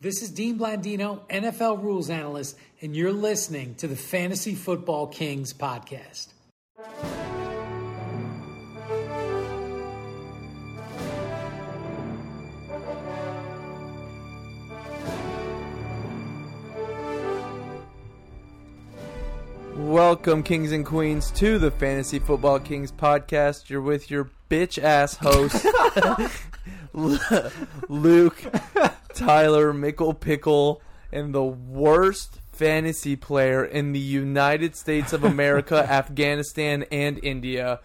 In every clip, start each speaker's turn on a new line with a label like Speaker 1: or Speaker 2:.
Speaker 1: This is Dean Blandino, NFL rules analyst, and you're listening to the Fantasy Football Kings podcast.
Speaker 2: Welcome, kings and queens, to the Fantasy Football Kings podcast. You're with your bitch ass host, Lu- Luke, Tyler, Mickle Pickle, and the worst fantasy player in the United States of America, Afghanistan, and India.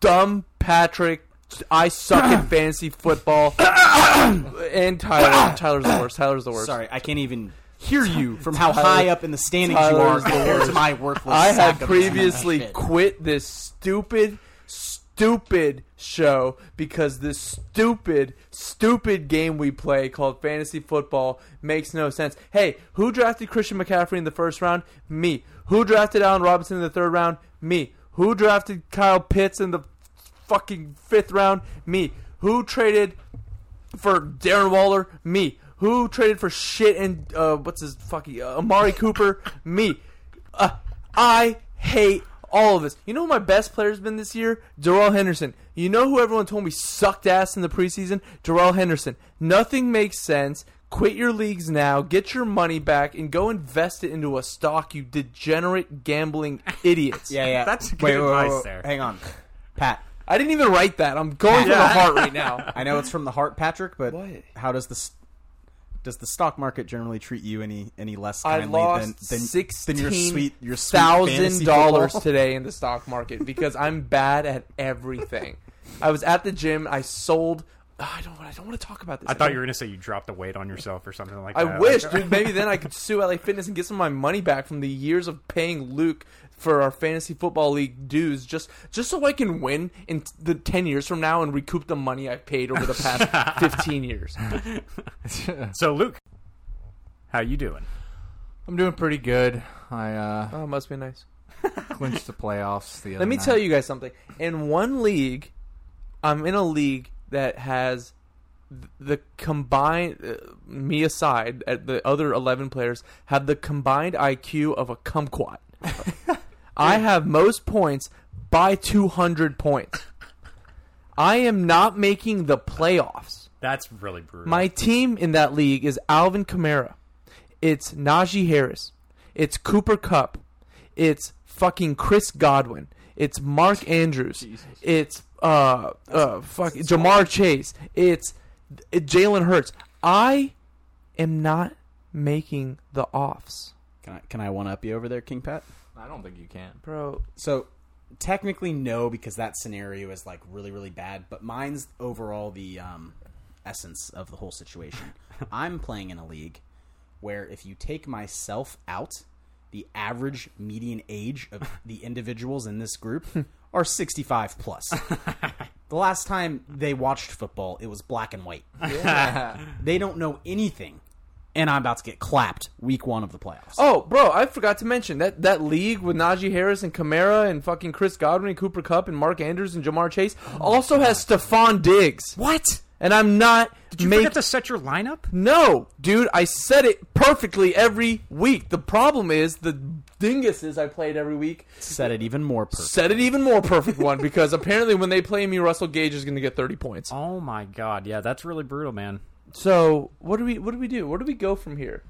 Speaker 2: Dumb Patrick. I suck at fantasy football. and Tyler. Tyler's the worst. Tyler's the worst.
Speaker 3: Sorry, I can't even hear you from how
Speaker 2: Tyler-
Speaker 3: high up in the standings you
Speaker 2: Tyler
Speaker 3: are
Speaker 2: is the
Speaker 3: compared to
Speaker 2: worst.
Speaker 3: my worthless.
Speaker 2: I
Speaker 3: sack
Speaker 2: had
Speaker 3: of information.
Speaker 2: previously
Speaker 3: Shit.
Speaker 2: quit this stupid, stupid show because this stupid, stupid game we play called fantasy football makes no sense. Hey, who drafted Christian McCaffrey in the first round? Me. Who drafted Allen Robinson in the third round? Me. Who drafted Kyle Pitts in the fucking fifth round? Me. Who traded for Darren Waller, me. Who traded for shit and uh, what's his fucking uh, Amari Cooper, me. Uh, I hate all of this. You know who my best player's been this year? Darrell Henderson. You know who everyone told me sucked ass in the preseason? Darrell Henderson. Nothing makes sense. Quit your leagues now. Get your money back and go invest it into a stock. You degenerate gambling idiots.
Speaker 3: Yeah, yeah.
Speaker 4: That's good
Speaker 3: Wait, wait,
Speaker 4: advice
Speaker 3: wait, wait.
Speaker 4: there.
Speaker 3: Hang on, Pat.
Speaker 2: I didn't even write that. I'm going for the
Speaker 4: Yeah.
Speaker 2: heart right now.
Speaker 3: I know it's from the heart, Patrick, but
Speaker 2: What?
Speaker 3: how does this? Does the stock market generally treat you any any less
Speaker 2: I
Speaker 3: kindly than
Speaker 2: lost
Speaker 3: than,
Speaker 2: sixteen
Speaker 3: than your sweet your sweet
Speaker 2: thousand
Speaker 3: fantasy
Speaker 2: dollars
Speaker 3: football?
Speaker 2: today in the stock market because I'm bad at everything. I was at the gym. I sold. Ah, I don't. I don't want to talk about this.
Speaker 4: I thought you were going to say you dropped the weight on yourself or something like
Speaker 2: I
Speaker 4: that. Like,
Speaker 2: wish, dude. Maybe then I could sue LA Fitness and get some of my money back from the years of paying Luke for our fantasy football league dues, just just so I can win in t- the ten years from now and recoup the money I paid over the past fifteen years.
Speaker 4: So, Luke, how you doing?
Speaker 5: I'm doing pretty good. I uh,
Speaker 2: Oh, must be nice.
Speaker 5: clinched the playoffs the other
Speaker 2: Let me
Speaker 5: night.
Speaker 2: tell you guys something. In one league, I'm in a league that has th- the combined uh, me aside at the other 11 players have the combined IQ of a kumquat. I have most points by 200 points. I am not making the playoffs.
Speaker 4: That's really brutal.
Speaker 2: My team in that league is Alvin Kamara. It's Najee Harris. It's Cooper Cup. It's fucking Chris Godwin. It's Mark Andrews. It's uh uh fuck Jamar Chase. It's it, Jalen Hurts. I am not making the offs,
Speaker 3: Can I, can I one up you over there, King Pat?
Speaker 5: I don't think you can.
Speaker 2: bro.
Speaker 3: So technically no, because that scenario is like really really bad. But mine's overall the um, essence of the whole situation. I'm playing in a league where if you take myself out, the average median age of the individuals in this group are 65 plus. the last time they watched football, it was black and white. they don't know anything, and I'm about to get clapped week one of the playoffs.
Speaker 2: Oh, bro, I forgot to mention that that league with Najee Harris and Kamara and fucking Chris Godwin and Cooper Cup and Mark Andrews and Jamar Chase also has Stephon Diggs.
Speaker 3: What?
Speaker 2: and I'm not
Speaker 4: Did you
Speaker 2: making.
Speaker 4: forget to set your lineup?
Speaker 2: no, dude, I said it perfectly every week. The problem is the dinguses I played every week
Speaker 3: Said it even more perfect.
Speaker 2: said it even more perfect one because apparently when they play me, Russell Gage is going to get 30 points.
Speaker 4: Oh my god, yeah, that's really brutal, man.
Speaker 2: So what do we what do we do? Where do we go from here?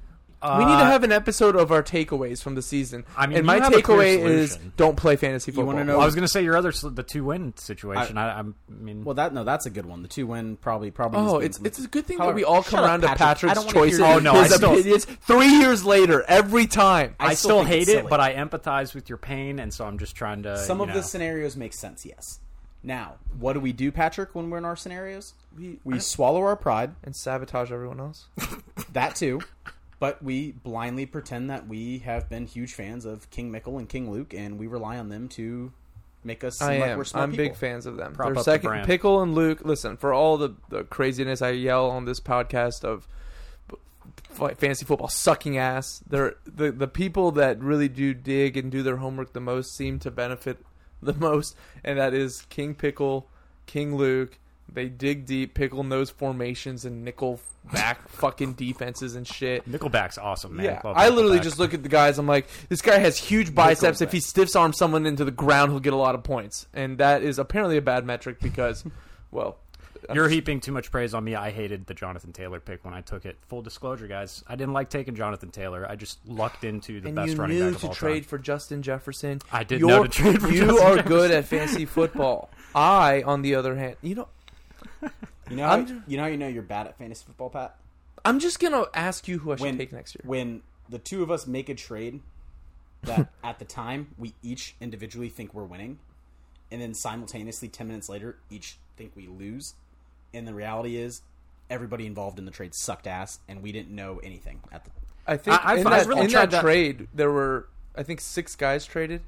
Speaker 2: we need to
Speaker 4: Uh,
Speaker 2: have an episode of our takeaways from the season.
Speaker 4: I mean,
Speaker 2: and
Speaker 4: you
Speaker 2: my
Speaker 4: have a clear
Speaker 2: takeaway is
Speaker 4: solution.
Speaker 2: don't play fantasy football.
Speaker 3: wanna know-
Speaker 4: Well, I was going to say your other sl- the two win situation. I, I, mean,
Speaker 3: Well, that no, that's a good one. The two win probably probably. has
Speaker 2: Oh,
Speaker 3: been
Speaker 2: it's
Speaker 3: some-
Speaker 2: it's a good thing
Speaker 3: However,
Speaker 2: that we all
Speaker 3: shut
Speaker 2: come
Speaker 3: up,
Speaker 2: around to
Speaker 3: Patrick. I
Speaker 2: Patrick's
Speaker 3: don't wanna hear
Speaker 2: choices,
Speaker 3: your-
Speaker 4: Oh, no, I
Speaker 2: his
Speaker 4: still-
Speaker 2: opinions three years later every time.
Speaker 4: I,
Speaker 3: I still
Speaker 4: still
Speaker 3: think it's
Speaker 4: hate it,
Speaker 3: silly.
Speaker 4: but I empathize with your pain, and so I'm just trying to.
Speaker 3: Some
Speaker 4: you
Speaker 3: of
Speaker 4: know.
Speaker 3: the scenarios make sense. Yes. Now, what do we do, Patrick? When we're in our scenarios, we, we swallow our pride.
Speaker 2: and sabotage everyone else.
Speaker 3: That too. But we blindly pretend that we have been huge fans of King Mickle and King Luke, and we rely on them to make us seem
Speaker 2: I
Speaker 3: like
Speaker 2: am.
Speaker 3: we're smart
Speaker 2: I'm
Speaker 3: people.
Speaker 2: big fans of them.
Speaker 4: Prop
Speaker 2: They're
Speaker 4: up the
Speaker 2: second
Speaker 4: brand.
Speaker 2: Pickle and Luke. Listen, for all the, the craziness I yell on this podcast of f- fantasy football sucking ass, they're the the people that really do dig and do their homework the most seem to benefit the most, and that is King Pickle, King Luke, They dig deep, pickle nose formations and nickel back fucking defenses and shit.
Speaker 4: Nickelback's awesome, man.
Speaker 2: Yeah,
Speaker 4: Love
Speaker 2: I literally
Speaker 4: Nickelback.
Speaker 2: just look at the guys. I'm like, this guy has huge biceps. If he stiffs arms someone into the ground, he'll get a lot of points, and that is apparently a bad metric because, well, I'm
Speaker 4: You're
Speaker 2: just-
Speaker 4: heaping too much praise on me. I hated the Jonathan Taylor pick when I took it. Full disclosure, guys, I didn't like taking Jonathan Taylor. I just lucked into the
Speaker 2: and
Speaker 4: best
Speaker 2: you
Speaker 4: running
Speaker 2: knew
Speaker 4: back of
Speaker 2: to
Speaker 4: all
Speaker 2: trade
Speaker 4: time.
Speaker 2: for Justin Jefferson.
Speaker 4: I did
Speaker 2: You're-
Speaker 4: know to trade for
Speaker 2: You
Speaker 4: Justin
Speaker 2: are good at fantasy football. I, on the other hand, you know,
Speaker 3: You know,
Speaker 2: I'm-
Speaker 3: you know, you know, you're bad at fantasy football, Pat.
Speaker 2: I'm just gonna ask you who I should take next year.
Speaker 3: When the two of us make a trade that at the time we each individually think we're winning, and then simultaneously 10 minutes later each think we lose, and the reality is everybody involved in the trade sucked ass and we didn't know anything at the
Speaker 2: I think
Speaker 4: I- I
Speaker 2: in,
Speaker 4: thought- I
Speaker 2: that,
Speaker 4: really
Speaker 2: in
Speaker 4: tried
Speaker 2: that
Speaker 4: that-
Speaker 2: trade there were I think six guys traded.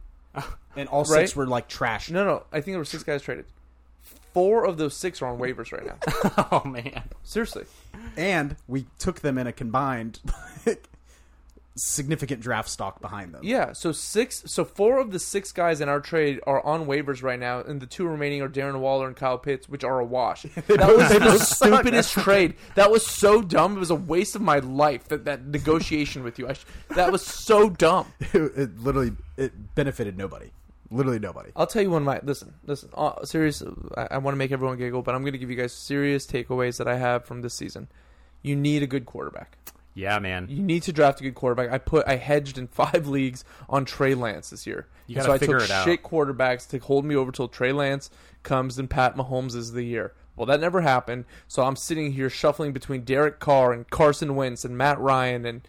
Speaker 3: and all
Speaker 2: Right?
Speaker 3: six were like trash.
Speaker 2: No, no, I think there were six guys traded. Four of those six are on waivers right now.
Speaker 4: Oh man,
Speaker 2: Seriously.
Speaker 3: And we took them in a combined significant draft stock behind them.
Speaker 2: Yeah, so six, so four of the six guys in our trade are on waivers right now, and the two remaining are Darren Waller and Kyle Pitts, which are a wash. That was the stupidest trade. That was so dumb. It was a waste of my life. That that negotiation with you, I sh- that was so dumb.
Speaker 3: it literally it benefited nobody. Literally nobody.
Speaker 2: I'll tell you one. of My listen, listen. Uh, serious. I, I want to make everyone giggle, but I'm going to give you guys serious takeaways that I have from this season. You need a good quarterback.
Speaker 4: yeah, man.
Speaker 2: You need to draft a good quarterback. I put I hedged in five leagues on Trey Lance this year.
Speaker 4: You
Speaker 2: And
Speaker 4: gotta
Speaker 2: so I
Speaker 4: figure
Speaker 2: took
Speaker 4: it out.
Speaker 2: shit quarterbacks to hold me over till Trey Lance comes and Pat Mahomes is the year. Well, that never happened. So I'm sitting here shuffling between Derek Carr and Carson Wentz and Matt Ryan and,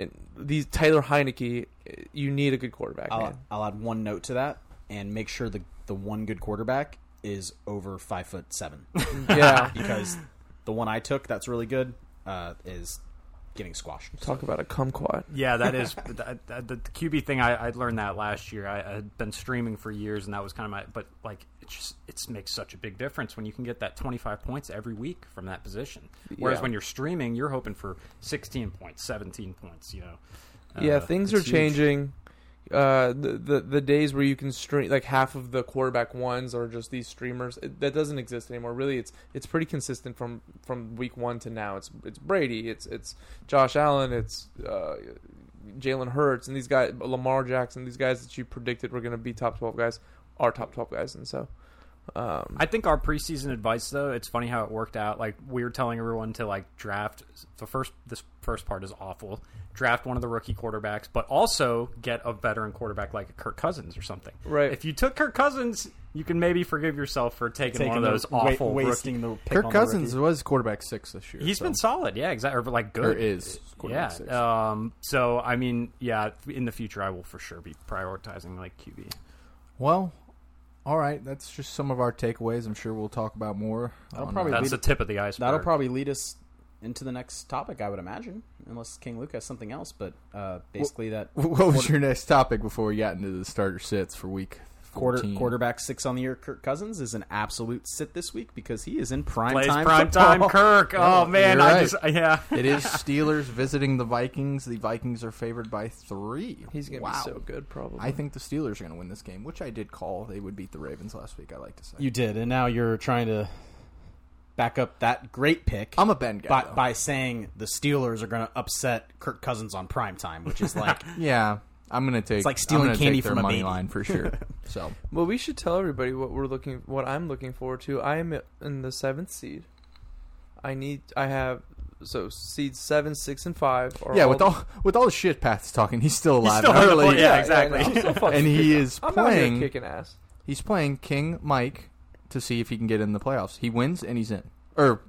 Speaker 2: and these Tyler Heineke. You need a good quarterback,
Speaker 4: Oh.
Speaker 3: I'll,
Speaker 2: man.
Speaker 3: I'll add one note to that and make sure the the one good quarterback is over five foot seven
Speaker 2: Yeah.
Speaker 3: because the one I took that's really good uh, is getting squashed.
Speaker 2: Talk about a kumquat.
Speaker 4: Yeah, that is that, that, the QB thing. I, I learned that last year. I, I had been streaming for years, and that was kind of my. But like, it just it makes such a big difference when you can get that twenty five points every week from that position. Whereas
Speaker 2: Yeah.
Speaker 4: when you're streaming, you're hoping for sixteen points, seventeen points. You know.
Speaker 2: yeah,
Speaker 4: Uh,
Speaker 2: things are
Speaker 4: it's huge.
Speaker 2: changing. Uh, the, the the days where you can stream like half of the quarterback ones are just these streamers it, that doesn't exist anymore. Really, it's it's pretty consistent from from week one to now. It's it's Brady, it's it's Josh Allen, it's uh, Jalen Hurts, and these guys Lamar Jackson. These guys that you predicted were going to be top twelve guys are top twelve guys, and so um,
Speaker 4: I think our preseason advice, though, it's funny how it worked out. Like we were telling everyone to like draft the first. This first part is awful. Draft one of the rookie quarterbacks, but also get a veteran quarterback like a Kirk Cousins or something.
Speaker 2: Right.
Speaker 4: If you took Kirk Cousins, you can maybe forgive yourself for taking, one of
Speaker 3: the-
Speaker 4: those
Speaker 3: wa-
Speaker 4: awful.
Speaker 3: wasting
Speaker 4: rookie-
Speaker 3: the pick
Speaker 5: Kirk
Speaker 3: on the
Speaker 5: Cousins
Speaker 3: rookie.
Speaker 5: was quarterback six this year.
Speaker 4: He's
Speaker 5: so.
Speaker 4: been solid, yeah, exactly. Or like good
Speaker 5: Or is
Speaker 4: Yeah.
Speaker 5: quarterback six.
Speaker 4: Um. So I mean, yeah. In the future, I will for sure be prioritizing like QB.
Speaker 5: Well, all right. That's just some of our takeaways. I'm sure we'll talk about more.
Speaker 3: That'll
Speaker 5: on,
Speaker 3: probably
Speaker 5: uh,
Speaker 4: That's
Speaker 3: lead-
Speaker 4: the tip of the iceberg.
Speaker 3: That'll probably lead us into the next topic, I would imagine, unless King Luke has something else. But uh, basically, that
Speaker 5: what was your next topic before we got into the starter sits for week
Speaker 3: quarter
Speaker 5: 14?
Speaker 3: quarterback six on the year, Kirk Cousins, is an absolute sit this week because he is in prime
Speaker 4: plays
Speaker 3: time.
Speaker 4: prime
Speaker 3: football.
Speaker 4: time Kirk. Oh
Speaker 5: You're
Speaker 4: man, I
Speaker 5: right.
Speaker 4: just yeah.
Speaker 5: it is Steelers visiting the Vikings. The Vikings are favored by three.
Speaker 2: he's going to
Speaker 5: wow.
Speaker 2: be so good probably.
Speaker 5: I think the Steelers are going to win this game, which I did call. They would beat the Ravens last week. I like to say.
Speaker 3: You did, and now you're trying to back up that great pick.
Speaker 5: I'm a Ben guy.
Speaker 3: by,
Speaker 5: though.
Speaker 3: by saying the Steelers are going to upset Kirk Cousins on prime time, which is like
Speaker 5: yeah, I'm going to take.
Speaker 3: like
Speaker 5: I'm
Speaker 3: stealing
Speaker 5: gonna
Speaker 3: candy
Speaker 5: take their
Speaker 3: from a
Speaker 5: money
Speaker 3: baby.
Speaker 5: line for sure. so
Speaker 2: well, we should tell everybody what we're looking, what I'm looking forward to. I am in the seventh seed. I need, I have, so seeds seven, six, and five. Are
Speaker 5: yeah, with all with all the shit Pat's talking, he's still alive.
Speaker 4: still
Speaker 5: And I'm
Speaker 4: on the
Speaker 5: really-
Speaker 4: plane, yeah,
Speaker 2: I know. I'm still fucking
Speaker 5: And he
Speaker 2: kicking-
Speaker 5: is
Speaker 2: I'm out
Speaker 5: playing.
Speaker 2: here kicking ass.
Speaker 5: He's playing King Mike to see if he can get in the playoffs. He wins and he's in. Or,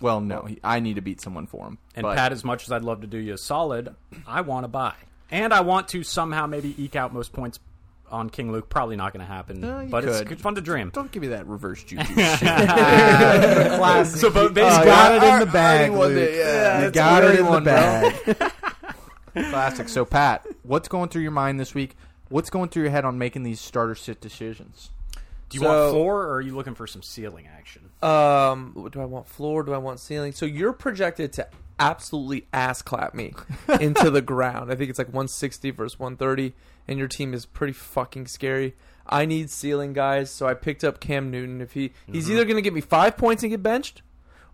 Speaker 5: well, no, he, I need to beat someone for him.
Speaker 4: And
Speaker 5: but
Speaker 4: Pat, as much as I'd love to do you a solid, I want to buy, and I want to somehow maybe eke out most points on King Luke. Probably not going to happen,
Speaker 5: Uh, you
Speaker 4: but it's
Speaker 5: could.
Speaker 4: good fun to dream.
Speaker 5: don't give me that reverse juju shit.
Speaker 4: Ah,
Speaker 3: classic.
Speaker 4: So, but basically,
Speaker 5: got it in
Speaker 3: the bag, Luke.
Speaker 5: yeah,
Speaker 3: You
Speaker 5: it's
Speaker 3: got it
Speaker 5: already
Speaker 3: in the
Speaker 5: won, bro. Classic. So, Pat, what's going through your mind this week? What's going through your head on making these starter sit decisions?
Speaker 4: do you
Speaker 2: So-
Speaker 4: want floor or are you looking for some ceiling action?
Speaker 2: Um, do I want floor? Do I want ceiling? So you're projected to absolutely ass clap me into the ground. I think it's like 160 versus 130, and your team is pretty fucking scary. I need ceiling guys, so I picked up Cam Newton. If he he's
Speaker 4: Mm-hmm.
Speaker 2: either going to get me five points and get benched,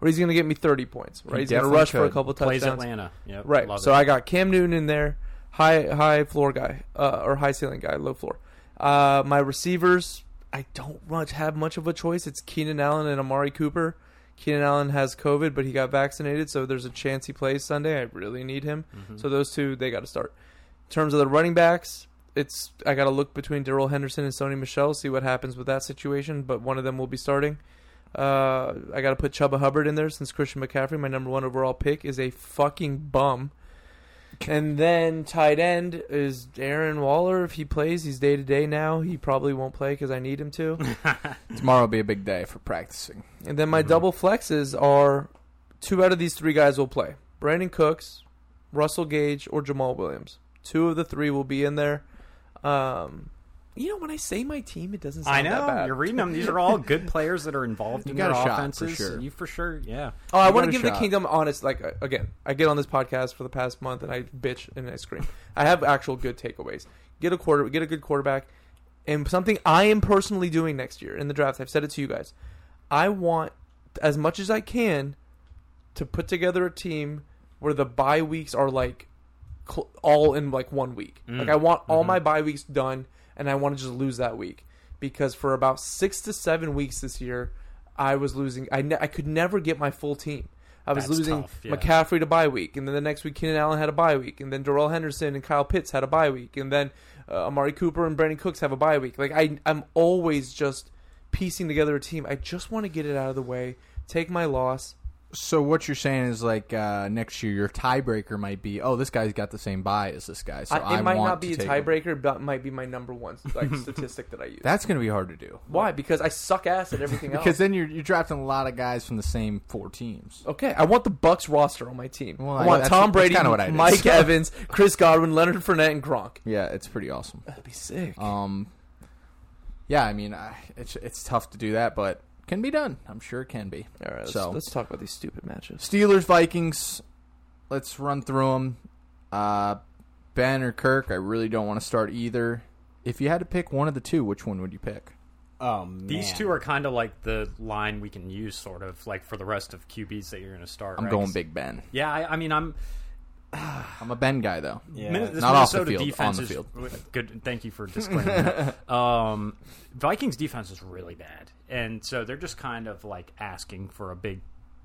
Speaker 2: or he's going to get me 30 points. Right? he's going to
Speaker 5: definitely
Speaker 2: rush for a
Speaker 5: could.
Speaker 2: couple
Speaker 4: Plays
Speaker 2: touchdowns.
Speaker 4: Atlanta. Yep,
Speaker 2: Right.
Speaker 4: love
Speaker 2: so
Speaker 4: it.
Speaker 2: I got Cam Newton in there, high high floor guy, uh, or high ceiling guy, low floor. Uh, my receivers, I don't much have much of a choice. It's Keenan Allen and Amari Cooper. Keenan Allen has COVID, but he got vaccinated, so there's a chance he plays Sunday. I really need him. So those two, they got to start. In terms of the running backs, it's I got to look between Daryl Henderson and Sony Michelle, see what happens with that situation. But one of them will be starting. Uh, I got to put Chuba Hubbard in there since Christian McCaffrey, my number one overall pick, is a fucking bum. And then tight end is Aaron Waller. If he plays, he's day to day now. He probably won't play because I need him to.
Speaker 5: Tomorrow will be a big day for practicing.
Speaker 2: And then my double flexes are two out of these three guys will play Brandon Cooks, Russell Gage, or Jamal Williams. Two of the three will be in there. Um, you know, when I say my team, it doesn't sound
Speaker 4: I
Speaker 2: that
Speaker 4: know
Speaker 2: bad.
Speaker 4: you're reading them. These are all good players that are involved in
Speaker 5: got
Speaker 4: their
Speaker 5: a shot, for
Speaker 4: offenses.
Speaker 5: sure.
Speaker 4: You for sure, yeah.
Speaker 2: Oh, I
Speaker 5: You
Speaker 2: want to
Speaker 5: got a
Speaker 2: give the
Speaker 5: shot.
Speaker 2: kingdom honest. Like uh, again, I get on this podcast for the past month and I bitch and I scream. I have actual good takeaways. Get a quarter, get a good quarterback, and something I am personally doing next year in the draft. I've said it to you guys. I want as much as I can to put together a team where the bye weeks are like cl- all in like one week.
Speaker 4: Mm.
Speaker 2: Like I want all
Speaker 4: Mm-hmm.
Speaker 2: my bye weeks done, and I want to just lose that week because for about six to seven weeks this year, I was losing. I ne- I could never get my full team. I was
Speaker 4: That's
Speaker 2: losing
Speaker 4: tough, yeah.
Speaker 2: McCaffrey to bye week, and then the next week Keenan Allen had a bye week, and then Darrell Henderson and Kyle Pitts had a bye week, and then uh, Amari Cooper and Brandon Cooks have a bye week. Like I, I'm always just piecing together a team. I just want to get it out of the way, take my loss,
Speaker 5: So what you're saying is like uh, next year your tiebreaker might be oh this guy's got the same buy as this guy so
Speaker 2: I,
Speaker 5: I,
Speaker 2: Uh, it might
Speaker 5: want
Speaker 2: not be
Speaker 5: to
Speaker 2: a
Speaker 5: take him.
Speaker 2: tiebreaker, but it might be my number one like statistic that I use.
Speaker 5: That's gonna be hard to do
Speaker 2: Why? Because I suck ass at everything
Speaker 5: because
Speaker 2: else.
Speaker 5: then you're you're drafting a lot of guys from the same four teams.
Speaker 2: Okay, I want the Bucks roster on my team.
Speaker 5: Well,
Speaker 2: I
Speaker 5: I-
Speaker 2: want
Speaker 5: that's-
Speaker 2: Tom
Speaker 5: that's
Speaker 2: Brady,
Speaker 5: kinda what I did.
Speaker 2: Mike Evans, Chris Godwin, Leonard Fournette, and Gronk.
Speaker 5: Yeah, it's pretty awesome.
Speaker 2: That'd be sick.
Speaker 5: Um, yeah, I mean I, it's it's tough to do that, but can be done. I'm sure it can be.
Speaker 2: All right, let's,
Speaker 5: so-
Speaker 2: let's talk about these stupid matches.
Speaker 5: Steelers Vikings. Let's run through them. Uh, ben or Kirk? I really don't want to start either. If you had to pick one of the two, which one would you pick?
Speaker 3: Oh man,
Speaker 4: These two are kind of like the line we can use, sort of like for the rest of QBs that you're going to start.
Speaker 5: I'm
Speaker 4: right?
Speaker 5: going Big Ben.
Speaker 4: Yeah, I, I mean, I'm
Speaker 5: I'm a Ben guy though.
Speaker 3: Yeah.
Speaker 4: Min- this
Speaker 5: Not off the
Speaker 4: Minnesota
Speaker 5: field,
Speaker 4: defense
Speaker 5: on
Speaker 4: is
Speaker 5: the
Speaker 4: good. Thank you for disclaiming. that. Um, Vikings defense is really bad, and so they're just kind of like asking for a big,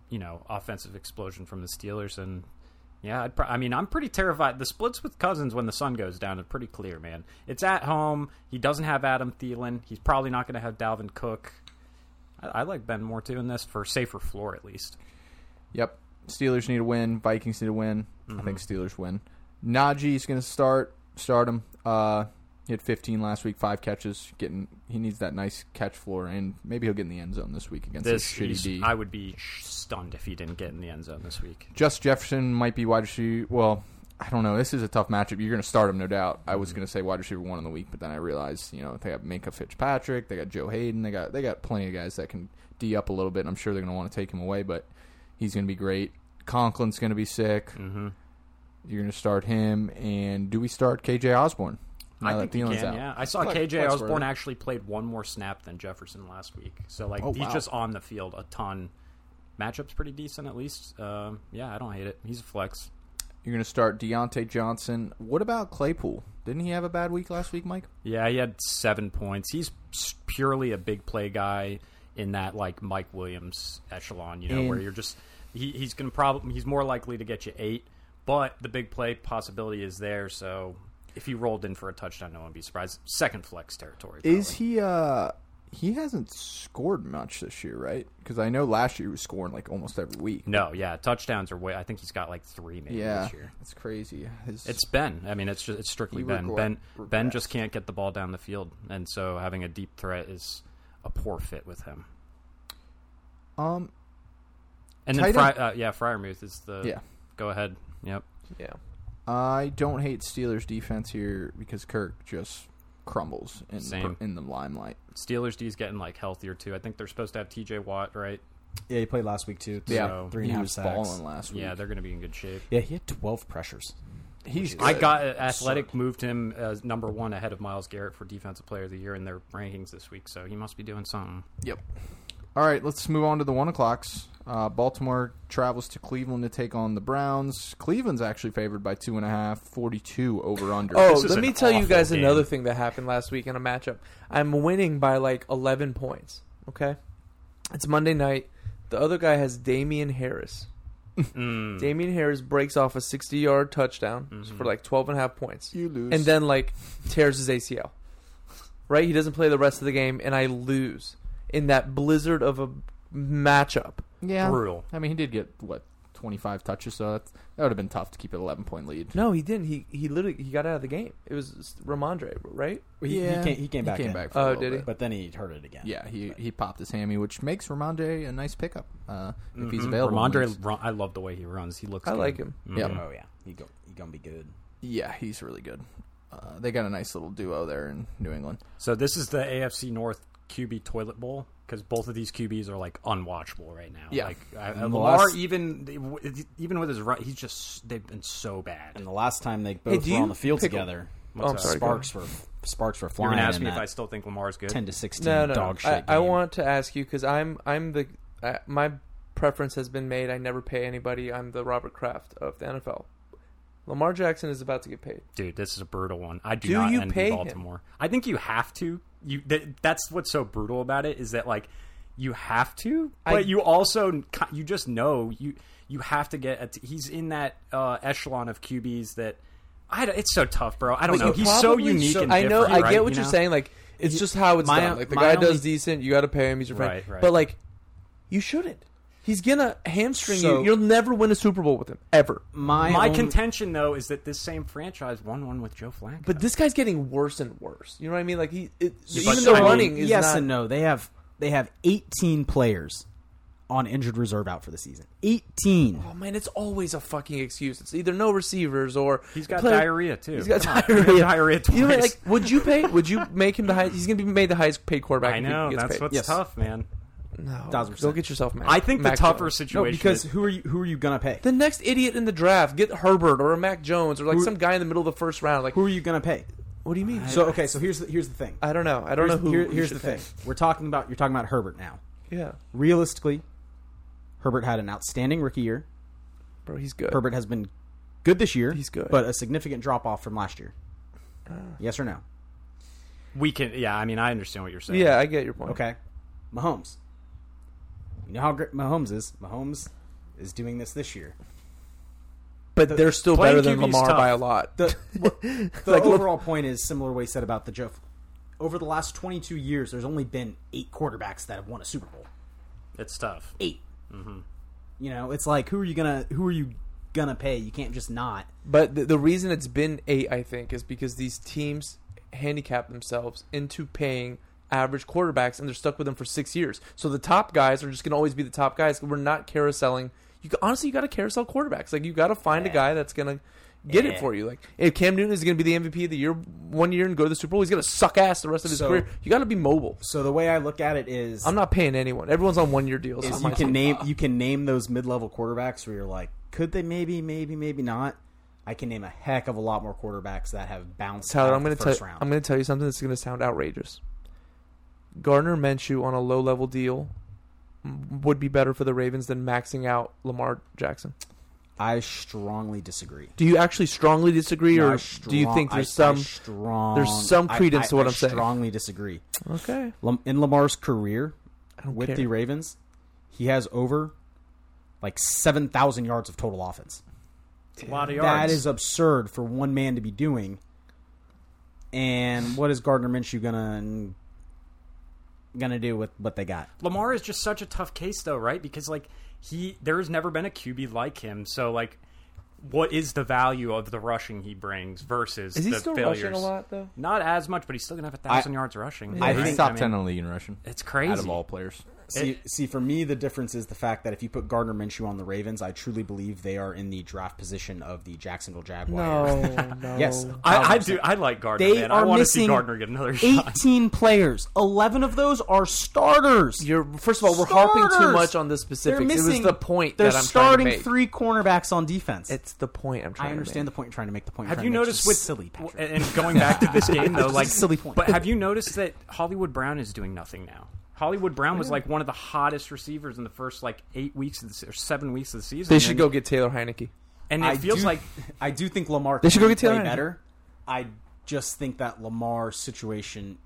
Speaker 4: you know, offensive explosion from the Steelers. And yeah, I'd pro- I mean, I'm pretty terrified. The splits with Cousins when the sun goes down are pretty clear, man. It's at home. He doesn't have Adam Thielen. He's probably not going to have Dalvin Cook. I, I like Ben more too in this for safer floor at least.
Speaker 5: Yep. Steelers need a win. Vikings need a win. I think Steelers win. Najee's going to start. Start him. Uh, he had 15 last week, five catches. Getting he needs that nice catch floor, and maybe he'll get in the end zone this week against this
Speaker 4: This
Speaker 5: shitty
Speaker 4: he's-
Speaker 5: D.
Speaker 4: I would be stunned if he didn't get in the end zone this week.
Speaker 5: Just Jefferson might be wide receiver. Well, I don't know. This is a tough matchup. You're going to start him, no doubt. I
Speaker 4: Mm-hmm.
Speaker 5: was going to say wide receiver one in the week, but then I realized you know they got Minka Fitzpatrick, they got Joe Hayden, they got they got plenty of guys that can d up a little bit. And I'm sure they're going to want to take him away, but he's going to be great. Conklin's going to be sick.
Speaker 4: Mm-hmm.
Speaker 5: You're going to start him, and do we start KJ Osborne?
Speaker 4: I
Speaker 5: Now
Speaker 4: think
Speaker 5: that
Speaker 4: he
Speaker 5: Thielen's
Speaker 4: can,
Speaker 5: out.
Speaker 4: yeah. I saw
Speaker 5: Flex-
Speaker 4: KJ
Speaker 5: flex
Speaker 4: Osborne
Speaker 5: worthy.
Speaker 4: actually played one more snap than Jefferson last week. So like
Speaker 5: Oh,
Speaker 4: he's
Speaker 5: wow.
Speaker 4: just on the field a ton. Matchup's pretty decent at least. Um, yeah, I don't hate it. He's a flex.
Speaker 5: You're going to start Deontay Johnson. What about Claypool? Didn't he have a bad week last week, Mike?
Speaker 4: Yeah, he had seven points. He's s- purely a big play guy in that like Mike Williams echelon, you know,
Speaker 5: And-
Speaker 4: where you're just he, he's gonna probably he's more likely to get you eight, but the big play possibility is there. So if he rolled in for a touchdown, no one would be surprised. Second flex territory.
Speaker 5: Is
Speaker 4: probably.
Speaker 5: he? uh He hasn't scored much this year, right? Because I know last year he was scoring like almost every week.
Speaker 4: No, yeah, touchdowns are way. I think he's got like three maybe
Speaker 5: Yeah,
Speaker 4: this year.
Speaker 5: that's crazy. His,
Speaker 4: It's Ben. I mean, it's just, it's strictly
Speaker 5: He
Speaker 4: Ben.
Speaker 5: regre-
Speaker 4: ben Ben
Speaker 5: regressed.
Speaker 4: just can't get the ball down the field, and so having a deep threat is a poor fit with him.
Speaker 5: um
Speaker 4: And then,
Speaker 5: Tight
Speaker 4: Fry,
Speaker 5: end-
Speaker 4: uh, yeah, Fryermuth is the
Speaker 5: yeah.
Speaker 4: Go ahead. Yep.
Speaker 2: Yeah.
Speaker 5: I don't hate Steelers defense here because Kirk just crumbles in
Speaker 4: Same.
Speaker 5: in the limelight.
Speaker 4: Steelers D's getting like healthier too. I think they're supposed to have T.J. Watt, right?
Speaker 3: Yeah, he played last week too.
Speaker 5: Yeah.
Speaker 3: So three and a
Speaker 5: he
Speaker 3: half
Speaker 5: was
Speaker 3: sacks.
Speaker 5: balling last week.
Speaker 4: Yeah, they're going to be in good shape.
Speaker 3: Yeah, he had twelve pressures.
Speaker 5: he's.
Speaker 4: I
Speaker 5: good.
Speaker 4: got uh, athletic moved him as number one ahead of Miles Garrett for defensive player of the year in their rankings this week. So he must be doing something.
Speaker 5: Yep. All right, let's move on to the one o'clocks. Uh, Baltimore travels to Cleveland to take on the Browns. Cleveland's actually favored by two and a half, 42 over under.
Speaker 2: Oh,
Speaker 4: This is
Speaker 2: let me
Speaker 4: an
Speaker 2: tell you
Speaker 4: awful
Speaker 2: guys
Speaker 4: game.
Speaker 2: another thing that happened last week in a matchup. I'm winning by like 11 points. Okay, it's Monday night. The other guy has Damian Harris.
Speaker 4: Mm.
Speaker 2: Damian Harris breaks off a 60 yard touchdown
Speaker 3: Mm-hmm.
Speaker 2: for like 12 and a half points,
Speaker 5: you lose.
Speaker 2: and then like tears his ACL. Right, he doesn't play the rest of the game, and I lose in that blizzard of a matchup.
Speaker 5: yeah,
Speaker 4: Brutal.
Speaker 5: I mean, he did get what 25 touches, so that's, that would have been tough to keep an 11 point lead.
Speaker 2: No, he didn't. He he literally he got out of the game. It was Ramondre, right?
Speaker 3: Well, he, he came, he came back. in,
Speaker 5: for a
Speaker 2: Oh,
Speaker 5: little
Speaker 2: did he?
Speaker 5: bit.
Speaker 3: But then he hurt it again.
Speaker 5: Yeah, he
Speaker 3: But-
Speaker 5: he popped his hammy, which makes Ramondre a nice pickup uh, if
Speaker 2: Mm-hmm.
Speaker 5: he's available.
Speaker 4: Mm-hmm. Ramondre, run, I love the way he runs. He looks.
Speaker 2: I
Speaker 4: good. Mm-hmm.
Speaker 2: like him.
Speaker 5: Yeah.
Speaker 3: Oh yeah, he go, he gonna be good.
Speaker 5: Yeah, he's really good. Uh, they got a nice little duo there in New England.
Speaker 4: So this is the AFC North QB toilet bowl because both of these QBs are like unwatchable right now.
Speaker 5: Yeah.
Speaker 4: like I, I-
Speaker 3: the
Speaker 4: Lamar
Speaker 3: last-
Speaker 4: even even with his run, he's just they've been so bad.
Speaker 3: And the last time they both
Speaker 2: do
Speaker 3: were
Speaker 2: you
Speaker 3: on the field
Speaker 2: pick-
Speaker 3: together,
Speaker 2: Oh, I'm
Speaker 4: that?
Speaker 2: sorry. go ahead.
Speaker 3: sparks were sparks were
Speaker 4: You're
Speaker 3: flying.
Speaker 4: gonna ask me
Speaker 3: in
Speaker 4: if I
Speaker 3: that
Speaker 4: still think Lamar's good.
Speaker 3: ten to sixteen
Speaker 2: no, no.
Speaker 3: dog shit.
Speaker 2: I, I
Speaker 3: game.
Speaker 2: want to ask you because I'm I'm the I, my preference has been made. I never pay anybody. I'm the Robert Kraft of the NFL. Lamar Jackson is about to get paid.
Speaker 4: Dude, this is a brutal one. I do,
Speaker 2: Do
Speaker 4: not
Speaker 2: you
Speaker 4: envy
Speaker 2: pay him?
Speaker 4: Baltimore. I think you have to. You that, that's what's so brutal about it is that like you have to, but
Speaker 2: I-
Speaker 4: you also you just know you you have to get. A t- he's in that uh, echelon of QBs that I. don't- It's so tough, bro. I don't know.
Speaker 2: you
Speaker 4: He's so
Speaker 2: probably
Speaker 4: unique.
Speaker 2: should-
Speaker 4: and
Speaker 2: I know.
Speaker 4: different,
Speaker 2: I
Speaker 4: right,
Speaker 2: get what
Speaker 4: you
Speaker 2: you're
Speaker 4: know?
Speaker 2: saying. Like it's just how it's
Speaker 3: my-
Speaker 2: done. Like the
Speaker 3: my
Speaker 2: guy
Speaker 3: only-
Speaker 2: does decent. You got to pay him. He's your friend.
Speaker 4: Right, right.
Speaker 2: But like, you shouldn't. He's gonna hamstring
Speaker 3: So-
Speaker 2: you. You'll never win a Super Bowl with him ever.
Speaker 3: my
Speaker 4: My
Speaker 3: own-
Speaker 4: contention though is that this same franchise won one with Joe Flacco.
Speaker 2: But this guy's getting worse and worse. You know what I mean? Like he, it,
Speaker 4: but
Speaker 2: even the
Speaker 4: I mean,
Speaker 2: running is
Speaker 3: yes
Speaker 2: not.
Speaker 3: and no. They have they have eighteen players on injured reserve out for the season. Eighteen.
Speaker 2: Oh man, it's always a fucking excuse. It's either no receivers or
Speaker 4: he's got
Speaker 2: player-
Speaker 4: diarrhea too.
Speaker 2: He's got
Speaker 4: Come on.
Speaker 2: diarrhea.
Speaker 4: He had diarrhea
Speaker 2: You know what?
Speaker 4: twice.
Speaker 2: Like, would you pay? Would you make him the highest? He's gonna be made the highest paid quarterback.
Speaker 4: I
Speaker 2: if he
Speaker 4: know
Speaker 2: gets
Speaker 4: that's
Speaker 2: paid.
Speaker 4: what's
Speaker 3: Yes.
Speaker 4: tough, man.
Speaker 2: No,
Speaker 3: 1000%.
Speaker 2: go get yourself. Mac,
Speaker 4: I think the
Speaker 2: Mac
Speaker 4: tougher
Speaker 2: Jones.
Speaker 4: situation.
Speaker 3: No, because
Speaker 4: is-
Speaker 3: who are you? Who are you gonna pay?
Speaker 2: The next idiot in the draft, get Herbert or a Mac Jones or like
Speaker 3: Who-
Speaker 2: some guy in the middle of the first round. Like,
Speaker 3: Who are you gonna pay?
Speaker 2: what do you mean?
Speaker 3: So okay, so here's the, here's the thing.
Speaker 2: I don't know. I don't
Speaker 3: here's
Speaker 2: know who.
Speaker 3: here-
Speaker 2: you
Speaker 3: here's the
Speaker 2: should
Speaker 3: thing. We're talking about you're talking about Herbert now.
Speaker 2: pay. Yeah,
Speaker 3: Realistically, Herbert had an outstanding rookie year.
Speaker 2: bro, he's good.
Speaker 3: Herbert has been good this year.
Speaker 2: He's good. Ah.
Speaker 3: but a significant drop off from last year. yes or no?
Speaker 4: we can. Yeah, I mean, I understand what you're saying.
Speaker 2: Yeah, I get your point.
Speaker 3: Okay, Mahomes. You know how great Mahomes is. Mahomes is doing this this year.
Speaker 2: but they're still
Speaker 4: playing
Speaker 2: better than
Speaker 4: QB is
Speaker 2: Lamar
Speaker 4: tough.
Speaker 2: by a lot.
Speaker 3: The the
Speaker 2: Like, look-
Speaker 3: overall point is similar. Way said about the Joe. Over the last 22 years, there's only been eight quarterbacks that have won a Super Bowl.
Speaker 4: it's tough.
Speaker 3: 8
Speaker 2: Mm-hmm.
Speaker 3: You know, it's like who are you gonna who are you gonna pay? You can't just not.
Speaker 2: But the, the reason it's been eight, I think, is because these teams handicap themselves into paying average quarterbacks, and they're stuck with them for six years. So the top guys are just going to always be the top guys. We're not carouseling. You ca- honestly, you got to carousel quarterbacks. Like you got to find a guy that's going to get
Speaker 3: Yeah.
Speaker 2: it for you. Like if Cam Newton is going to be the MVP of the year one year and go to the Super Bowl, he's going to suck ass the rest of his
Speaker 3: So-
Speaker 2: career. You got to be mobile.
Speaker 3: So the way I look at it is,
Speaker 2: I'm not paying anyone. Everyone's on one year deals.
Speaker 3: is
Speaker 2: on
Speaker 3: you
Speaker 2: my
Speaker 3: can
Speaker 2: team.
Speaker 3: name you can name those mid level quarterbacks where you're like, could they maybe maybe maybe not. I can name a heck of a lot more quarterbacks that have bounced
Speaker 2: Tyler,
Speaker 3: out
Speaker 2: I'm
Speaker 3: of
Speaker 2: going to
Speaker 3: the first
Speaker 2: tell
Speaker 3: round.
Speaker 2: I'm going to tell you something that's going to sound outrageous. Gardner Minshew on a low level deal m- would be better for the Ravens than maxing out Lamar Jackson.
Speaker 3: I strongly disagree.
Speaker 2: Do you actually strongly disagree,
Speaker 3: No, I
Speaker 2: or do you
Speaker 3: strong-
Speaker 2: think there's
Speaker 3: I- I
Speaker 2: some?
Speaker 3: strong,
Speaker 2: there's some
Speaker 3: I-
Speaker 2: credence
Speaker 3: I-
Speaker 2: to what
Speaker 3: I
Speaker 2: I'm saying.
Speaker 3: Strongly disagree.
Speaker 2: okay,
Speaker 3: Lam- In Lamar's career
Speaker 2: I don't
Speaker 3: with
Speaker 2: care.
Speaker 3: the Ravens, he has over like seven thousand yards of total offense.
Speaker 4: It's a lot of yards.
Speaker 3: That is absurd for one man to be doing. And what is Gardner Minshew gonna gonna do with what they got?
Speaker 4: Lamar is just such a tough case though, right? Because like he there has never been a QB like him. So like what is the value of the rushing he brings versus
Speaker 2: is he
Speaker 4: the
Speaker 2: still
Speaker 4: failures?
Speaker 2: rushing a lot though?
Speaker 4: Not as much, but he's still gonna have a thousand yards rushing.
Speaker 3: I
Speaker 4: right?
Speaker 3: think-
Speaker 5: top
Speaker 4: mean,
Speaker 5: ten in the league in rushing
Speaker 4: It's crazy.
Speaker 5: out of all players.
Speaker 3: See, see, for me, the difference is the fact that if you put Gardner Minshew on the Ravens, I truly believe they are in the draft position of the Jacksonville Jaguars.
Speaker 6: No, no.
Speaker 3: Yes,
Speaker 4: I, I do. I like Gardner.
Speaker 3: They
Speaker 4: Oh, man. I
Speaker 3: are
Speaker 4: want to
Speaker 3: missing
Speaker 4: see Gardner get another shot.
Speaker 3: 18 players. 11 of those are starters.
Speaker 2: You're first of all, we're harping too
Speaker 3: Starters!
Speaker 2: much on the
Speaker 3: They're
Speaker 2: specifics. it was
Speaker 3: missing-
Speaker 2: the point
Speaker 3: They're
Speaker 2: that I'm
Speaker 3: starting
Speaker 2: trying to make.
Speaker 3: three cornerbacks on defense.
Speaker 2: It's the point I'm trying.
Speaker 3: I understand
Speaker 2: To
Speaker 3: the point you're trying to make. The point
Speaker 4: Have
Speaker 3: you're
Speaker 4: you
Speaker 3: trying to
Speaker 4: noticed
Speaker 3: make,
Speaker 4: with
Speaker 3: which is silly Patrick?
Speaker 4: and and going back to this game though,
Speaker 3: It's
Speaker 4: like
Speaker 3: a silly point.
Speaker 4: But have you noticed that Hollywood Brown is doing nothing now? Hollywood Brown was like one of the hottest receivers in the first like eight weeks of the, or seven weeks of the season.
Speaker 2: They should
Speaker 4: and,
Speaker 2: go get Taylor Heineke.
Speaker 4: And it
Speaker 3: I
Speaker 4: feels
Speaker 3: do,
Speaker 4: like
Speaker 3: I do think Lamar.
Speaker 2: They should go
Speaker 3: can
Speaker 2: get Taylor
Speaker 3: play
Speaker 2: Heineke.
Speaker 3: better. I just think that Lamar situation,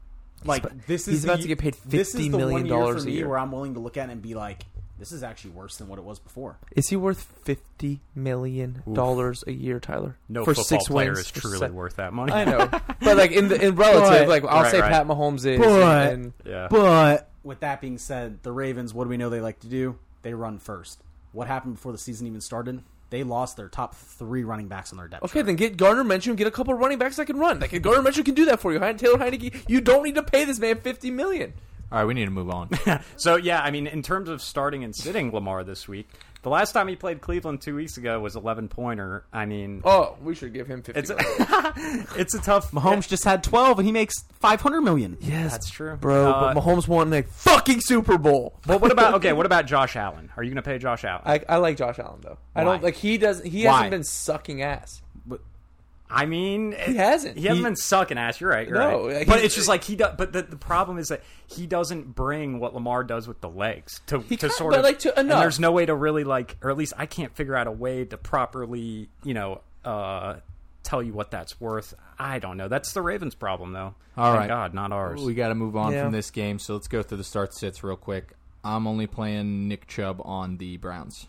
Speaker 3: like
Speaker 2: about-
Speaker 3: this is
Speaker 2: he's
Speaker 3: the
Speaker 2: about
Speaker 3: ye-
Speaker 2: to get paid
Speaker 3: this is
Speaker 2: $50
Speaker 3: the
Speaker 2: million
Speaker 3: one year
Speaker 2: a
Speaker 3: for me
Speaker 2: year.
Speaker 3: Where I'm willing to look at it and be like, this is actually worse than what it was before.
Speaker 2: Is he worth fifty million dollars a year, Tyler?
Speaker 4: no
Speaker 2: for
Speaker 4: football
Speaker 2: six
Speaker 4: player
Speaker 2: wins,
Speaker 4: is
Speaker 2: for
Speaker 4: truly
Speaker 2: se-
Speaker 4: worth that money.
Speaker 2: I know, but like in the in relative,
Speaker 6: But-
Speaker 2: like I'll
Speaker 4: Right,
Speaker 2: say
Speaker 4: right.
Speaker 2: Pat Mahomes is,
Speaker 6: But-
Speaker 2: and
Speaker 4: Yeah.
Speaker 6: But
Speaker 3: With that being said, the Ravens. What do we know they like to do? They run first. What happened before the season even started? They lost their top three running backs on their depth.
Speaker 2: Okay, then get Gardner Minshew and get a couple of running backs that can run. Like Gardner Minshew can do that for you. Hein- Taylor Heineke, you don't need to pay this man fifty million.
Speaker 5: All right, we need to move on.
Speaker 4: So yeah, I mean, in terms of starting and sitting Lamar this week, the last time he played Cleveland two weeks ago was eleven pointer. I mean,
Speaker 2: Oh, we should give him fifty.
Speaker 4: it's a, it's a tough.
Speaker 3: Mahomes just had 12 and he makes 500 million.
Speaker 2: yes,
Speaker 4: That's true,
Speaker 2: bro.
Speaker 4: Uh,
Speaker 2: but Mahomes won the fucking Super Bowl.
Speaker 4: But what about okay? What about Josh Allen? Are you going to pay Josh Allen? I,
Speaker 2: I, I like Josh Allen though. I
Speaker 4: Why?
Speaker 2: don't like he does. He
Speaker 3: Why?
Speaker 2: hasn't been sucking ass.
Speaker 4: mean, eh,
Speaker 2: He hasn't.
Speaker 4: He hasn't
Speaker 2: He-
Speaker 4: been sucking ass. You're right. You're
Speaker 2: No,
Speaker 4: right.
Speaker 2: like,
Speaker 4: but
Speaker 2: he's-
Speaker 4: it's just like he. does. but the, the problem is that he doesn't bring what Lamar does with the legs to
Speaker 2: He
Speaker 4: to
Speaker 2: can't,
Speaker 4: sort
Speaker 2: but,
Speaker 4: of.
Speaker 2: like, to-
Speaker 4: and
Speaker 2: enough.
Speaker 4: there's no way to really like, or at least I can't figure out a way to properly, you know, uh, tell you what that's worth. I don't know. That's the Ravens' problem, though.
Speaker 5: All
Speaker 4: Thank
Speaker 5: right.
Speaker 4: God, not ours.
Speaker 5: We got to move on
Speaker 2: Yeah.
Speaker 5: from this game, so let's go through the start sits real quick. I'm only playing Nick Chubb on the Browns.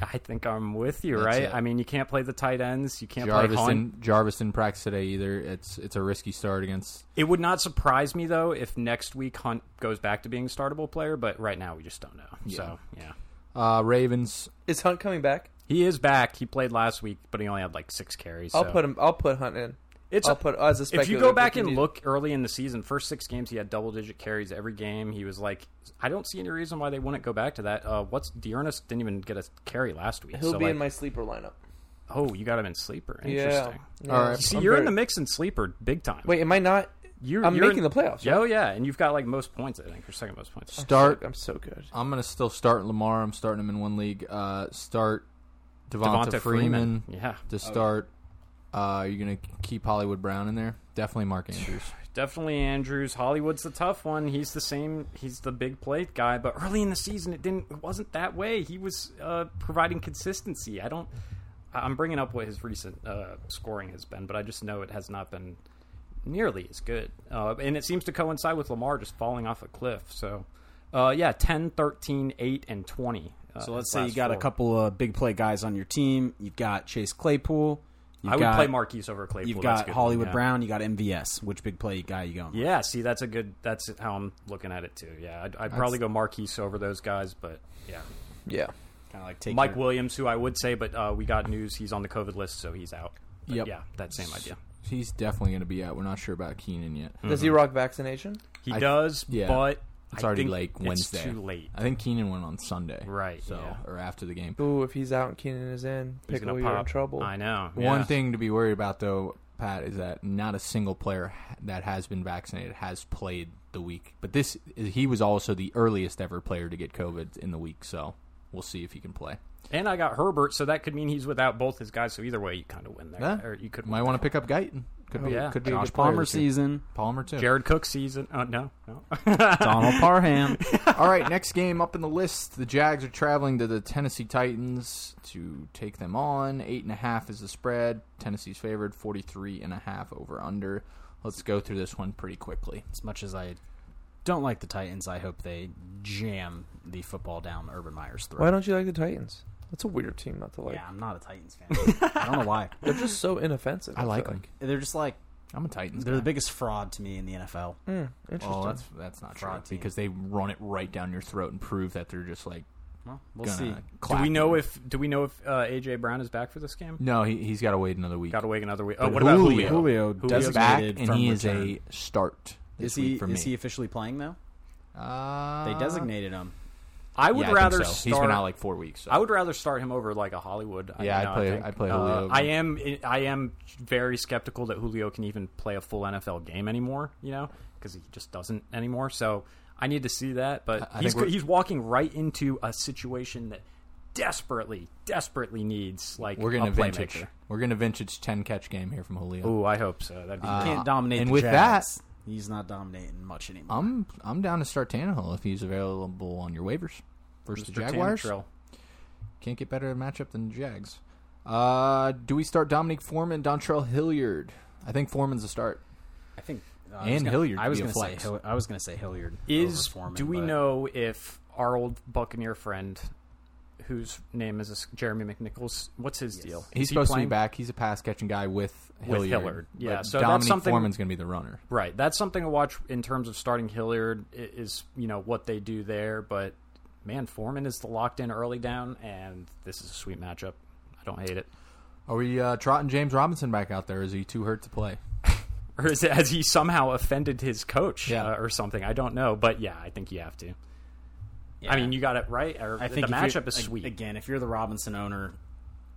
Speaker 4: I think I'm with you,
Speaker 5: That's
Speaker 4: right?
Speaker 5: it.
Speaker 4: I mean, you can't play the tight ends. You can't play
Speaker 5: Jarvis
Speaker 4: Hunt.
Speaker 5: didn't, Jarvis didn't practice today either. It's it's a risky start against.
Speaker 4: It would not surprise me though if next week Hunt goes back to being a startable player, but right now we just don't know. So yeah,
Speaker 5: Uh, Ravens.
Speaker 4: Oh,
Speaker 2: Is Hunt coming back?
Speaker 4: he is back. He played last week, but he only had like six carries.
Speaker 2: I'll
Speaker 4: so.
Speaker 2: put him. I'll put Hunt in.
Speaker 4: It's
Speaker 2: I'll put as a
Speaker 4: if you
Speaker 2: speculative
Speaker 4: go back
Speaker 2: if you
Speaker 4: and
Speaker 2: need-
Speaker 4: look early in the season, first six games he had double digit carries every game. He was like, I don't see any reason why they wouldn't go back to that. Uh, what's Dearness didn't even get a carry last week.
Speaker 2: He'll
Speaker 4: so
Speaker 2: be
Speaker 4: like,
Speaker 2: in my sleeper lineup.
Speaker 4: oh, you got him in sleeper.
Speaker 2: Yeah.
Speaker 4: Interesting.
Speaker 2: Yeah.
Speaker 5: All right.
Speaker 4: See,
Speaker 2: I'm
Speaker 4: you're in
Speaker 2: very-
Speaker 4: the mix in sleeper big time.
Speaker 2: Wait, am I not?
Speaker 4: you're,
Speaker 2: I'm
Speaker 4: you're
Speaker 2: making
Speaker 4: in-
Speaker 2: the playoffs,
Speaker 4: Yeah, Oh yeah, and you've got like most points. I think or second most points.
Speaker 5: Start.
Speaker 2: I'm so good.
Speaker 5: I'm gonna still start Lamar. I'm starting him in one league. Uh, start Devonta,
Speaker 4: Devonta Freeman.
Speaker 5: Freeman,
Speaker 4: Yeah.
Speaker 5: to start. Uh, you're gonna keep Hollywood Brown in there. Definitely Mark Andrews.
Speaker 4: Definitely Andrews. Hollywood's the tough one. He's the same. He's the big play guy. But early in the season, it didn't. It wasn't that way. He was uh, providing consistency. I don't. I- I'm bringing up what his recent uh, scoring has been, but I just know it has not been nearly as good. Uh, and it seems to coincide with Lamar just falling off a cliff. So, uh, yeah, 10, 13, 8, and 20. Uh,
Speaker 3: So let's
Speaker 4: his
Speaker 3: say you
Speaker 4: last
Speaker 3: got a
Speaker 4: four.
Speaker 3: couple of big play guys on your team. You've got Chase Claypool. You've
Speaker 4: I would
Speaker 3: got,
Speaker 4: play Marquise over Claypool.
Speaker 3: You've
Speaker 4: That's a
Speaker 3: got
Speaker 4: good one,
Speaker 3: Hollywood
Speaker 4: yeah.
Speaker 3: Brown. You got MVS. Which big play guy you going? with?
Speaker 4: Yeah, see, that's a good. That's how I'm looking at it too. Yeah, I'd, I'd probably go Marquise over those guys, but yeah,
Speaker 2: Yeah.
Speaker 3: Kind of like take
Speaker 4: Mike
Speaker 3: your-
Speaker 4: Williams, who I would say, but uh, we got news he's on the COVID list, so he's out. But
Speaker 5: Yep.
Speaker 4: Yeah, that same idea. Hmm.
Speaker 5: He's definitely gonna be out. We're not sure about Keenan yet.
Speaker 2: Does he rock vaccination?
Speaker 4: He
Speaker 5: I-
Speaker 4: does,
Speaker 5: yeah.
Speaker 4: but
Speaker 5: It's
Speaker 4: I
Speaker 5: already
Speaker 4: think
Speaker 5: like Wednesday.
Speaker 4: It's too late.
Speaker 5: I think Keenan went on Sunday.
Speaker 4: Right,
Speaker 5: So
Speaker 4: yeah.
Speaker 5: or after the game.
Speaker 2: Ooh, if he's out and Keenan is in,
Speaker 4: He's
Speaker 2: pickle,
Speaker 4: gonna
Speaker 2: you're in
Speaker 4: pop.
Speaker 2: trouble.
Speaker 4: I know.
Speaker 5: One
Speaker 4: yeah.
Speaker 5: thing to be worried about, though, Pat, is that not a single player ha- that has been vaccinated has played the week. But this, he was also the earliest ever player to get COVID in the week. So we'll see if he can play.
Speaker 4: and I got Herbert, so that could mean he's without both his guys. So either way, you kind of win there,
Speaker 5: Yeah.
Speaker 4: or you could
Speaker 5: Might
Speaker 4: win
Speaker 5: want to pick up Guyton. Could be,
Speaker 4: yeah.
Speaker 5: could be
Speaker 4: Josh
Speaker 5: a good player
Speaker 3: Palmer
Speaker 5: this year.
Speaker 3: season.
Speaker 5: Palmer too.
Speaker 4: there. Jared Cook season. Oh no, no.
Speaker 3: Donald Parham.
Speaker 5: All right, next game up in the list. The Jags are traveling to the Tennessee Titans to take them on. Eight and a half is the spread. Tennessee's favored. Forty-three and a half over under. Let's go through this one pretty quickly.
Speaker 3: As much as I don't like the Titans, I hope they jam the football down Urban Meyer's throat.
Speaker 2: Why don't you like the Titans? That's a weird team not to like.
Speaker 3: yeah, I'm not a Titans fan. I don't know why.
Speaker 2: They're just so inoffensive.
Speaker 5: I like
Speaker 2: feel
Speaker 5: them.
Speaker 3: They're just like
Speaker 5: I'm a Titans.
Speaker 3: they're
Speaker 5: guy.
Speaker 3: the biggest fraud to me in the NFL.
Speaker 2: Hmm, Interesting.
Speaker 5: Oh, that's that's not true
Speaker 3: Fraud team.
Speaker 5: because they run it right down your throat and prove that they're just like
Speaker 3: Well, we'll
Speaker 5: gonna
Speaker 3: see.
Speaker 4: do
Speaker 5: clap
Speaker 4: we know
Speaker 5: you.
Speaker 4: if do we know if uh, AJ Brown is back for this game?
Speaker 5: No, he he's got to wait another week.
Speaker 4: Got to wait another week. Oh,
Speaker 5: But
Speaker 4: what about
Speaker 5: Julio-
Speaker 4: Julio?
Speaker 3: Julio
Speaker 5: He's
Speaker 3: designated
Speaker 5: back and
Speaker 3: from
Speaker 5: he is
Speaker 3: return.
Speaker 5: a start. This
Speaker 3: Is he
Speaker 5: week for
Speaker 3: is he
Speaker 5: me.
Speaker 3: officially playing though?
Speaker 5: Uh,
Speaker 3: They designated him.
Speaker 4: I would
Speaker 5: Yeah, I think
Speaker 4: rather
Speaker 5: so.
Speaker 4: start.
Speaker 5: He's been out like four weeks. So.
Speaker 4: I would rather start him over like a Hollywood. I-
Speaker 5: Yeah, I'd
Speaker 4: now
Speaker 5: play-
Speaker 4: think.
Speaker 5: I'd play
Speaker 4: Uh,
Speaker 5: Julio.
Speaker 4: I am. I am very skeptical that Julio can even play a full NFL game anymore. You know, because he just doesn't anymore. So I need to see that. But
Speaker 5: I
Speaker 4: he's
Speaker 5: think we're-
Speaker 4: he's walking right into a situation that desperately, desperately needs like
Speaker 5: We're
Speaker 4: a
Speaker 5: gonna vintage.
Speaker 4: playmaker.
Speaker 5: We're gonna vintage ten catch game here from Julio.
Speaker 4: Ooh, I hope so. That'd be
Speaker 5: Uh,
Speaker 3: He can't dominate.
Speaker 5: and
Speaker 3: the
Speaker 5: with that-
Speaker 3: Jags. he's not dominating much anymore.
Speaker 5: I'm I'm down to start Tannehill if he's available on your waivers versus
Speaker 4: Mr.
Speaker 5: the Jaguars.
Speaker 4: Tantrill.
Speaker 5: Can't get better matchup than the Jags. Uh, do we start Dominic Foreman, Dontrell Hilliard? I think Foreman's a start.
Speaker 3: I think. uh, I
Speaker 5: And
Speaker 3: was gonna,
Speaker 5: Hilliard
Speaker 3: I was
Speaker 5: could be
Speaker 3: going
Speaker 5: a
Speaker 3: to say.
Speaker 5: flex.
Speaker 3: Hill, I was going to say Hilliard
Speaker 4: Is
Speaker 3: over Foreman,
Speaker 4: do we
Speaker 3: but
Speaker 4: know if our old Buccaneer friend, whose name is es- Jeremy McNichols, what's his deal?
Speaker 5: He's
Speaker 4: Is he
Speaker 5: supposed to be
Speaker 4: playing?
Speaker 5: back. He's a pass catching guy with Hilliard.
Speaker 4: With Hilliard. Yeah,
Speaker 5: but
Speaker 4: so that's
Speaker 5: Dominic
Speaker 4: something-
Speaker 5: Foreman's going to be the runner.
Speaker 4: Right. That's something to watch in terms of starting Hilliard i- is, you know, what they do there. But man, Foreman is the locked in early down, and this is a sweet matchup. I don't hate it.
Speaker 5: Are we uh, trotting James Robinson back out there? Is he too hurt to play?
Speaker 4: Or is it, has he somehow offended his coach
Speaker 5: Yeah.
Speaker 4: uh, or something? I don't know. But yeah, I think you have to.
Speaker 3: yeah.
Speaker 4: I mean, you got it right. Or
Speaker 3: I think
Speaker 4: the
Speaker 3: if you're-
Speaker 4: matchup is
Speaker 3: ag-
Speaker 4: sweet.
Speaker 3: Again, if you're the Robinson owner,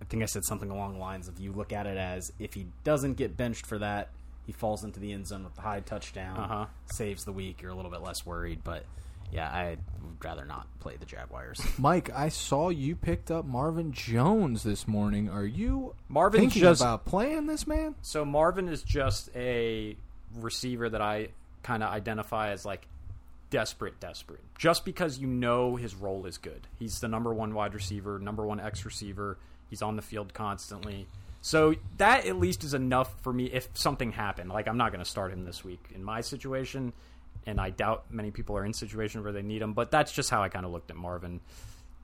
Speaker 3: I think I said something along the lines of you look at it as if he doesn't get benched for that, he falls into the end zone with the high touchdown,
Speaker 4: Uh-huh.
Speaker 3: saves the week. You're a little bit less worried, but yeah, I'd rather not play the Jaguars.
Speaker 5: Mike, I saw you picked up Marvin Jones this morning. Are you
Speaker 4: Marvin's
Speaker 5: thinking
Speaker 4: just-
Speaker 5: about playing this man?
Speaker 4: So Marvin is just a receiver that I kind of identify as like desperate, desperate. Just because you know his role is good. He's the number one wide receiver, number one X receiver. He's on the field constantly. So that at least is enough for me if something happened. Like I'm not going to start him this week in my situation, and I doubt many people are in situation where they need him. But that's just how I kind of looked at Marvin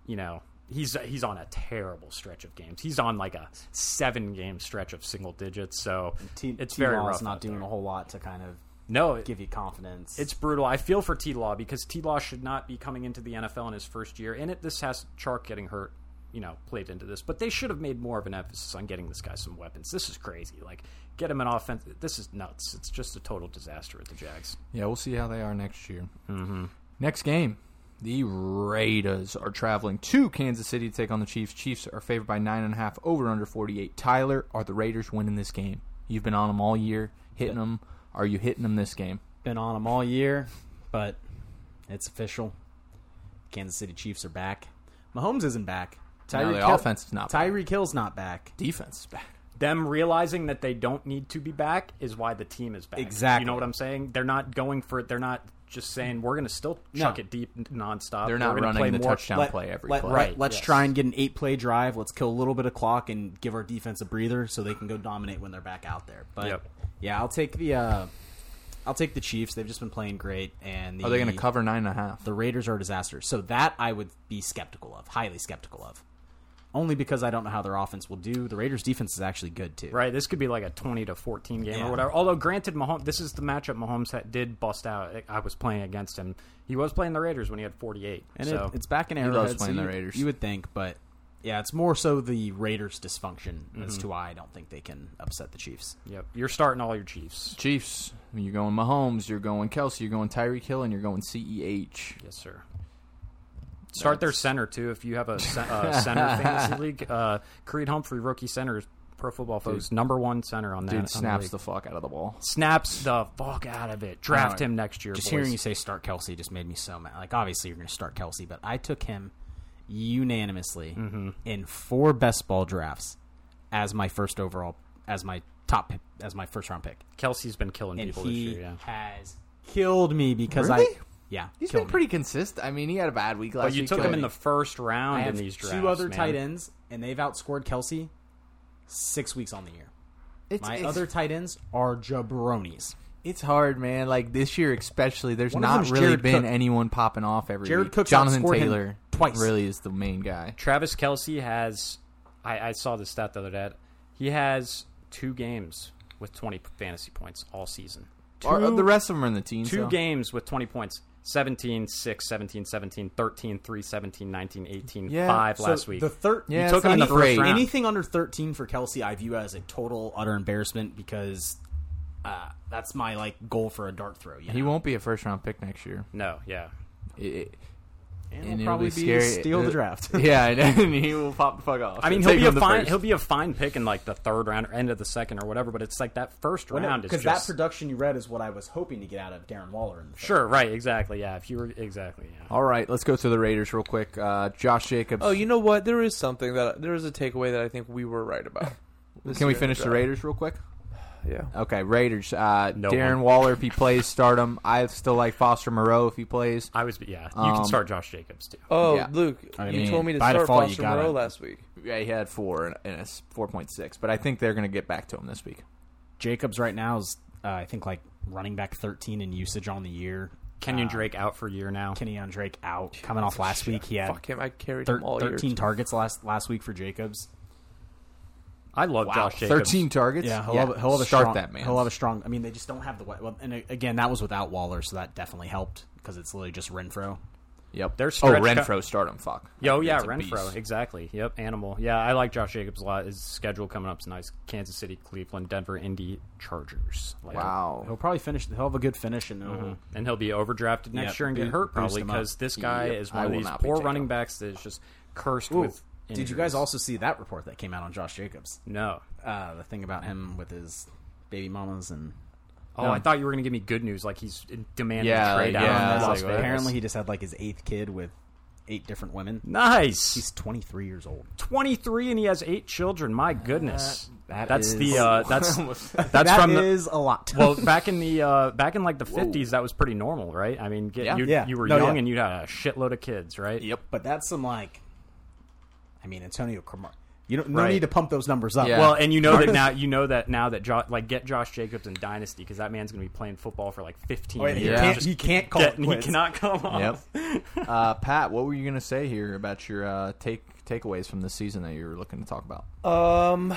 Speaker 4: you know he's he's on a terrible stretch of games. He's on like a seven game stretch of single digits. So
Speaker 3: T-
Speaker 4: it's
Speaker 3: T.
Speaker 4: very
Speaker 3: Law's
Speaker 4: rough.
Speaker 3: not
Speaker 4: out
Speaker 3: doing
Speaker 4: there.
Speaker 3: a whole lot to kind of
Speaker 4: no. it-
Speaker 3: give you confidence.
Speaker 4: it's brutal. I feel for T Law because T Law should not be coming into the NFL in his first year. And it this has Chark getting hurt, you know, played into this. But they should have made more of an emphasis on getting this guy some weapons. This is crazy. Like get him an offense. This is nuts. It's just a total disaster at the Jags.
Speaker 5: Yeah, we'll see how they are next year. Mm-hmm. Next game, the Raiders are traveling to Kansas City to take on the Chiefs. Chiefs are favored by nine and a half, over under forty-eight. Tyler, are the Raiders winning this game? You've been on them all year, hitting them. Are you hitting them this game?
Speaker 3: been on them all year, but it's official. Kansas City Chiefs are back. Mahomes isn't back.
Speaker 5: No,
Speaker 3: Tyreek
Speaker 5: the
Speaker 3: Hill-
Speaker 5: offense is not back.
Speaker 3: Tyreek Hill's not back.
Speaker 5: Defense is back.
Speaker 4: them realizing that they don't need to be back is why the team is back.
Speaker 3: Exactly.
Speaker 4: You know what I'm saying? They're not going for it. They're not just saying we're going to still chuck it deep n- nonstop.
Speaker 5: They're not
Speaker 4: We're gonna
Speaker 5: running
Speaker 4: play
Speaker 5: the
Speaker 4: more."
Speaker 5: touchdown play every
Speaker 3: let,
Speaker 5: play.
Speaker 3: Right. Let's
Speaker 4: yes.
Speaker 3: try and get an eight play drive. Let's kill a little bit of clock and give our defense a breather so they can go dominate when they're back out there. But
Speaker 4: Yep.
Speaker 3: yeah, I'll take the uh, I'll take the Chiefs. They've just been playing great, and the,
Speaker 5: Are they going to cover nine and a half?
Speaker 3: The Raiders are a disaster. So that I would be skeptical of, highly skeptical of, only because I don't know how their offense will do. The Raiders' defense is actually good too.
Speaker 4: Right. This could be like a 20 to 14 game
Speaker 3: Yeah.
Speaker 4: or whatever. Although, granted, Mahomes, this is the matchup Mahomes had, did bust out. I- I was playing against him. He was playing the Raiders when he had 48.
Speaker 3: And
Speaker 4: so
Speaker 3: it, it's back in
Speaker 5: loves
Speaker 3: Arrowhead. so
Speaker 5: playing the
Speaker 3: you-
Speaker 5: Raiders.
Speaker 3: You would think, but yeah, it's more so the Raiders' dysfunction
Speaker 5: Mm-hmm.
Speaker 3: as to why I don't think they can upset the Chiefs.
Speaker 4: yep, you're starting all your Chiefs.
Speaker 5: Chiefs. You're going Mahomes. You're going Kelsey. You're going Tyreek Hill, and you're going E Ceh.
Speaker 4: Yes, sir. Start their center too. If you have a cen- uh, center fantasy league, uh, Creed Humphrey, rookie center, is Pro Football Focus number one center on that. on
Speaker 5: Dude
Speaker 4: the
Speaker 5: snaps
Speaker 4: league.
Speaker 5: the fuck out of the ball.
Speaker 4: snaps the fuck out of it. Draft
Speaker 5: Alright.
Speaker 4: him next year.
Speaker 3: Just
Speaker 4: boys.
Speaker 3: hearing you say start Kelsey just made me so mad. Like obviously you're going to start Kelsey, but I took him unanimously
Speaker 4: Mm-hmm.
Speaker 3: in four best ball drafts as my first overall, as my top, pick- as my first round pick,
Speaker 4: Kelsey's been killing
Speaker 3: and
Speaker 4: people
Speaker 3: he
Speaker 4: this year. Yeah.
Speaker 3: has killed me because
Speaker 5: Really?
Speaker 3: I yeah
Speaker 5: He's
Speaker 3: killed
Speaker 5: been
Speaker 3: me.
Speaker 5: pretty consistent. I mean, he had a bad week last
Speaker 4: But you
Speaker 5: week.
Speaker 4: took him
Speaker 5: but-
Speaker 4: in the first round
Speaker 3: I
Speaker 4: in
Speaker 3: have
Speaker 4: these drafts.
Speaker 3: two other
Speaker 4: man.
Speaker 3: tight ends, and they've outscored Kelsey six weeks on the year.
Speaker 5: It's,
Speaker 3: My
Speaker 5: it's-
Speaker 3: other tight ends are jabronis.
Speaker 5: It's hard, man. Like this year, especially, there's
Speaker 3: One of
Speaker 5: not
Speaker 3: them's
Speaker 5: really
Speaker 3: Jared
Speaker 5: been
Speaker 3: Cook.
Speaker 5: anyone popping off every
Speaker 3: Jared
Speaker 5: week.
Speaker 3: Cook's
Speaker 5: Jonathan
Speaker 3: outscored him
Speaker 5: Taylor
Speaker 3: twice.
Speaker 5: really is the main guy.
Speaker 4: Travis Kelsey has. I, I saw this stat the other day. He has two games with 20 fantasy points all season.
Speaker 5: Or, uh, the rest of them are in the teens.
Speaker 4: two
Speaker 5: though.
Speaker 4: games with 20 points 17 6 17 17 13 3 17 19 18
Speaker 5: Yeah,
Speaker 4: 5
Speaker 3: So
Speaker 4: last week
Speaker 3: The thir-
Speaker 5: Yeah,
Speaker 4: you took
Speaker 5: it's
Speaker 4: him in
Speaker 5: not
Speaker 4: the first
Speaker 5: great.
Speaker 4: round
Speaker 3: Anything under 13 for Kelsey, I view as a total utter embarrassment because uh, that's my like goal for a dart throw. You know?
Speaker 5: He won't be a first round pick next year.
Speaker 4: no yeah
Speaker 5: It- it-
Speaker 3: and,
Speaker 5: And
Speaker 3: will
Speaker 5: it'll
Speaker 3: probably
Speaker 5: be scary.
Speaker 3: steal the
Speaker 5: Uh,
Speaker 3: draft.
Speaker 5: yeah, and, and he will pop the fuck off.
Speaker 4: I mean, he'll
Speaker 5: Take
Speaker 4: be
Speaker 5: him
Speaker 4: a
Speaker 5: the
Speaker 4: fine.
Speaker 5: first.
Speaker 4: He'll be a fine pick in like the third round or end of the second or whatever. But it's like that first round is
Speaker 3: Because
Speaker 4: just
Speaker 3: that production you read is what I was hoping to get out of Darren Waller in the third.
Speaker 4: sure, right? Exactly. Yeah. If you were exactly, yeah.
Speaker 5: All right, let's go to the Raiders real quick. Uh, Josh Jacobs.
Speaker 2: Oh, you know what? There is something that there is a takeaway that I think we were right about. This
Speaker 5: Can we
Speaker 2: year.
Speaker 5: finish the Raiders real quick?
Speaker 2: Yeah.
Speaker 5: Okay, Raiders. Uh,
Speaker 4: No
Speaker 5: Darren
Speaker 4: one.
Speaker 5: Waller, if he plays, start him. I still like Foster Moreau if he plays.
Speaker 4: I was, yeah. You
Speaker 5: Um,
Speaker 4: can start Josh Jacobs too.
Speaker 2: Oh,
Speaker 5: Yeah.
Speaker 2: Luke,
Speaker 3: I
Speaker 2: you
Speaker 3: mean,
Speaker 2: told me to
Speaker 3: by
Speaker 2: start
Speaker 3: default, you
Speaker 2: Foster
Speaker 3: gotta-
Speaker 2: Moreau last week.
Speaker 5: Yeah, he had four and, and it's four point six, but I think they're going to get back to him this week.
Speaker 3: Jacobs right now is, uh, I think, like running back 13 in usage on the year.
Speaker 4: Kenyon Drake out for a year now.
Speaker 3: Kenny on Drake out, coming off last week. He had
Speaker 2: Fuck him. I carried
Speaker 3: thir-
Speaker 2: him all year.
Speaker 3: 13 targets last last week for Jacobs.
Speaker 4: I love Josh Jacobs.
Speaker 5: Thirteen targets.
Speaker 3: Yeah, he'll, Have, a- he'll have a
Speaker 5: start
Speaker 3: strong,
Speaker 5: that man.
Speaker 3: He'll have a strong. I mean, they just don't have the. we- Well, and uh, again, that was without Waller, so that definitely helped because it's literally just Renfro.
Speaker 5: yep.
Speaker 4: Their
Speaker 5: oh,
Speaker 4: stretch
Speaker 5: Renfro,
Speaker 4: co-
Speaker 5: start him. Fuck.
Speaker 4: Yo, yeah,
Speaker 5: That's a
Speaker 4: Renfro,
Speaker 5: beast.
Speaker 4: exactly. Yep, animal. Yeah, I like Josh Jacobs a lot. His schedule coming up is nice: Kansas City, Cleveland, Denver, Indy, Chargers. Like,
Speaker 5: Wow.
Speaker 3: He'll probably finish. He'll have a good finish, and it'll-
Speaker 4: and he'll be overdrafted next
Speaker 3: Yep,
Speaker 4: year and get
Speaker 3: boo-
Speaker 4: hurt
Speaker 3: boost
Speaker 4: probably
Speaker 3: him up.
Speaker 4: because this guy
Speaker 5: Yep,
Speaker 4: is
Speaker 5: I
Speaker 4: one of
Speaker 5: will
Speaker 4: these
Speaker 5: not be
Speaker 4: poor
Speaker 5: taking
Speaker 4: running
Speaker 5: him.
Speaker 4: backs that is just cursed
Speaker 3: Ooh,
Speaker 4: with.
Speaker 3: Did you guys
Speaker 4: injuries.
Speaker 3: also see that report that came out on Josh Jacobs?
Speaker 4: No.
Speaker 3: Uh, the thing about him with his baby mamas and
Speaker 4: Oh, I thought you were going to give me good news, like he's demanding
Speaker 5: Yeah,
Speaker 4: a trade
Speaker 5: yeah,
Speaker 4: out.
Speaker 5: I
Speaker 4: of
Speaker 5: was
Speaker 4: Las
Speaker 5: like,
Speaker 4: Vegas.
Speaker 3: apparently he just had like his eighth kid with eight different women.
Speaker 4: nice.
Speaker 3: He's 23 years old.
Speaker 4: 23 and he has eight children. My goodness.
Speaker 3: that
Speaker 4: that's
Speaker 3: is-
Speaker 4: the uh, that's that's
Speaker 3: That
Speaker 4: from the
Speaker 3: is a lot.
Speaker 4: well back in the uh, back in like the 50s that was pretty normal, right? I mean, get,
Speaker 5: Yeah.
Speaker 4: You,
Speaker 3: Yeah.
Speaker 4: you were
Speaker 3: No,
Speaker 4: young
Speaker 3: yeah.
Speaker 4: and you had a shitload of kids, right?
Speaker 5: Yep.
Speaker 3: but that's some like, I mean, Antonio Cromartie. You don't no
Speaker 4: Right.
Speaker 3: need to pump those numbers up.
Speaker 5: Yeah.
Speaker 4: Well, and you know that now you know that now that jo- like get Josh Jacobs in dynasty because that man's going to be playing football for like 15
Speaker 3: Wait, he,
Speaker 4: years.
Speaker 5: Yeah.
Speaker 3: can't, he can't call
Speaker 4: Get-
Speaker 3: it
Speaker 4: and he
Speaker 3: quits.
Speaker 4: cannot come off.
Speaker 5: Yep. uh, Pat, what were you going to say here about your uh, take takeaways from this season that you were looking to talk about?
Speaker 2: Um,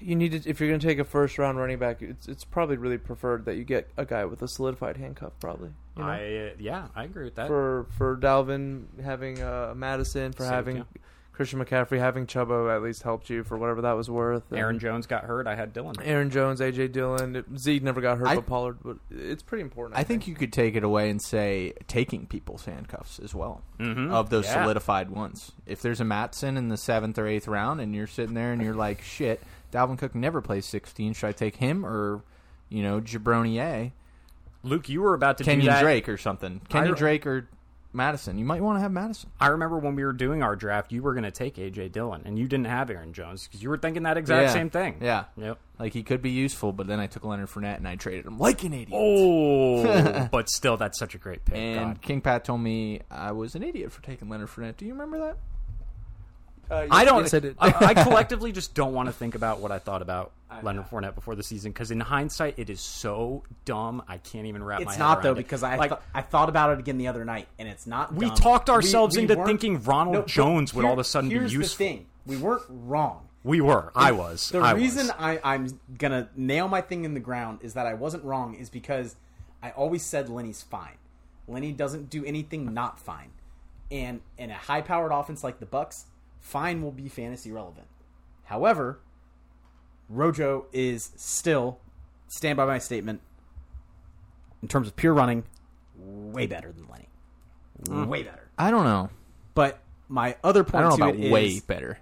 Speaker 2: you need to if you're going to take a first round running back, it's it's probably really preferred that you get a guy with a solidified handcuff, probably. You know?
Speaker 4: I uh, yeah, I agree with that.
Speaker 2: for for Dalvin having uh, Madison for
Speaker 4: Safety.
Speaker 2: having Christian McCaffrey having Chubbo at least helped you for whatever that was worth. and
Speaker 4: Aaron Jones got hurt. I had Dylan.
Speaker 2: Aaron Jones, AJ Dillon, it- Zeke never got hurt,
Speaker 5: I-
Speaker 2: but Pollard. But it's pretty important.
Speaker 5: I think you could take it away and say taking people's handcuffs as well
Speaker 4: Mhm.
Speaker 5: of those
Speaker 4: Yeah.
Speaker 5: solidified ones. If there's a Matson in the seventh or eighth round, and you're sitting there and you're like, "Shit, Dalvin Cook never plays 16. Should I take him or, you know, Jabronier,
Speaker 4: Luke, you were about to do
Speaker 5: Kenyon
Speaker 4: that.
Speaker 5: Drake or something? Kenyon Drake or Madison? You might want to have Madison.
Speaker 4: I remember when we were doing our draft, you were going to take AJ Dillon, and you didn't have Aaron Jones because you were thinking that exact
Speaker 5: Yeah.
Speaker 4: same thing.
Speaker 5: Yeah,
Speaker 4: Yep.
Speaker 5: like he could be useful, but then I took Leonard Fournette and I traded him like an idiot.
Speaker 4: Oh, but still, that's such a great pick.
Speaker 5: and
Speaker 4: God.
Speaker 5: King Pat told me I was an idiot for taking Leonard Fournette. Do you remember that?
Speaker 2: Uh,
Speaker 4: I don't.
Speaker 2: yes, I did.
Speaker 4: I, I collectively just don't want to think about what I thought about Leonard Fournette before the season because, in hindsight, it is so dumb. I can't even wrap my
Speaker 3: It's
Speaker 4: head
Speaker 3: not though
Speaker 4: around it.
Speaker 3: because I
Speaker 4: like.
Speaker 3: thought- I thought about it again the other night, and it's not.
Speaker 4: We
Speaker 3: dumb.
Speaker 4: talked
Speaker 3: We-
Speaker 4: ourselves
Speaker 3: we
Speaker 4: into
Speaker 3: weren't-
Speaker 4: thinking Ronald
Speaker 3: but
Speaker 4: Jones would all of a sudden be
Speaker 3: here's
Speaker 4: useful.
Speaker 3: The thing we weren't wrong.
Speaker 4: we were. I was.
Speaker 3: The
Speaker 4: I
Speaker 3: reason
Speaker 4: was.
Speaker 3: I, I'm gonna nail my thing in the ground is that I wasn't wrong is because I always said Lenny's fine. Lenny doesn't do anything not fine, and in a high-powered offense like the Bucks, fine will be fantasy relevant. However, Rojo is still stand by my statement in terms of pure running, way better than Lenny, way better.
Speaker 5: I don't know.
Speaker 3: But my other
Speaker 5: Mm. I
Speaker 3: point
Speaker 5: don't
Speaker 3: to
Speaker 5: know about
Speaker 3: it is
Speaker 5: way better.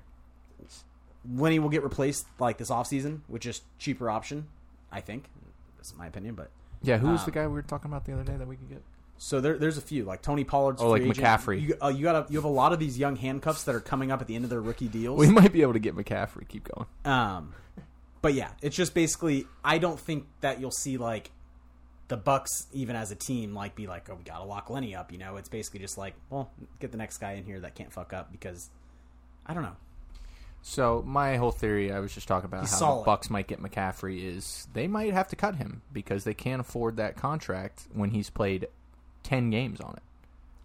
Speaker 3: Lenny will get replaced like this offseason with just cheaper option, I think. That's my opinion, but
Speaker 5: Yeah, who was the guy we were talking about the other day that we could get?
Speaker 3: so there, there's a few like Tony Pollard's.
Speaker 5: Oh, like
Speaker 3: free agent.
Speaker 5: McCaffrey.
Speaker 3: You, uh, you got you have a lot of these young handcuffs that are coming up at the end of their rookie
Speaker 5: We
Speaker 3: deals.
Speaker 5: might be able to get McCaffrey. Keep going.
Speaker 3: Um, but yeah, it's just basically I don't think that you'll see like the Bucks even as a team like be like oh we gotta lock Lenny up. You know, it's basically just like well get the next guy in here that can't fuck up because I don't know.
Speaker 5: So my whole theory, I was just talking about
Speaker 3: He's
Speaker 5: how the
Speaker 3: solid.
Speaker 5: Bucks might get McCaffrey is they might have to cut him because they can't afford that contract when he's played ten games on it.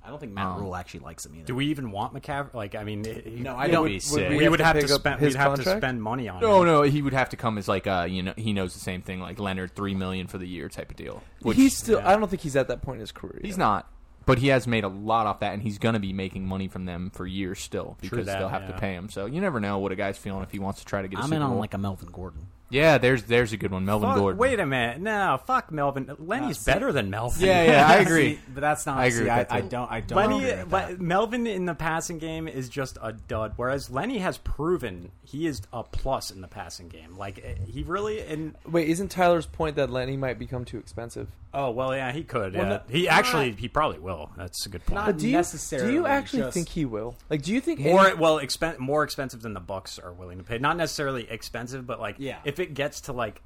Speaker 3: I don't think Matt
Speaker 5: Um,
Speaker 3: Rule actually likes him either.
Speaker 4: Do we even want McCaffrey? Like, I mean, it-
Speaker 3: no, I don't.
Speaker 5: be sick.
Speaker 4: we,
Speaker 2: have
Speaker 4: would
Speaker 2: to
Speaker 4: have to,
Speaker 2: pick up
Speaker 4: spend.
Speaker 2: his
Speaker 4: We'd have to
Speaker 2: contract?
Speaker 4: spend money on.
Speaker 5: No,
Speaker 4: him.
Speaker 5: no, he would have to come as like uh, you know, he knows the same thing like Leonard, three million for the year type of deal. Which
Speaker 2: he's still. I don't think he's at that point in his career.
Speaker 5: He's
Speaker 2: yet.
Speaker 5: not, but he has made a lot off that, and he's going to be making money from them for years still because
Speaker 4: that,
Speaker 5: they'll have
Speaker 4: yeah.
Speaker 5: to pay him. So you never know what a guy's feeling if he wants to try to get. A
Speaker 3: I'm
Speaker 5: Super
Speaker 3: in on
Speaker 5: Bowl.
Speaker 3: like a Melvin Gordon.
Speaker 5: Yeah, there's there's a good one, Melvin
Speaker 4: Fuck-
Speaker 5: Gordon.
Speaker 4: wait a minute. No, fuck Melvin. Lenny's
Speaker 3: Nah, see-
Speaker 4: better than Melvin.
Speaker 5: yeah, yeah, I
Speaker 3: See,
Speaker 5: agree.
Speaker 3: but that's not.
Speaker 5: I agree
Speaker 3: see,
Speaker 5: with
Speaker 3: I,
Speaker 5: that,
Speaker 3: I
Speaker 5: too.
Speaker 3: don't. I don't. agree
Speaker 4: Lenny,
Speaker 3: with that.
Speaker 4: but Melvin in the passing game is just a dud, whereas Lenny has proven he is a plus in the passing game. Like eh, he really and
Speaker 2: Wait, isn't Tyler's point that Lenny might become too expensive?
Speaker 4: oh well, yeah, he could.
Speaker 2: Well,
Speaker 4: yeah.
Speaker 2: not-
Speaker 4: he actually, he probably will. That's a good point.
Speaker 3: Not-
Speaker 2: do you,
Speaker 3: necessarily,
Speaker 2: Do you actually
Speaker 3: just-
Speaker 2: think he will? Like, do you think
Speaker 4: or well, expen- more expensive than the Bucks are willing to pay. Not necessarily expensive, but like
Speaker 3: Yeah.
Speaker 4: if it gets to like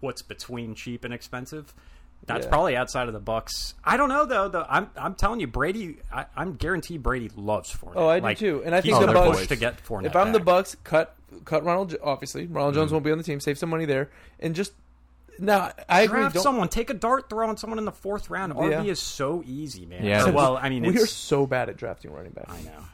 Speaker 4: what's between cheap and expensive, that's
Speaker 2: Yeah.
Speaker 4: probably outside of the Bucks. I don't know though. Though I'm I'm telling you, Brady. I, I'm guaranteed Brady loves Fournette.
Speaker 2: Oh, I do
Speaker 4: Like,
Speaker 2: too. And I
Speaker 4: he's
Speaker 2: think the
Speaker 4: gonna
Speaker 2: Bucks-
Speaker 4: push to get Fournette.
Speaker 2: If I'm the
Speaker 4: back. Mm-hmm.
Speaker 2: Bucks, cut cut Ronald. Jo- Obviously, Ronald Jones won't be on the team. Save some money there, and just now I agree.
Speaker 4: draft
Speaker 2: don't-
Speaker 4: someone. Take a dart throw on someone in the fourth round. RB
Speaker 2: Yeah.
Speaker 4: is so easy, man.
Speaker 5: Yeah.
Speaker 4: Or, well, I mean,
Speaker 2: we
Speaker 4: it's,
Speaker 2: are so bad at drafting running backs.
Speaker 4: I know.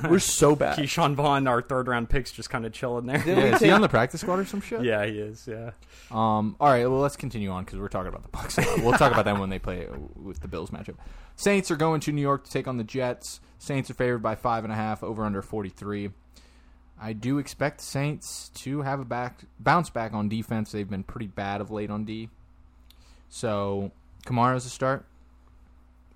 Speaker 4: Yeah.
Speaker 2: We're so bad.
Speaker 4: Keyshawn Vaughn, our third round picks, just kind of chilling there.
Speaker 2: Didn't
Speaker 5: Yeah,
Speaker 2: we
Speaker 5: is he
Speaker 2: take-
Speaker 5: on the practice squad or some shit?
Speaker 4: yeah, he is. Yeah.
Speaker 5: Um. All right. Well, let's continue on because we're talking about the Bucks. a lot. We'll talk about that when they play with the Bills matchup. Saints are going to New York to take on the Jets. Saints are favored by five and a half. Over under forty three. I do expect Saints to have a back bounce back on defense. They've been pretty bad of late on D. So Kamara's a start,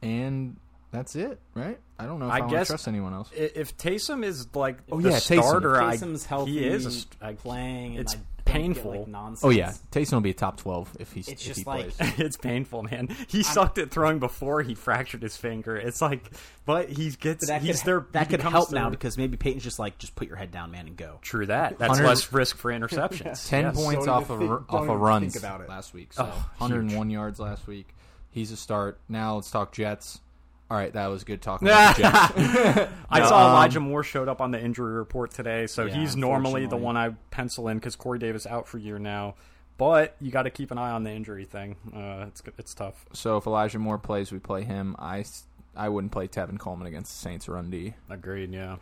Speaker 5: and that's it, right? I don't know if
Speaker 4: I
Speaker 5: I, want to
Speaker 4: guess-
Speaker 5: trust anyone else.
Speaker 4: I- If Taysom is like
Speaker 5: Oh,
Speaker 4: the
Speaker 5: yeah, Taysom.
Speaker 4: starter, I-
Speaker 3: Taysom's healthy.
Speaker 4: he is a st- I-
Speaker 3: playing. and
Speaker 4: It's
Speaker 3: I don't get,
Speaker 4: painful.
Speaker 3: like, nonsense.
Speaker 5: Oh yeah, Taysom will be a top twelve if he's
Speaker 3: It's
Speaker 5: if
Speaker 3: just
Speaker 5: he
Speaker 3: like-
Speaker 5: plays.
Speaker 4: it's painful, man. He sucked at throwing before he fractured his finger. It's like, but he gets
Speaker 3: But that
Speaker 4: he's
Speaker 3: could,
Speaker 4: there.
Speaker 3: that
Speaker 4: he
Speaker 3: could
Speaker 4: becomes
Speaker 3: help
Speaker 4: their-
Speaker 3: now because maybe Peyton's just like, just put your head down, man, and go.
Speaker 4: True that. That's
Speaker 5: 100
Speaker 4: less risk for interceptions.
Speaker 5: Ten
Speaker 4: Yes.
Speaker 5: points
Speaker 3: Don't
Speaker 5: off
Speaker 3: even
Speaker 5: of
Speaker 3: think-
Speaker 5: ru-
Speaker 3: don't
Speaker 5: off
Speaker 3: even
Speaker 5: of runs
Speaker 3: think about it.
Speaker 5: last week. So
Speaker 4: Oh, huge.
Speaker 5: 101 yards last week. He's a start. Now let's talk Jets. All right, that was good talking about the Jets.
Speaker 4: I saw Elijah Moore showed up on the injury report today, so
Speaker 3: Yeah,
Speaker 4: he's normally the
Speaker 3: unfortunately.
Speaker 4: one I pencil in because Corey Davis out for a year now. But you got to keep an eye on the injury thing. Uh, it's it's tough.
Speaker 5: So if Elijah Moore plays, we play him. I s- I wouldn't play Tevin Coleman against the Saints run D.
Speaker 4: Agreed. Yeah.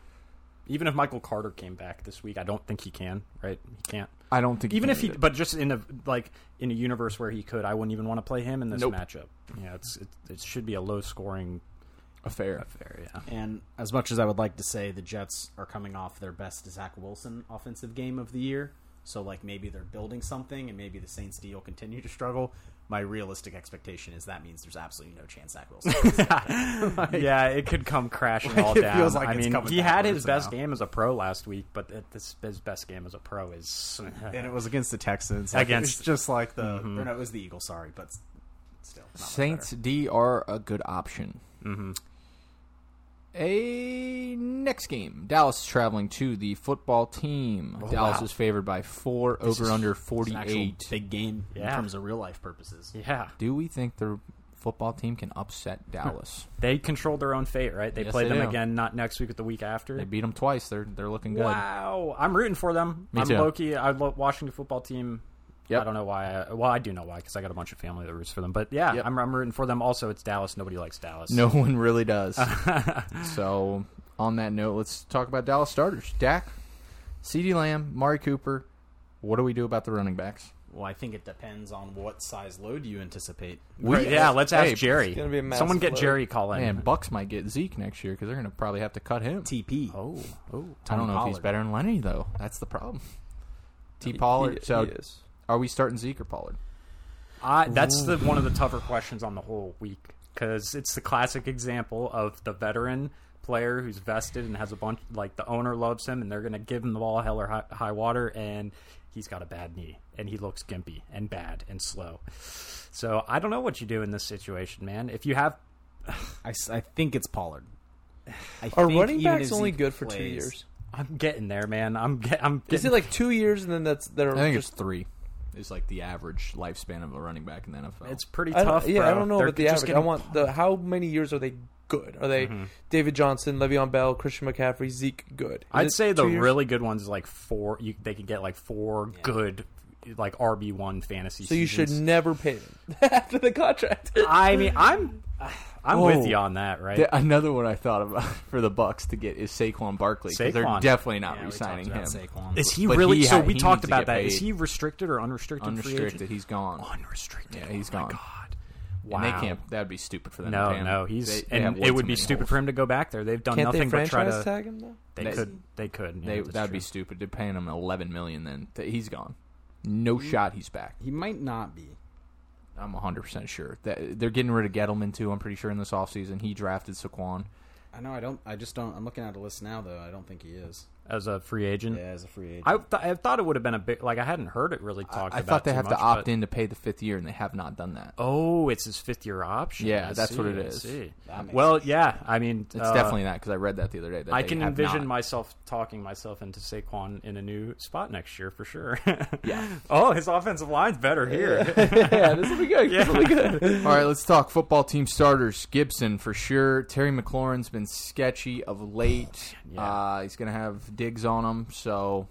Speaker 4: Even if Michael Carter came back this week, I don't think he can. Right? He can't.
Speaker 5: I don't think
Speaker 4: Even
Speaker 5: can
Speaker 4: if he,
Speaker 5: either.
Speaker 4: but just in a like in a universe where he could, I wouldn't even want to play him in this
Speaker 5: Nope.
Speaker 4: matchup. Yeah, it's it, it should be a low scoring
Speaker 5: a fair.
Speaker 4: affair. Yeah.
Speaker 3: And as much as I would like to say the Jets are coming off their best Zach Wilson offensive game of the year, so like maybe they're building something and maybe the Saints D will continue to struggle, my realistic expectation is that means there's absolutely no chance Zach Wilson.
Speaker 4: yeah, it could come crashing all
Speaker 3: it
Speaker 4: down.
Speaker 3: feels like
Speaker 4: I
Speaker 3: it's
Speaker 4: mean,
Speaker 3: coming
Speaker 4: he had his
Speaker 3: backwards
Speaker 4: best
Speaker 3: now.
Speaker 4: game as a pro last week, but it, this his best game as a pro is
Speaker 3: and it was against the Texans. Like, against
Speaker 4: Against-
Speaker 3: just like the or no, it was the Eagles, sorry, but s- still. not much
Speaker 5: Saints D are a good option. Mm-hmm. A next game, Dallas is traveling to the football team.
Speaker 3: Oh,
Speaker 5: Dallas
Speaker 4: wow.
Speaker 5: is favored by four over under
Speaker 3: better. It's an actual
Speaker 5: 48.
Speaker 3: big game in
Speaker 4: Yeah.
Speaker 3: terms of real life purposes.
Speaker 4: yeah.
Speaker 5: Do we think the football team can upset Dallas?
Speaker 4: They controlled their own fate, right? They
Speaker 5: Yes,
Speaker 4: play
Speaker 5: they
Speaker 4: them
Speaker 5: do.
Speaker 4: again, not next week, but the week after.
Speaker 5: they beat them twice. They're they're looking good.
Speaker 4: wow, I'm rooting for them.
Speaker 5: Me
Speaker 4: I'm
Speaker 5: too.
Speaker 4: Loki. I love Washington football team.
Speaker 5: Yep.
Speaker 4: I don't know why. I, well, I do know why because I got a bunch of family that roots for them. But yeah,
Speaker 5: Yep.
Speaker 4: I'm, I'm rooting for them. Also, it's Dallas. Nobody likes Dallas.
Speaker 5: No one really does. so, on that note, let's talk about Dallas starters. Dak, CeeDee Lamb, Mari Cooper. What do we do about the running backs?
Speaker 3: Well, I think it depends on what size load you anticipate.
Speaker 4: We,
Speaker 2: Right.
Speaker 4: yeah. Let's ask
Speaker 5: Hey,
Speaker 4: Jerry.
Speaker 2: gonna be a massive
Speaker 4: Someone get
Speaker 2: load.
Speaker 4: Jerry calling.
Speaker 5: Man, Bucks might get Zeke next year because they're going to probably have to cut him.
Speaker 3: TP.
Speaker 4: oh, oh.
Speaker 5: I don't know if he's
Speaker 3: Pollard.
Speaker 5: better than Lenny though. That's the problem. T Pollard.
Speaker 2: He-
Speaker 5: so,
Speaker 2: he is.
Speaker 5: are we starting Zeke or Pollard?
Speaker 4: I, that's the one of the tougher questions on the whole week because it's the classic example of the veteran player who's vested and has a bunch like the owner loves him and they're going to give him the ball hell or high, high water and he's got a bad knee and he looks gimpy and bad and slow. So I don't know what you do in this situation, man. If you have
Speaker 3: I, s- I think it's Pollard. I
Speaker 2: Are
Speaker 3: think
Speaker 2: running
Speaker 3: even
Speaker 2: backs
Speaker 3: if
Speaker 2: only
Speaker 3: Zeke
Speaker 2: good for two
Speaker 3: plays-
Speaker 2: years?
Speaker 4: I'm getting there, man. I'm get, I'm
Speaker 2: Is
Speaker 4: getting-
Speaker 2: it like two years and then that's they're
Speaker 5: I think
Speaker 2: just
Speaker 5: it's three. Is like the average lifespan of a running back in the NFL.
Speaker 4: it's pretty
Speaker 2: I don't-
Speaker 4: tough.
Speaker 2: yeah, I
Speaker 4: bro.
Speaker 2: don't know
Speaker 4: They're
Speaker 2: about the
Speaker 4: just
Speaker 2: average. I
Speaker 4: getting Mm-hmm.
Speaker 2: want the how many years are they good? Are they David Johnson, Le'Veon Bell, Christian McCaffrey, Zeke good? Is
Speaker 4: I'd
Speaker 2: it
Speaker 4: say the
Speaker 2: two years?
Speaker 4: really good ones is like four. You, they could get like four good, like RB one fantasy.
Speaker 2: So you should
Speaker 4: seasons.
Speaker 2: never pay them after the contract.
Speaker 4: I mean, I'm, I'm
Speaker 5: Whoa.
Speaker 4: with you on that, right?
Speaker 5: Oh. The- another one I thought about for the Bucks to get is Saquon Barkley. 'cause They're
Speaker 4: Saquon.
Speaker 5: definitely not
Speaker 3: Yeah, we
Speaker 5: re-signing him.
Speaker 3: talked about Saquon.
Speaker 4: Is he
Speaker 5: But
Speaker 4: really?
Speaker 5: he
Speaker 4: so
Speaker 5: ha-
Speaker 4: we
Speaker 5: he
Speaker 4: talked
Speaker 5: needs to
Speaker 4: about
Speaker 5: get
Speaker 4: that. Is
Speaker 5: paid.
Speaker 4: he restricted or unrestricted? Free
Speaker 5: Unrestricted,
Speaker 4: agent?
Speaker 5: he's gone.
Speaker 4: Unrestricted.
Speaker 5: Yeah, he's
Speaker 4: oh my
Speaker 5: gone.
Speaker 4: God. Wow.
Speaker 5: And they can't. That'd be stupid for them. to pay
Speaker 4: No,
Speaker 5: him.
Speaker 4: no, he's
Speaker 5: They- they have
Speaker 4: and
Speaker 5: way
Speaker 4: it
Speaker 5: too
Speaker 4: would be
Speaker 5: many
Speaker 4: stupid
Speaker 5: holes.
Speaker 4: for him to go back there. They've done
Speaker 2: Can't they
Speaker 4: nothing but try
Speaker 2: franchise
Speaker 4: to.
Speaker 2: tag him though?
Speaker 4: They
Speaker 5: They-
Speaker 4: could. They could. Yeah,
Speaker 5: They,
Speaker 4: that's
Speaker 5: that'd be
Speaker 4: true.
Speaker 5: stupid. They're paying him eleven million. Then Th- he's gone. No
Speaker 4: Mm-hmm.
Speaker 5: shot he's back.
Speaker 3: He might not be.
Speaker 5: I'm 100% sure. that They're getting rid of Gettleman, too, I'm pretty sure, in this offseason. He drafted Saquon.
Speaker 3: I know. I don't. I just don't. I'm looking at a list now, though. I don't think he is.
Speaker 4: as a free agent.
Speaker 3: Yeah, as a free agent.
Speaker 4: I, th- I thought it would have been a big like I hadn't heard it really talked.
Speaker 5: I
Speaker 4: about
Speaker 5: thought they
Speaker 4: too
Speaker 5: have
Speaker 4: much,
Speaker 5: to opt
Speaker 4: but-
Speaker 5: in to pay the fifth year, and they have not done that.
Speaker 4: Oh, it's his fifth year option.
Speaker 5: Yeah,
Speaker 4: I
Speaker 5: that's what
Speaker 4: see,
Speaker 5: it
Speaker 4: I
Speaker 5: is.
Speaker 4: see.
Speaker 3: That makes
Speaker 4: Well, yeah, I mean,
Speaker 5: It's definitely not because I read that the other day. That
Speaker 4: Uh, I
Speaker 5: they
Speaker 4: can
Speaker 5: have
Speaker 4: envision
Speaker 5: not.
Speaker 4: myself talking myself into Saquon in a new spot next year for sure. yeah. Oh, his offensive line's better here.
Speaker 5: yeah, this will be good. This will be good. All right, let's talk football team starters. Gibson for sure. Terry McLaurin's been sketchy of late.
Speaker 4: yeah.
Speaker 5: uh, he's going to have digs on him, so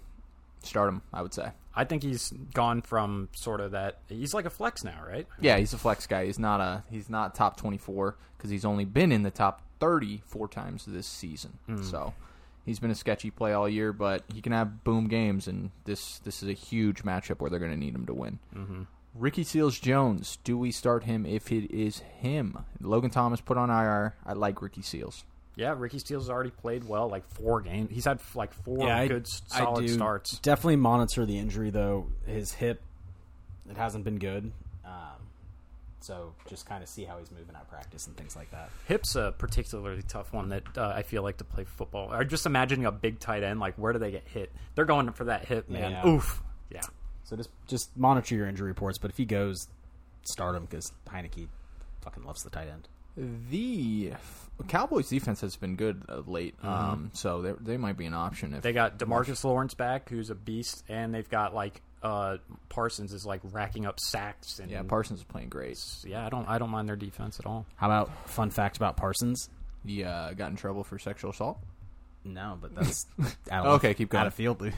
Speaker 5: start him, I would say.
Speaker 4: I think he's gone from sort of that. He's like a flex now, right?
Speaker 5: Yeah, he's a flex guy. He's not a he's not top 24 because he's only been in the top 30 four times this season. So he's been a sketchy play all year, but he can have boom games, and this this is a huge matchup where they're going to need him to win. Ricky Seals Jones, do we start him if it is him? Logan Thomas put on IR. I like Ricky Seals.
Speaker 4: Yeah, Ricky Steele's already played well, like four games. He's had like four good, s- solid starts.
Speaker 3: Definitely monitor the injury though. His hip, it hasn't been good. Um, so just kind of see how he's moving at practice and things like that.
Speaker 4: Hip's a particularly tough one that uh, I feel like to play football. Or just imagining a big tight end, like where do they get hit? They're going for that hip, man.
Speaker 3: Yeah.
Speaker 4: Oof. Yeah.
Speaker 3: So just just monitor your injury reports. But if he goes, start him because Heineke fucking loves the tight end.
Speaker 5: The Cowboys defense has been good of late, um, so they, they might be an option if
Speaker 4: They got Demarcus Lawrence back, who's a beast, and they've got like uh, Parsons is like racking up sacks and
Speaker 5: yeah Parsons is playing great.
Speaker 4: yeah. I don't I don't mind their defense at all.
Speaker 3: How about fun fact about Parsons?
Speaker 5: He uh, got in trouble for sexual assault.
Speaker 3: No, but that's out
Speaker 5: Okay, keep going.
Speaker 3: Out of field. did,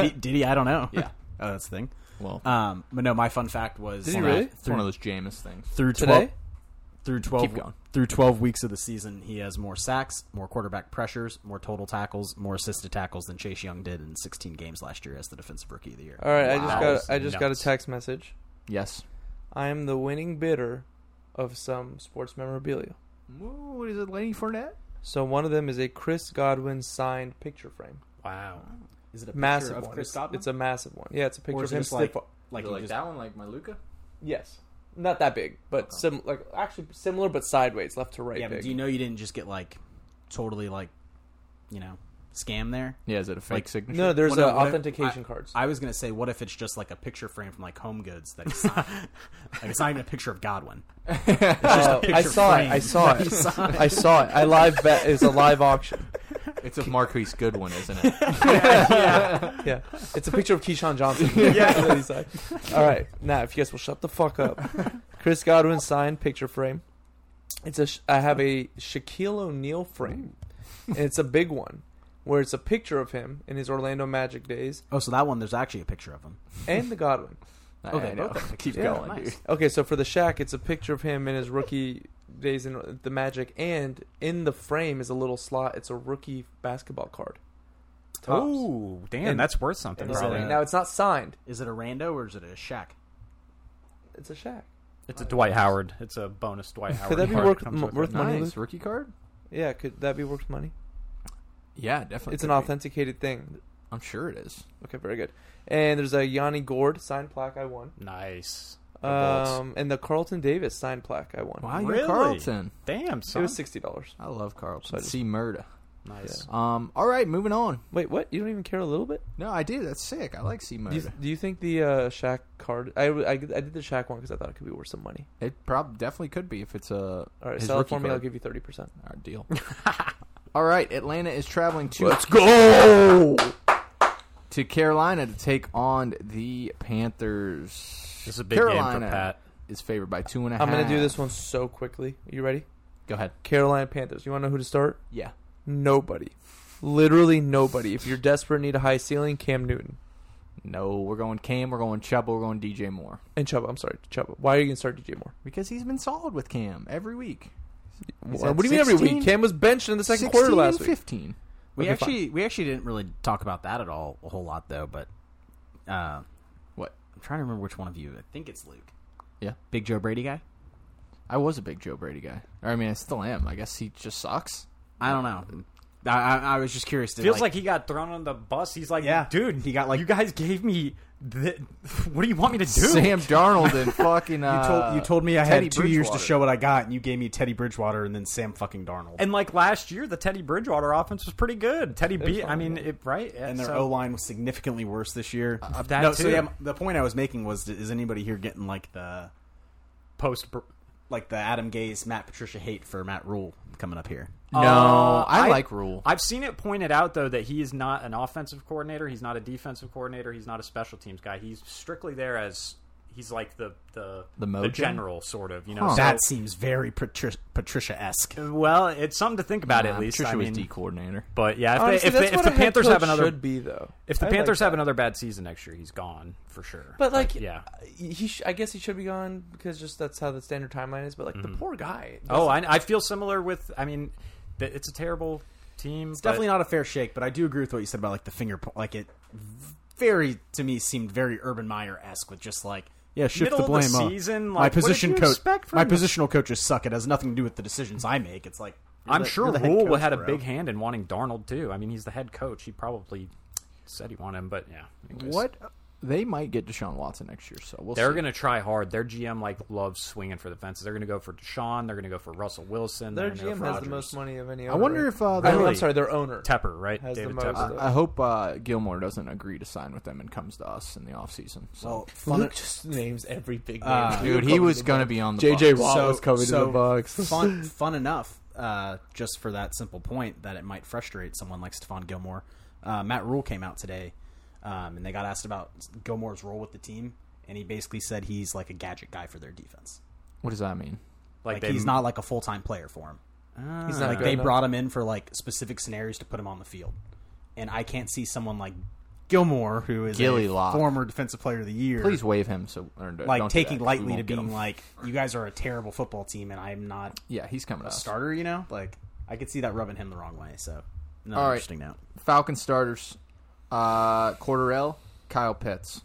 Speaker 3: he, did he? I don't know.
Speaker 5: Yeah.
Speaker 3: Oh, that's the thing.
Speaker 5: Well,
Speaker 3: Um, but no, my fun fact was
Speaker 5: Did he
Speaker 3: that
Speaker 5: really? It's
Speaker 3: through-
Speaker 5: one of those Jameis things.
Speaker 3: through
Speaker 5: Today?
Speaker 3: 12 through 12
Speaker 5: Keep going.
Speaker 3: through 12 weeks of the season he has more sacks more quarterback pressures more total tackles more assisted tackles than chase young did in 16 games last year as the defensive rookie of the year
Speaker 2: All right,
Speaker 4: Wow.
Speaker 2: I just got I just got a
Speaker 4: Nuts.
Speaker 2: text message.
Speaker 5: Yes.
Speaker 2: I am the winning bidder of some sports memorabilia.
Speaker 5: What is it, Lenny Fournette?
Speaker 2: So one of them is a Chris Godwin signed picture frame.
Speaker 4: Wow.
Speaker 3: is it a
Speaker 2: Massive one. It's- it's a massive one. Yeah, it's a picture
Speaker 3: or
Speaker 2: of
Speaker 3: is
Speaker 2: him
Speaker 3: it just like,
Speaker 2: stiff-
Speaker 3: like, he just,
Speaker 5: that one, like my Luca?
Speaker 2: Yes. Not that big, but sim- like actually similar but sideways, left to right
Speaker 3: yeah
Speaker 2: big.
Speaker 3: but do you know you didn't just get like totally like you know scam there
Speaker 5: Yeah, is it a fake
Speaker 3: Like-
Speaker 5: signature?
Speaker 2: no, there's
Speaker 3: Well,
Speaker 2: uh,
Speaker 3: no, what if-
Speaker 2: authentication
Speaker 3: I-
Speaker 2: cards.
Speaker 3: I was gonna say, what if it's just like a picture frame from like Home Goods that he signed? like it's not even a picture of Godwin.
Speaker 2: Oh, I
Speaker 3: picture
Speaker 2: saw it.
Speaker 3: frame
Speaker 2: I saw
Speaker 3: that he
Speaker 2: it.
Speaker 3: signed.
Speaker 2: I saw it. I live bet. It's a live auction.
Speaker 5: It's a Marquise Goodwin, isn't it?
Speaker 2: Yeah, it's a picture of Keyshawn Johnson. yeah, he's like, all right, now if you guys will shut the fuck up, Chris Godwin signed picture frame. It's a. Sh- I have a Shaquille O'Neal frame, and it's a big one where it's a picture of him in his Orlando Magic days
Speaker 3: Oh, so that one, there's actually a picture of him.
Speaker 2: and the Godwin.
Speaker 5: I
Speaker 3: they
Speaker 5: know.
Speaker 3: both have
Speaker 5: Keep
Speaker 3: Yeah,
Speaker 5: going,
Speaker 3: nice.
Speaker 5: dude.
Speaker 2: Okay, so for the Shaq, it's a picture of him in his rookie days in the Magic, and in the frame is a little slot. It's a rookie basketball card. Tops.
Speaker 4: Oh, damn,
Speaker 2: And-
Speaker 4: that's worth something.
Speaker 2: And
Speaker 3: is
Speaker 2: so-
Speaker 4: Probably.
Speaker 3: a-
Speaker 2: now it's not signed.
Speaker 3: Is it a rando or is it a shack?
Speaker 2: It's a Shaq.
Speaker 4: It's a Dwight Howard. It's a bonus Dwight Howard.
Speaker 2: that be
Speaker 4: card
Speaker 2: worth-
Speaker 4: comes with
Speaker 2: worth
Speaker 4: it.
Speaker 2: Money,
Speaker 5: Nice.
Speaker 2: Luke.
Speaker 5: Rookie card?
Speaker 2: Yeah, could that be worth money?
Speaker 5: Yeah, definitely.
Speaker 2: It's an
Speaker 5: could be.
Speaker 2: authenticated thing.
Speaker 5: I'm sure it is.
Speaker 2: Okay, very good. And there's a Yanni Gord signed plaque I won.
Speaker 4: Nice.
Speaker 2: Um, and the Carlton Davis signed plaque I won.
Speaker 5: Wow,
Speaker 4: Really?
Speaker 5: you're Carlton.
Speaker 4: Damn,
Speaker 2: It
Speaker 4: son.
Speaker 2: was sixty dollars.
Speaker 5: I love Carlton.
Speaker 2: I just-
Speaker 5: See Murda.
Speaker 4: nice.
Speaker 5: Um, all right, moving on.
Speaker 2: Wait, what? You don't even care a little bit?
Speaker 5: No, I do. That's sick. I like C
Speaker 2: Do you,
Speaker 5: Murda.
Speaker 2: do you think the uh, Shaq card? I, I, I did the Shaq one because I thought it could be worth some money.
Speaker 5: It probably definitely could be if it's a
Speaker 2: All right,
Speaker 5: his
Speaker 2: sell it
Speaker 5: rookie
Speaker 2: for me. I'll
Speaker 5: card.
Speaker 2: give you thirty percent.
Speaker 5: Our deal. All right, Atlanta is traveling to
Speaker 2: go.
Speaker 5: to Carolina to take on the Panthers.
Speaker 4: This is a big game
Speaker 5: Carolina
Speaker 4: for Pat.
Speaker 5: Is favored by two and a half.
Speaker 2: I'm gonna do this one so quickly. You ready?
Speaker 5: Go ahead.
Speaker 2: Carolina Panthers. You want to know who to start?
Speaker 5: Yeah.
Speaker 2: Nobody. Literally nobody. If you're desperate, and need a high ceiling, Cam Newton
Speaker 5: No, we're going Cam. We're going Chubb. We're going DJ Moore
Speaker 2: and Chuba. I'm sorry, Chuba. Why are you gonna start DJ Moore?
Speaker 5: because he's been solid with Cam every week. He's
Speaker 2: What
Speaker 5: had
Speaker 2: do you mean every
Speaker 5: 16?
Speaker 2: week? Cam was benched in the second
Speaker 5: 16
Speaker 2: quarter
Speaker 5: and
Speaker 2: last week.
Speaker 5: Fifteen.
Speaker 3: We
Speaker 2: Okay,
Speaker 3: actually we actually didn't really talk about that at all a whole lot though, but uh,
Speaker 5: What?
Speaker 3: I'm trying to remember which one of you. I think it's Luke.
Speaker 5: Yeah.
Speaker 3: Big Joe Brady guy.
Speaker 5: I was a big Joe Brady guy. I mean, I still am. I guess he just sucks.
Speaker 3: I don't know. I, I, I was just curious. To,
Speaker 4: Feels like, he got thrown on the bus. He's like,
Speaker 3: Yeah.
Speaker 4: dude,
Speaker 3: He got, like-
Speaker 4: you guys gave me Th- what do you want me to do?
Speaker 5: Sam Darnold and fucking.
Speaker 3: You told,
Speaker 5: Uh,
Speaker 3: you told me I
Speaker 5: Teddy
Speaker 3: had two years to
Speaker 5: Bridgewater.
Speaker 3: show what I got, and you gave me Teddy Bridgewater and then Sam fucking Darnold. And,
Speaker 4: And like last year, the Teddy Bridgewater offense was pretty good. Teddy B. I mean, it, right? Yeah,
Speaker 3: their
Speaker 4: so-
Speaker 3: O line was significantly worse this year.
Speaker 4: Uh, that
Speaker 3: no,
Speaker 4: too.
Speaker 3: so yeah, the point I was making was: is anybody here getting like the
Speaker 4: post.
Speaker 3: like the Adam Gaze, Matt Patricia hate for Matt Rule coming up here?
Speaker 5: no,
Speaker 4: Uh,
Speaker 5: I,
Speaker 4: I-
Speaker 5: like Rule.
Speaker 4: I've seen it pointed out though that he is not an offensive coordinator. He's not a defensive coordinator. He's not a special teams guy. He's strictly there as he's like the the
Speaker 5: The mojo?
Speaker 4: general sort of. You know,
Speaker 5: Huh.
Speaker 4: So-
Speaker 3: that seems very Patri- Patricia esque.
Speaker 4: well, it's something to think about at least.
Speaker 5: Trisha
Speaker 4: I
Speaker 5: was
Speaker 4: mean,
Speaker 5: D coordinator.
Speaker 4: but yeah, if,
Speaker 2: Honestly,
Speaker 4: they,
Speaker 2: that's
Speaker 4: if, they, if
Speaker 2: what
Speaker 4: the
Speaker 2: a head
Speaker 4: Panthers have
Speaker 2: coach
Speaker 4: another
Speaker 2: should be though.
Speaker 4: if the
Speaker 2: I like
Speaker 4: Panthers have
Speaker 2: that.
Speaker 4: another bad season next year, he's gone for sure.
Speaker 2: But like,
Speaker 4: yeah.
Speaker 2: he sh- I guess he should be gone because just that's how the standard timeline is. But like the poor guy.
Speaker 4: Oh, I, I feel similar with. I mean, th- it's a terrible team.
Speaker 3: It's definitely not a fair shake, but I do agree with what you said about like the finger point. Like it very to me seemed very Urban Meyer esque with just like yeah, shift
Speaker 4: Middle
Speaker 3: the
Speaker 4: of the
Speaker 3: blame. up.
Speaker 4: season,
Speaker 3: my
Speaker 4: like, what did
Speaker 3: position
Speaker 4: you
Speaker 3: coach,
Speaker 4: expect from
Speaker 3: my
Speaker 4: the-
Speaker 3: positional coaches suck. It has nothing to do with the decisions I make. It's like you're
Speaker 4: I'm
Speaker 3: the-
Speaker 4: sure
Speaker 3: you're the head
Speaker 4: Rule
Speaker 3: coach,
Speaker 4: had a
Speaker 3: bro.
Speaker 4: big hand in wanting Darnold too. I mean, he's the head coach. He probably said he wanted him, but yeah. Anyways.
Speaker 5: What? They might get Deshaun Watson next year, so we'll
Speaker 4: They're
Speaker 5: see.
Speaker 4: gonna try hard. Their GM like loves swinging for the fences. They're gonna go for Deshaun. They're gonna go for Russell Wilson.
Speaker 2: Their
Speaker 4: they're gonna go
Speaker 2: GM
Speaker 4: for
Speaker 2: has the
Speaker 4: Rodgers.
Speaker 2: most money of any.
Speaker 5: I
Speaker 2: Owner,
Speaker 5: wonder
Speaker 2: right?
Speaker 5: if, uh,
Speaker 2: I mean,
Speaker 4: really?
Speaker 2: I'm sorry, their owner.
Speaker 4: Tepper, right?
Speaker 2: Has the
Speaker 4: David
Speaker 2: most
Speaker 4: Tepper.
Speaker 2: of
Speaker 5: I hope uh, Gilmore doesn't agree to sign with them and comes to us in the offseason. So,
Speaker 3: Well, Oh, fun,
Speaker 2: Luke just names every big name.
Speaker 3: Uh,
Speaker 5: dude, he was going to be on the
Speaker 2: JJ
Speaker 5: Bucs.
Speaker 2: Watt
Speaker 3: so,
Speaker 2: was coming
Speaker 3: so
Speaker 2: to the Bucks.
Speaker 3: fun, fun enough, uh, just for that simple point that it might frustrate someone like Stephon Gilmore. Uh, Matt Rule came out today, um, and they got asked about Gilmore's role with the team, and he basically said he's like a gadget guy for their defense.
Speaker 5: What does that mean?
Speaker 4: Like,
Speaker 3: Like
Speaker 4: they,
Speaker 3: he's not like a full time player for him. Uh,
Speaker 2: He's not
Speaker 3: like
Speaker 2: good
Speaker 3: they
Speaker 2: enough.
Speaker 3: brought him in for like specific scenarios to put him on the field, and I can't see someone like Gilmore, who is
Speaker 5: Gilly
Speaker 3: a
Speaker 5: Lock.
Speaker 3: former Defensive Player of the Year,
Speaker 5: Please waive him. So or don't-
Speaker 3: like
Speaker 5: don't do
Speaker 3: taking
Speaker 5: that, 'cause we
Speaker 3: lightly to
Speaker 5: won't get
Speaker 3: being
Speaker 5: him.
Speaker 3: like, you guys are a terrible football team, and I'm not
Speaker 5: yeah, he's coming to
Speaker 3: a
Speaker 5: us.
Speaker 3: starter. You know, like I could see that rubbing him the wrong way. So, no
Speaker 5: All right.
Speaker 3: interesting note.
Speaker 5: Falcon starters, uh, Corderell, Kyle Pitts.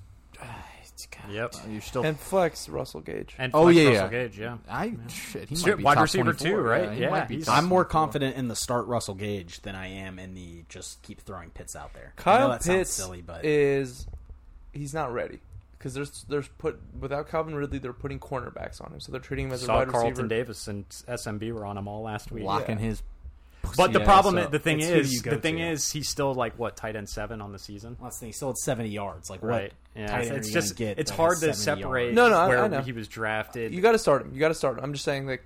Speaker 4: Yep.
Speaker 5: You're still.
Speaker 2: and flex Russell Gage.
Speaker 4: And
Speaker 5: Oh,
Speaker 4: like
Speaker 5: yeah,
Speaker 4: Russell
Speaker 5: yeah.
Speaker 4: Gage, yeah.
Speaker 5: I shit. He
Speaker 4: Shit,
Speaker 5: might be
Speaker 4: wide
Speaker 5: top
Speaker 4: receiver
Speaker 5: 24,
Speaker 4: too, right?
Speaker 5: he
Speaker 4: Yeah,
Speaker 5: might be
Speaker 4: he's-
Speaker 5: top
Speaker 4: Awesome.
Speaker 3: I'm more
Speaker 5: 24.
Speaker 3: confident in the start Russell Gage than I am in the just keep throwing Pitts out there. I know
Speaker 2: Kyle
Speaker 3: that sounds
Speaker 2: Pitts
Speaker 3: silly, but
Speaker 2: is he's not ready because there's there's put without Calvin Ridley they're putting cornerbacks on him, so they're treating him as a
Speaker 4: Saw
Speaker 2: wide
Speaker 4: Carlton
Speaker 2: receiver.
Speaker 4: Davis and SMB were on him all last week.
Speaker 5: locking his.
Speaker 4: But the
Speaker 5: pussy
Speaker 4: problem,
Speaker 5: ass
Speaker 4: the
Speaker 5: up.
Speaker 4: thing
Speaker 3: It's who
Speaker 4: is,
Speaker 3: you go
Speaker 4: the thing
Speaker 3: to.
Speaker 4: is, he's still like what tight end seven on the season.
Speaker 3: last thing he still had 70 yards. Like
Speaker 4: Right.
Speaker 3: what?
Speaker 4: Yeah,
Speaker 3: tight
Speaker 4: it's-
Speaker 3: end
Speaker 4: it's
Speaker 3: are you gonna
Speaker 4: just
Speaker 3: get
Speaker 4: it's
Speaker 3: that
Speaker 4: hard
Speaker 3: has
Speaker 4: to
Speaker 3: 70
Speaker 4: separate
Speaker 3: yards?
Speaker 2: No, no, I-
Speaker 4: where
Speaker 2: I know.
Speaker 4: he was drafted.
Speaker 2: You got to start him. You got to start him. I'm just saying like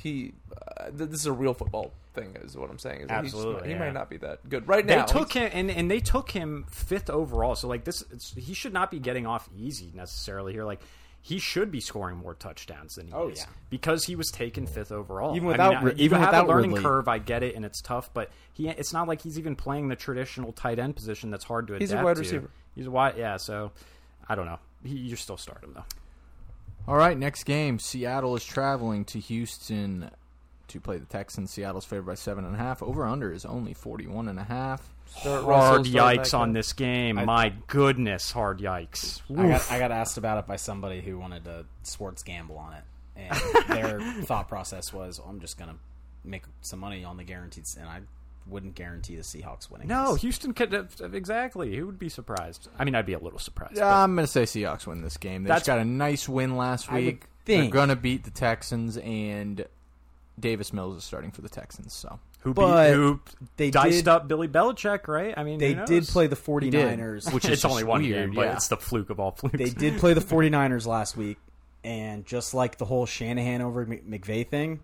Speaker 2: he uh, th- this is a real football thing is what I'm saying. Is that he's just
Speaker 4: Absolutely,
Speaker 2: not- he
Speaker 4: yeah.
Speaker 2: might not be that good right
Speaker 4: they
Speaker 2: now.
Speaker 4: took
Speaker 2: he's-
Speaker 4: him and, and they took him fifth overall. So like this, it's, he should not be getting off easy necessarily here. Like he should be scoring more touchdowns than he
Speaker 3: Oh,
Speaker 4: is
Speaker 3: yeah.
Speaker 4: because he was taken fifth overall.
Speaker 3: Even
Speaker 4: I mean,
Speaker 3: without
Speaker 4: I-
Speaker 3: Rid-
Speaker 4: you
Speaker 3: even
Speaker 4: have
Speaker 3: without
Speaker 4: a learning
Speaker 3: Ridley.
Speaker 4: curve. I get it, and it's tough, but he it's not like he's even playing the traditional tight end position that's hard to adapt.
Speaker 2: He's a wide
Speaker 4: to.
Speaker 2: receiver.
Speaker 4: He's a wide, yeah. So I don't know. He, you still start him though.
Speaker 5: All right, next game. Seattle is traveling to Houston to play the Texans. Seattle's favored by seven and a half. Over under is only forty one and a half.
Speaker 2: Start
Speaker 4: Hard
Speaker 2: Russell, start that
Speaker 4: yikes
Speaker 2: guy.
Speaker 4: on this game. My goodness, hard yikes.
Speaker 3: I got, I got asked about it by somebody who wanted to sports gamble on it, and their thought process was, "I'm just gonna make some money on the guaranteed," s- and I wouldn't guarantee the Seahawks winning.
Speaker 4: No,
Speaker 3: this.
Speaker 4: Houston could uh, exactly. Who would be surprised? I mean, I'd be a little surprised. but-
Speaker 5: I'm going to say Seahawks win this game. They just
Speaker 4: That's-
Speaker 5: got a nice win last
Speaker 3: would
Speaker 5: week. They're
Speaker 3: think.
Speaker 5: going to beat the Texans, and Davis Mills is starting for the Texans. So
Speaker 4: who,
Speaker 3: But
Speaker 4: beat, who
Speaker 3: they
Speaker 4: diced
Speaker 3: did-
Speaker 4: up Billy Belichick, right? I mean,
Speaker 3: they
Speaker 4: who
Speaker 3: did
Speaker 4: knows?
Speaker 3: play the
Speaker 5: did,
Speaker 3: 49ers.
Speaker 5: which is
Speaker 4: It's only
Speaker 5: just
Speaker 4: one
Speaker 5: weird,
Speaker 4: game, but
Speaker 5: yeah.
Speaker 4: it's the fluke of all flukes.
Speaker 3: they did play the 49ers last week, and just like the whole Shanahan over Mc- McVay thing,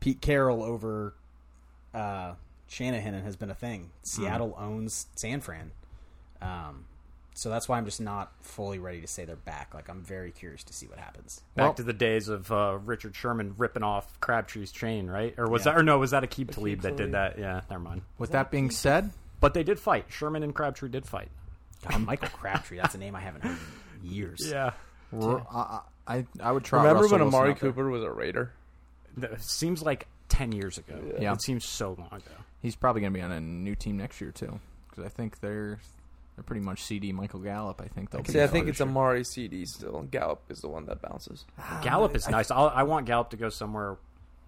Speaker 3: Pete Carroll over uh, Shanahan has been a thing. Seattle owns San Fran. Um, so that's why I'm just not fully ready to say they're back. Like, I'm very curious to see what happens.
Speaker 4: back
Speaker 5: well-
Speaker 4: to the days of uh, Richard Sherman ripping off Crabtree's chain, right? Or was that? Or no, was that Akib Talib that did that? Yeah, never mind.
Speaker 5: With that being said,
Speaker 4: But they did fight. Sherman and Crabtree did fight.
Speaker 3: God, Michael Crabtree, that's a name I haven't heard in years.
Speaker 4: Yeah,
Speaker 5: we're, I, I I- I would try.
Speaker 2: Remember
Speaker 5: Russell
Speaker 2: when
Speaker 5: Wilson
Speaker 2: Amari
Speaker 5: out there.
Speaker 2: Cooper was a Raider?
Speaker 4: That seems like ten years ago.
Speaker 5: Yeah.
Speaker 4: it seems so long ago.
Speaker 5: He's probably going to be on a new team next year too, because I think they're they're pretty much CD Michael Gallup. I think they'll.
Speaker 2: See,
Speaker 5: be
Speaker 2: I
Speaker 5: out
Speaker 2: think
Speaker 5: this
Speaker 2: it's
Speaker 5: year.
Speaker 2: Amari CD still. and Gallup is the one that bounces.
Speaker 4: Gallup is nice. I'll, I want Gallup to go somewhere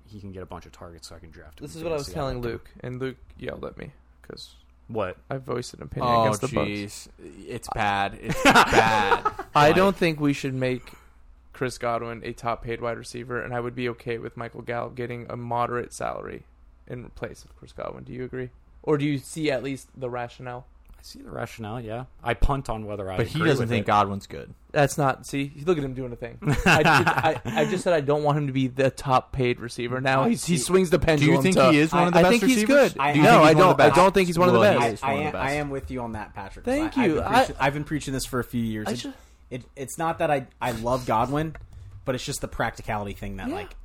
Speaker 4: he can get a bunch of targets so I can draft him.
Speaker 2: This
Speaker 4: in
Speaker 2: is what I was
Speaker 4: fantasy.
Speaker 2: telling Luke, and Luke yelled at me because
Speaker 4: What?
Speaker 2: I voiced an opinion
Speaker 5: Oh,
Speaker 2: against the Bucks.
Speaker 5: jeez. It's bad. It's bad.
Speaker 2: I don't think we should make Chris Godwin a top paid wide receiver, and I would be okay with Michael Gallup getting a moderate salary in place of Chris Godwin. Do you agree? Or do you see at least the rationale?
Speaker 4: I see the rationale. Yeah, I punt on whether I.
Speaker 5: But he
Speaker 4: agree
Speaker 5: doesn't
Speaker 4: with
Speaker 5: think
Speaker 4: it.
Speaker 5: Godwin's good.
Speaker 2: That's not. See, look at him doing a thing. I, I, I just said I don't want him to be the top paid receiver. Now he's, Oh, he swings the
Speaker 5: Do you
Speaker 2: pendulum.
Speaker 5: think
Speaker 2: to-
Speaker 5: he is one of the
Speaker 2: I,
Speaker 5: best
Speaker 2: I think he's good.
Speaker 5: receivers? Do you
Speaker 3: I-
Speaker 5: think
Speaker 3: no,
Speaker 2: I
Speaker 5: he's one of the
Speaker 2: don't- I
Speaker 5: best?
Speaker 2: don't think he's one of the
Speaker 5: Well, he
Speaker 2: best.
Speaker 5: is
Speaker 3: I,
Speaker 5: one of
Speaker 3: am,
Speaker 5: the
Speaker 3: I
Speaker 5: best.
Speaker 3: am with you on that, Patrick.
Speaker 2: Thank
Speaker 3: I,
Speaker 2: you.
Speaker 3: I've been,
Speaker 2: I-
Speaker 3: preaching, I've been preaching this for a few years.
Speaker 2: I
Speaker 3: It-
Speaker 2: ju-
Speaker 3: it, it's not that I, I love Godwin, but it's just the practicality thing that like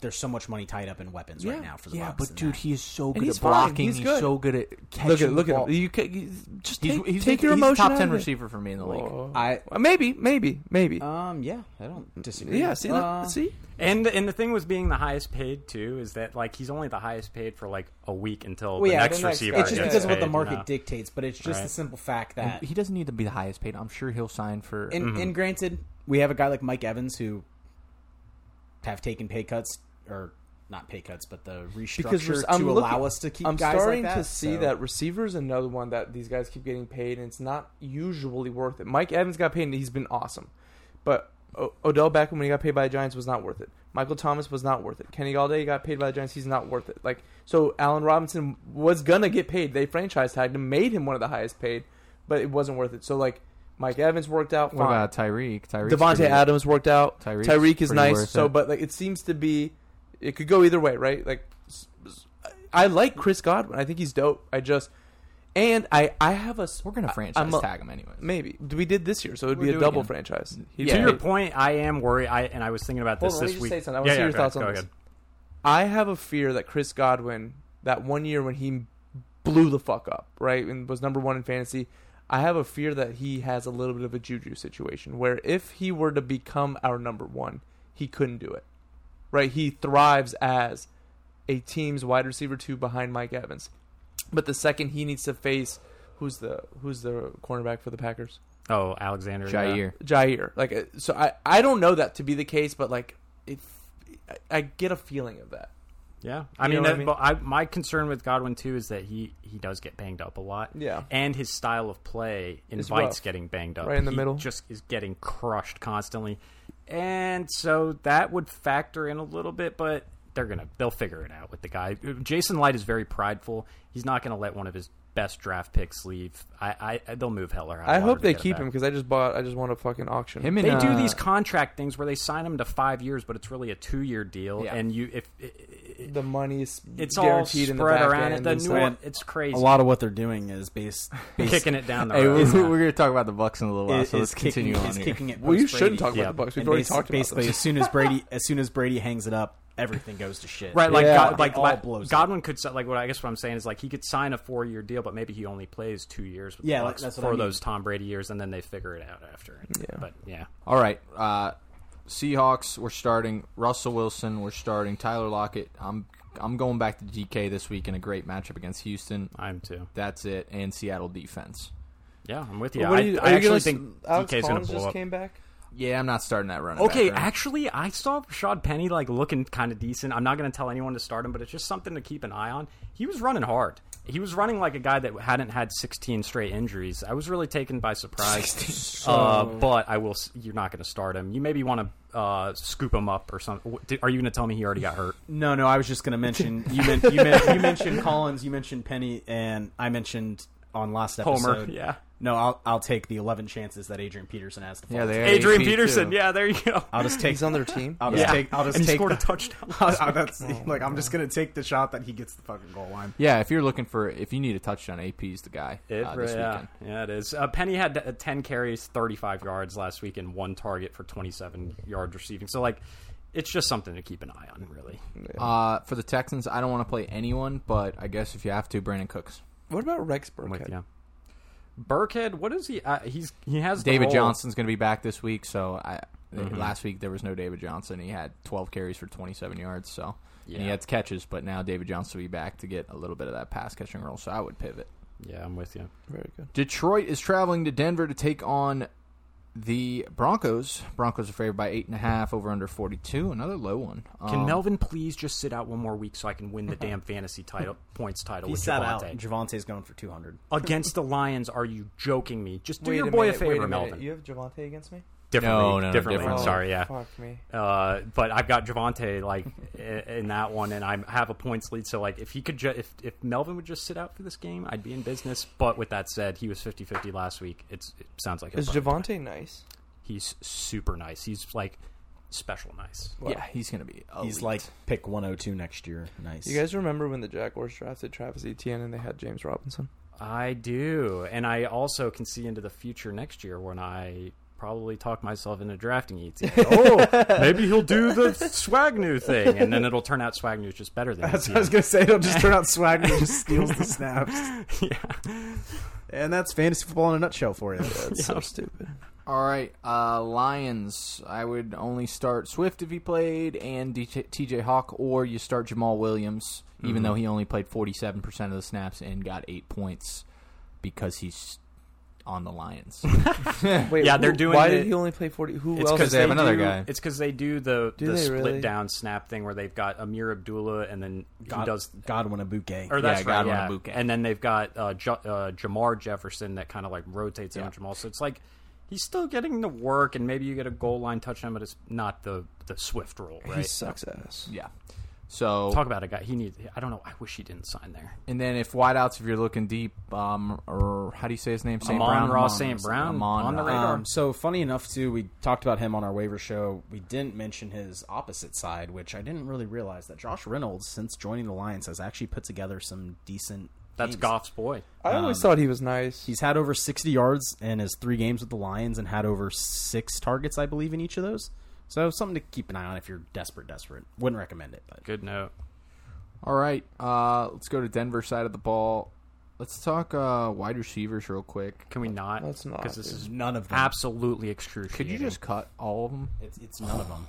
Speaker 3: there's so much money tied up in weapons right now for the
Speaker 5: Yeah,
Speaker 3: Bucks
Speaker 5: but
Speaker 3: and
Speaker 5: dude,
Speaker 3: that.
Speaker 5: he is so good
Speaker 2: he's
Speaker 5: at
Speaker 2: fine.
Speaker 5: blocking.
Speaker 2: He's
Speaker 5: He's,
Speaker 2: good.
Speaker 5: so good at catching.
Speaker 2: Look at
Speaker 5: the
Speaker 2: look at
Speaker 5: ball.
Speaker 2: him. You ca- you- just
Speaker 5: He's,
Speaker 2: take,
Speaker 5: he's,
Speaker 2: take
Speaker 5: he's
Speaker 2: your
Speaker 5: a
Speaker 2: emotion
Speaker 5: top
Speaker 2: out
Speaker 5: ten
Speaker 2: of it.
Speaker 5: receiver for me in the league.
Speaker 2: Whoa.
Speaker 3: I
Speaker 2: Uh, Maybe, maybe, maybe.
Speaker 3: um yeah, I don't disagree.
Speaker 2: yeah. See, look,
Speaker 3: Uh,
Speaker 2: see.
Speaker 4: And and the thing with being the highest paid too is that like he's only the highest paid for like a week until
Speaker 3: well,
Speaker 4: the
Speaker 3: yeah,
Speaker 4: next
Speaker 3: the next
Speaker 4: receiver.
Speaker 3: guy. it's just
Speaker 4: gets
Speaker 3: because of what
Speaker 4: paid,
Speaker 3: the market
Speaker 4: you know?
Speaker 3: dictates, but it's just the
Speaker 4: Right.
Speaker 3: simple fact that
Speaker 5: And He doesn't need to be the highest paid. I'm sure he'll sign for.
Speaker 3: and,
Speaker 4: Mm-hmm.
Speaker 3: and granted, we have a guy like Mike Evans who have taken pay cuts or not pay cuts, but the restructure
Speaker 2: there's-
Speaker 3: to allow us to keep
Speaker 2: I'm
Speaker 3: guys
Speaker 2: starting
Speaker 3: like
Speaker 2: to
Speaker 3: that.
Speaker 2: see
Speaker 3: so-
Speaker 2: that receiver's another one that these guys keep getting paid, and it's not usually worth it. Mike Evans got paid, and he's been awesome, but o- Odell Beckham when he got paid by the Giants was not worth it. Michael Thomas was not worth it. Kenny Galladay got paid by the Giants; he's not worth it. Like so, Allen Robinson was gonna get paid. They franchise tagged him, made him one of the highest paid, but it wasn't worth it. So like Mike Evans worked out.
Speaker 5: what
Speaker 2: fine.
Speaker 5: about Tyreek? Tyreek.
Speaker 2: Devonte Adams worked out.
Speaker 5: Tyreek's
Speaker 2: Tyreek is
Speaker 5: pretty
Speaker 2: nice.
Speaker 5: worth
Speaker 2: So,
Speaker 5: it.
Speaker 2: but like it seems to be, it could go either way, right? Like, s- s- I like Chris Godwin. I think he's dope. I just, and I, I have a. s-
Speaker 5: We're gonna
Speaker 2: I-
Speaker 5: franchise
Speaker 2: I'm a-
Speaker 5: tag him anyways.
Speaker 2: Maybe we did this year, so it'd
Speaker 5: We're
Speaker 2: be a
Speaker 5: doing
Speaker 2: double
Speaker 5: it.
Speaker 2: franchise.
Speaker 5: Yeah.
Speaker 4: To your point, I am worried. I and I was thinking about
Speaker 2: Hold
Speaker 4: this
Speaker 2: on, let me
Speaker 4: this
Speaker 2: just
Speaker 4: week.
Speaker 2: say something. I wanna
Speaker 4: yeah,
Speaker 2: see
Speaker 4: yeah,
Speaker 2: your
Speaker 4: go
Speaker 2: thoughts
Speaker 4: ahead,
Speaker 2: on
Speaker 4: go
Speaker 2: this.
Speaker 4: ahead.
Speaker 2: I have a fear that Chris Godwin, that one year when he blew the fuck up, right, and was number one in fantasy, I have a fear that he has a little bit of a juju situation where if he were to become our number one, he couldn't do it, right? He thrives as a team's wide receiver two behind Mike Evans, but the second he needs to face who's the who's the cornerback for the Packers,
Speaker 4: Oh, Alexander
Speaker 5: Jair.
Speaker 2: Jair. Like, uh, so I I don't know that to be the case, but like if I- I get a feeling of that.
Speaker 4: Yeah, I
Speaker 2: You know
Speaker 4: mean,
Speaker 2: what I
Speaker 4: that-
Speaker 2: mean?
Speaker 4: But I, my concern with Godwin too is that he he does get banged up a lot.
Speaker 2: Yeah.
Speaker 4: and his style of play
Speaker 2: It's
Speaker 4: invites
Speaker 2: rough.
Speaker 4: getting banged up.
Speaker 2: Right in the
Speaker 4: He
Speaker 2: middle.
Speaker 4: just is getting crushed constantly, and so that would factor in a little bit, but. They're gonna. They'll figure it out with the guy. Jason Light is very prideful. He's not gonna let one of his best draft picks leave. I. I they'll move hell or high
Speaker 2: I
Speaker 4: water
Speaker 2: hope
Speaker 4: to
Speaker 2: they
Speaker 4: get
Speaker 2: keep
Speaker 4: back.
Speaker 2: him because I just bought. I just want a fucking auction.
Speaker 5: Him and
Speaker 4: They do
Speaker 5: uh,
Speaker 4: these contract things where they sign them to five years, but it's really a two-year deal,
Speaker 5: Yeah.
Speaker 4: and you if it,
Speaker 2: the money's
Speaker 4: it's all
Speaker 2: guaranteed
Speaker 4: spread
Speaker 2: in the back
Speaker 4: around.
Speaker 2: end
Speaker 4: the
Speaker 2: and
Speaker 4: new
Speaker 2: stuff.
Speaker 4: one, it's crazy,
Speaker 3: a lot of what they're doing is based, based
Speaker 4: kicking it down the
Speaker 5: Hey,
Speaker 4: road.
Speaker 5: we're, we're gonna talk about the Bucks in a little while,
Speaker 3: is-
Speaker 5: so let's
Speaker 3: is kicking-
Speaker 5: continue on
Speaker 3: is
Speaker 5: here.
Speaker 3: kicking it
Speaker 2: Well, you
Speaker 3: post
Speaker 2: shouldn't talk
Speaker 3: Brady.
Speaker 2: about
Speaker 4: Yeah.
Speaker 2: the Bucks. We've
Speaker 3: And
Speaker 2: already
Speaker 3: basi-
Speaker 2: talked about
Speaker 3: basically
Speaker 2: them.
Speaker 3: as soon as Brady as soon as Brady hangs it up, everything goes to shit.
Speaker 4: Right, like
Speaker 2: Yeah.
Speaker 4: God, like
Speaker 3: It all
Speaker 4: like,
Speaker 3: blows up.
Speaker 4: Godwin could si- like what I guess what I'm saying is like he could sign a four year deal, but maybe he only plays two years with
Speaker 3: Yeah,
Speaker 4: the
Speaker 3: like,
Speaker 4: Bucks
Speaker 3: that's what
Speaker 4: for
Speaker 3: I mean.
Speaker 4: those Tom Brady years, and then they figure it out after. But yeah,
Speaker 5: All right, uh, Seahawks. We're starting Russell Wilson. We're starting Tyler Lockett. I'm I'm going back to DK this week in a great matchup against Houston.
Speaker 4: I'm too.
Speaker 5: That's it, and Seattle defense.
Speaker 4: Yeah, I'm with you.
Speaker 2: What
Speaker 4: I,
Speaker 2: are you-
Speaker 4: I
Speaker 2: are you
Speaker 4: actually
Speaker 2: gonna-
Speaker 4: think
Speaker 2: Alex
Speaker 4: DK's going
Speaker 2: Collins
Speaker 4: to
Speaker 2: just
Speaker 4: blow up.
Speaker 2: came back.
Speaker 5: Yeah, I'm not starting that running.
Speaker 4: Okay,
Speaker 5: back, right?
Speaker 4: actually, I saw Rashad Penny like looking kind of decent. I'm not going to tell anyone to start him, but it's just something to keep an eye on. He was running hard. He was running like a guy that hadn't had 16 straight injuries. I was really taken by surprise. Uh, but I will. s- You're not going to start him. You maybe want to uh, scoop him up or something. Wh- did- Are you going to tell me he already got hurt?
Speaker 3: No, no, I was just going to mention you, men- you, men- you mentioned Collins, you mentioned Penny, and I mentioned on last episode.
Speaker 4: Homer, yeah.
Speaker 3: No, I'll I'll take the eleven chances that Adrian Peterson has to fall.
Speaker 5: yeah, they are
Speaker 4: Adrian
Speaker 5: AP,
Speaker 4: Peterson.
Speaker 5: too.
Speaker 4: Yeah, there you go.
Speaker 3: I'll just take.
Speaker 2: He's on their team.
Speaker 3: I'll just
Speaker 4: Yeah.
Speaker 3: take. I'll just
Speaker 4: and he
Speaker 3: take.
Speaker 4: scored a
Speaker 3: the-
Speaker 4: touchdown. Oh,
Speaker 3: I'll- that's- like I'm just gonna take the shot that he gets the fucking goal line.
Speaker 5: Yeah, if you're looking for if you need a touchdown, AP's the guy
Speaker 4: It
Speaker 5: uh,
Speaker 4: re-
Speaker 5: this
Speaker 4: yeah,
Speaker 5: weekend.
Speaker 4: yeah, it is. Uh, Penny had uh, 10 carries, 35 yards last week, and one target for 27 yards receiving. So, like, it's just something to keep an eye on, really.
Speaker 5: Uh, for the Texans, I don't want to play anyone, but I guess if you have to, Brandon Cooks,
Speaker 2: What about Rex
Speaker 4: I'm with
Speaker 2: Burkhead?
Speaker 4: you. Burkhead, what is he? Uh, he's he has the Mm-hmm.
Speaker 5: David
Speaker 4: role.
Speaker 5: Johnson's going to be back this week. So I last week there was no David Johnson. He had 12 carries for 27 yards. So and he
Speaker 4: Yeah.
Speaker 5: had catches, but now David Johnson will be back to get a little bit of that pass catching role. So I would pivot.
Speaker 4: Yeah, I'm with you.
Speaker 2: Very good.
Speaker 5: Detroit is traveling to Denver to take on The Broncos. Broncos are favored by eight and a half. Over under forty two. Another low one. Um,
Speaker 4: Can Melvin please just sit out one more week so I can win the damn fantasy title points title
Speaker 3: He
Speaker 4: with
Speaker 3: sat out.
Speaker 4: Javante?
Speaker 3: Javante's going for 200.
Speaker 4: Against the Lions, are you joking me? Just do
Speaker 2: Wait
Speaker 4: your
Speaker 2: a
Speaker 4: boy
Speaker 2: minute,
Speaker 4: a
Speaker 2: wait
Speaker 4: favor,
Speaker 2: minute.
Speaker 4: Melvin.
Speaker 2: You have Javante against me?
Speaker 4: Differently,
Speaker 5: No, no, no,
Speaker 4: differently.
Speaker 5: different.
Speaker 2: Oh,
Speaker 4: Sorry, yeah.
Speaker 2: Fuck me.
Speaker 4: Uh, but I've got Javante like i- in that one, and I have a points lead. So like, if he could, ju- if if Melvin would just sit out for this game, I'd be in business. But with that said, he was 50-50 last week. It's it sounds like he'll
Speaker 2: Is
Speaker 4: probably be
Speaker 2: Javante nice?
Speaker 4: back. He's super nice. He's like special nice.
Speaker 5: yeah, he's gonna be.
Speaker 4: Oh,
Speaker 5: Elite.
Speaker 3: He's like pick 102 next year. Nice.
Speaker 2: You guys remember when the Jaguars drafted Travis Etienne and they had James Robinson?
Speaker 4: I do, and I also can see into the future next year when I probably talk myself into drafting ET. oh, maybe he'll do the swag new thing, and then it'll turn out swag new is just better than E
Speaker 3: That's
Speaker 4: ETN.
Speaker 3: what I was gonna say. It'll just turn out swag and just steals the snaps.
Speaker 4: yeah.
Speaker 3: And that's fantasy football in a nutshell for you.
Speaker 2: That's so stupid.
Speaker 5: All right, uh, Lions. I would only start Swift if he played, and DJ TJ Hawk, or you start Jamal Williams,
Speaker 3: Mm-hmm.
Speaker 5: even though he only played forty-seven percent of the snaps and got eight points because he's on the Lions.
Speaker 2: Wait,
Speaker 4: Yeah, they're
Speaker 2: who-
Speaker 4: doing
Speaker 2: Why
Speaker 4: the-
Speaker 2: did he only play forty? Who
Speaker 4: It's
Speaker 2: else?
Speaker 4: because
Speaker 5: they have another guy.
Speaker 4: It's because they do the,
Speaker 2: Do
Speaker 4: the
Speaker 2: they
Speaker 4: split
Speaker 2: really?
Speaker 4: down snap thing where they've got Amir Abdullah and then he does.
Speaker 3: Godwin a bouquet.
Speaker 4: Or that's
Speaker 5: Yeah,
Speaker 4: right,
Speaker 5: Godwin
Speaker 4: yeah.
Speaker 5: Abuke.
Speaker 4: And then they've got uh, Ju- uh, Jamar Jefferson that kind of like rotates in
Speaker 5: Yeah.
Speaker 4: with Jamal. So it's like he's still getting the work, and maybe you get a goal line touchdown, but it's not the the Swift role,
Speaker 2: He
Speaker 4: right?
Speaker 2: sucks ass.
Speaker 5: yeah. So
Speaker 4: Talk about a guy. He needs. I don't know. I wish he didn't sign there.
Speaker 5: And then if wideouts, if you're looking deep, um, or how do you say his name? St.
Speaker 4: Amon
Speaker 5: Brown.
Speaker 4: Ra
Speaker 5: Amon-
Speaker 4: St. Brown
Speaker 5: Amon uh,
Speaker 4: on the
Speaker 5: Ra.
Speaker 4: radar.
Speaker 3: Um, so funny enough, too, we talked about him on our waiver show. We didn't mention his opposite side, which I didn't really realize that Josh Reynolds, since joining the Lions, has actually put together some decent.
Speaker 4: That's
Speaker 3: games.
Speaker 4: Goff's boy.
Speaker 2: I always thought he was nice.
Speaker 3: He's had over 60 yards in his three games with the Lions, and had over six targets, I believe, in each of those. So something to keep an eye on if you're desperate, desperate. Wouldn't recommend it, but
Speaker 4: Good note.
Speaker 5: All right, uh, let's go to Denver side of the ball. Let's talk uh, wide receivers real quick.
Speaker 4: Can we not?
Speaker 2: Let's not,
Speaker 4: Because this
Speaker 2: dude.
Speaker 4: is
Speaker 3: none of them.
Speaker 4: absolutely excruciating.
Speaker 5: Could you just cut all of them?
Speaker 3: it's, it's none of them.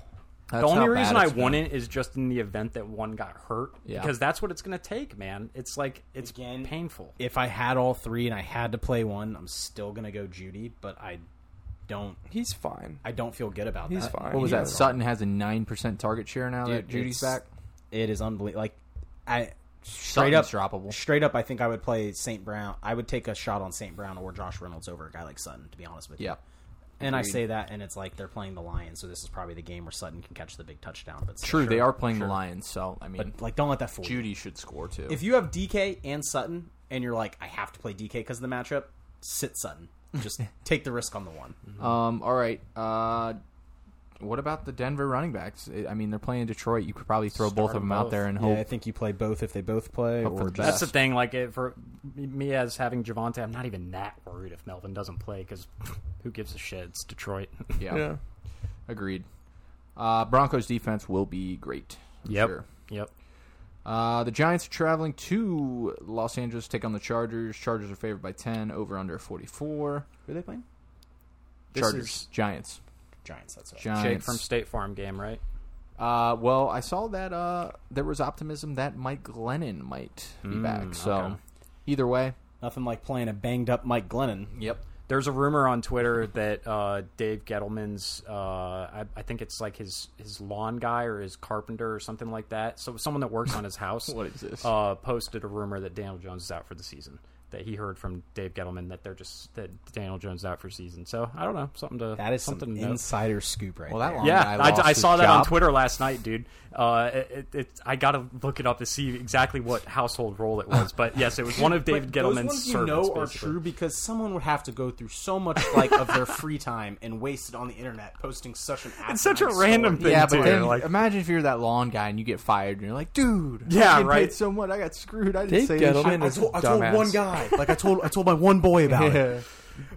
Speaker 5: That's
Speaker 4: the only
Speaker 5: how bad
Speaker 4: reason I
Speaker 5: it's been.
Speaker 4: won it is just in the event that one got hurt.
Speaker 5: Yeah.
Speaker 4: Because that's what it's going to take, man. It's like, it's
Speaker 3: Again,
Speaker 4: painful.
Speaker 3: If I had all three and I had to play one, I'm still gonna go Judy, but I don't.
Speaker 2: He's fine.
Speaker 3: I don't feel good about
Speaker 2: He's
Speaker 3: that.
Speaker 2: fine.
Speaker 5: What was
Speaker 2: He's
Speaker 5: that? Sutton has a nine percent target share now that
Speaker 3: Dude,
Speaker 5: Judy's
Speaker 3: it's-
Speaker 5: back.
Speaker 3: It is unbelievable. Like I straight
Speaker 5: Sutton's
Speaker 3: up
Speaker 5: droppable.
Speaker 3: Straight up, I think I would play Saint Brown. I would take a shot on Saint Brown or Josh Reynolds over a guy like Sutton. To be honest with you,
Speaker 5: Yeah.
Speaker 3: And I
Speaker 5: Agreed.
Speaker 3: say that, and it's like they're playing the Lions, so this is probably the game where Sutton can catch the big touchdown. But
Speaker 5: True,
Speaker 3: sure,
Speaker 5: they are playing
Speaker 3: sure.
Speaker 5: the Lions, so I mean,
Speaker 3: But like, don't let that fool you.
Speaker 5: Judy should score too.
Speaker 3: If you have DK and Sutton, and you're like, I have to play DK because of the matchup, sit Sutton. Just take the risk on the one.
Speaker 5: um, all right. Uh, what about the Denver running backs? I- I mean, they're playing Detroit. You could probably throw both of them out there and hope.
Speaker 3: Yeah, I think you play both if they both play.
Speaker 5: Hope for
Speaker 3: Or
Speaker 5: the
Speaker 3: just,
Speaker 4: That's the thing. Like it, for me as having Javante, I'm not even that worried if Melvin doesn't play because who gives a shit? It's Detroit.
Speaker 5: yeah.
Speaker 2: Yeah.
Speaker 5: Agreed. Uh, Broncos defense will be great. I'm sure.
Speaker 4: Yep.
Speaker 5: Uh, the Giants are traveling to Los Angeles to take on the Chargers. Chargers are favored by 10, over under 44.
Speaker 3: who are they playing?
Speaker 4: This
Speaker 5: Chargers.
Speaker 4: is-
Speaker 5: Giants.
Speaker 3: Giants. That's right.
Speaker 5: Giants.
Speaker 4: Jake from State Farm game, right?
Speaker 5: uh, well, I saw that uh, there was optimism that Mike Glennon might be back. So,
Speaker 4: Hmm, okay.
Speaker 5: either way.
Speaker 3: Nothing like playing a banged up Mike Glennon.
Speaker 5: Yep.
Speaker 4: There's a rumor on Twitter that uh, Dave Gettleman's, uh, I, I think it's like his, his lawn guy or his carpenter or something like that. So someone that works on his house.
Speaker 5: What is this?
Speaker 4: Uh, posted a rumor that Daniel Jones is out for the season. That he heard from Dave Gettleman that they're just that Daniel Jones is out for season. So I don't know something to
Speaker 3: That is
Speaker 4: something
Speaker 3: something
Speaker 4: to note.
Speaker 3: insider scoop right
Speaker 5: Well, that
Speaker 3: there.
Speaker 5: long
Speaker 4: Yeah,
Speaker 5: guy
Speaker 4: I,
Speaker 5: lost
Speaker 4: I
Speaker 5: his
Speaker 4: saw that on
Speaker 5: job.
Speaker 4: Twitter last night, dude. Uh, it, it, I gotta look it up to see exactly what household role it was, but yes, it was one of David
Speaker 3: But those
Speaker 4: Gettleman's
Speaker 3: ones you
Speaker 4: servants.
Speaker 3: know are
Speaker 4: basically.
Speaker 3: true because someone would have to go through so much like of their free time and waste it on the internet posting such an
Speaker 4: It's such a
Speaker 3: asinine
Speaker 4: random
Speaker 3: story.
Speaker 4: thing,
Speaker 5: yeah, but
Speaker 4: too.
Speaker 5: then
Speaker 3: uh,
Speaker 4: like,
Speaker 5: imagine if you're that lawn guy and you get fired and you're like, dude,
Speaker 4: Yeah,
Speaker 5: I'm getting
Speaker 4: right.
Speaker 5: paid so much, I got screwed. I didn't
Speaker 2: Dave
Speaker 5: say this shit."
Speaker 2: Gettleman
Speaker 3: I
Speaker 2: is a
Speaker 3: told, I told
Speaker 2: dumbass.
Speaker 3: one guy, like I told, I told my one boy about it.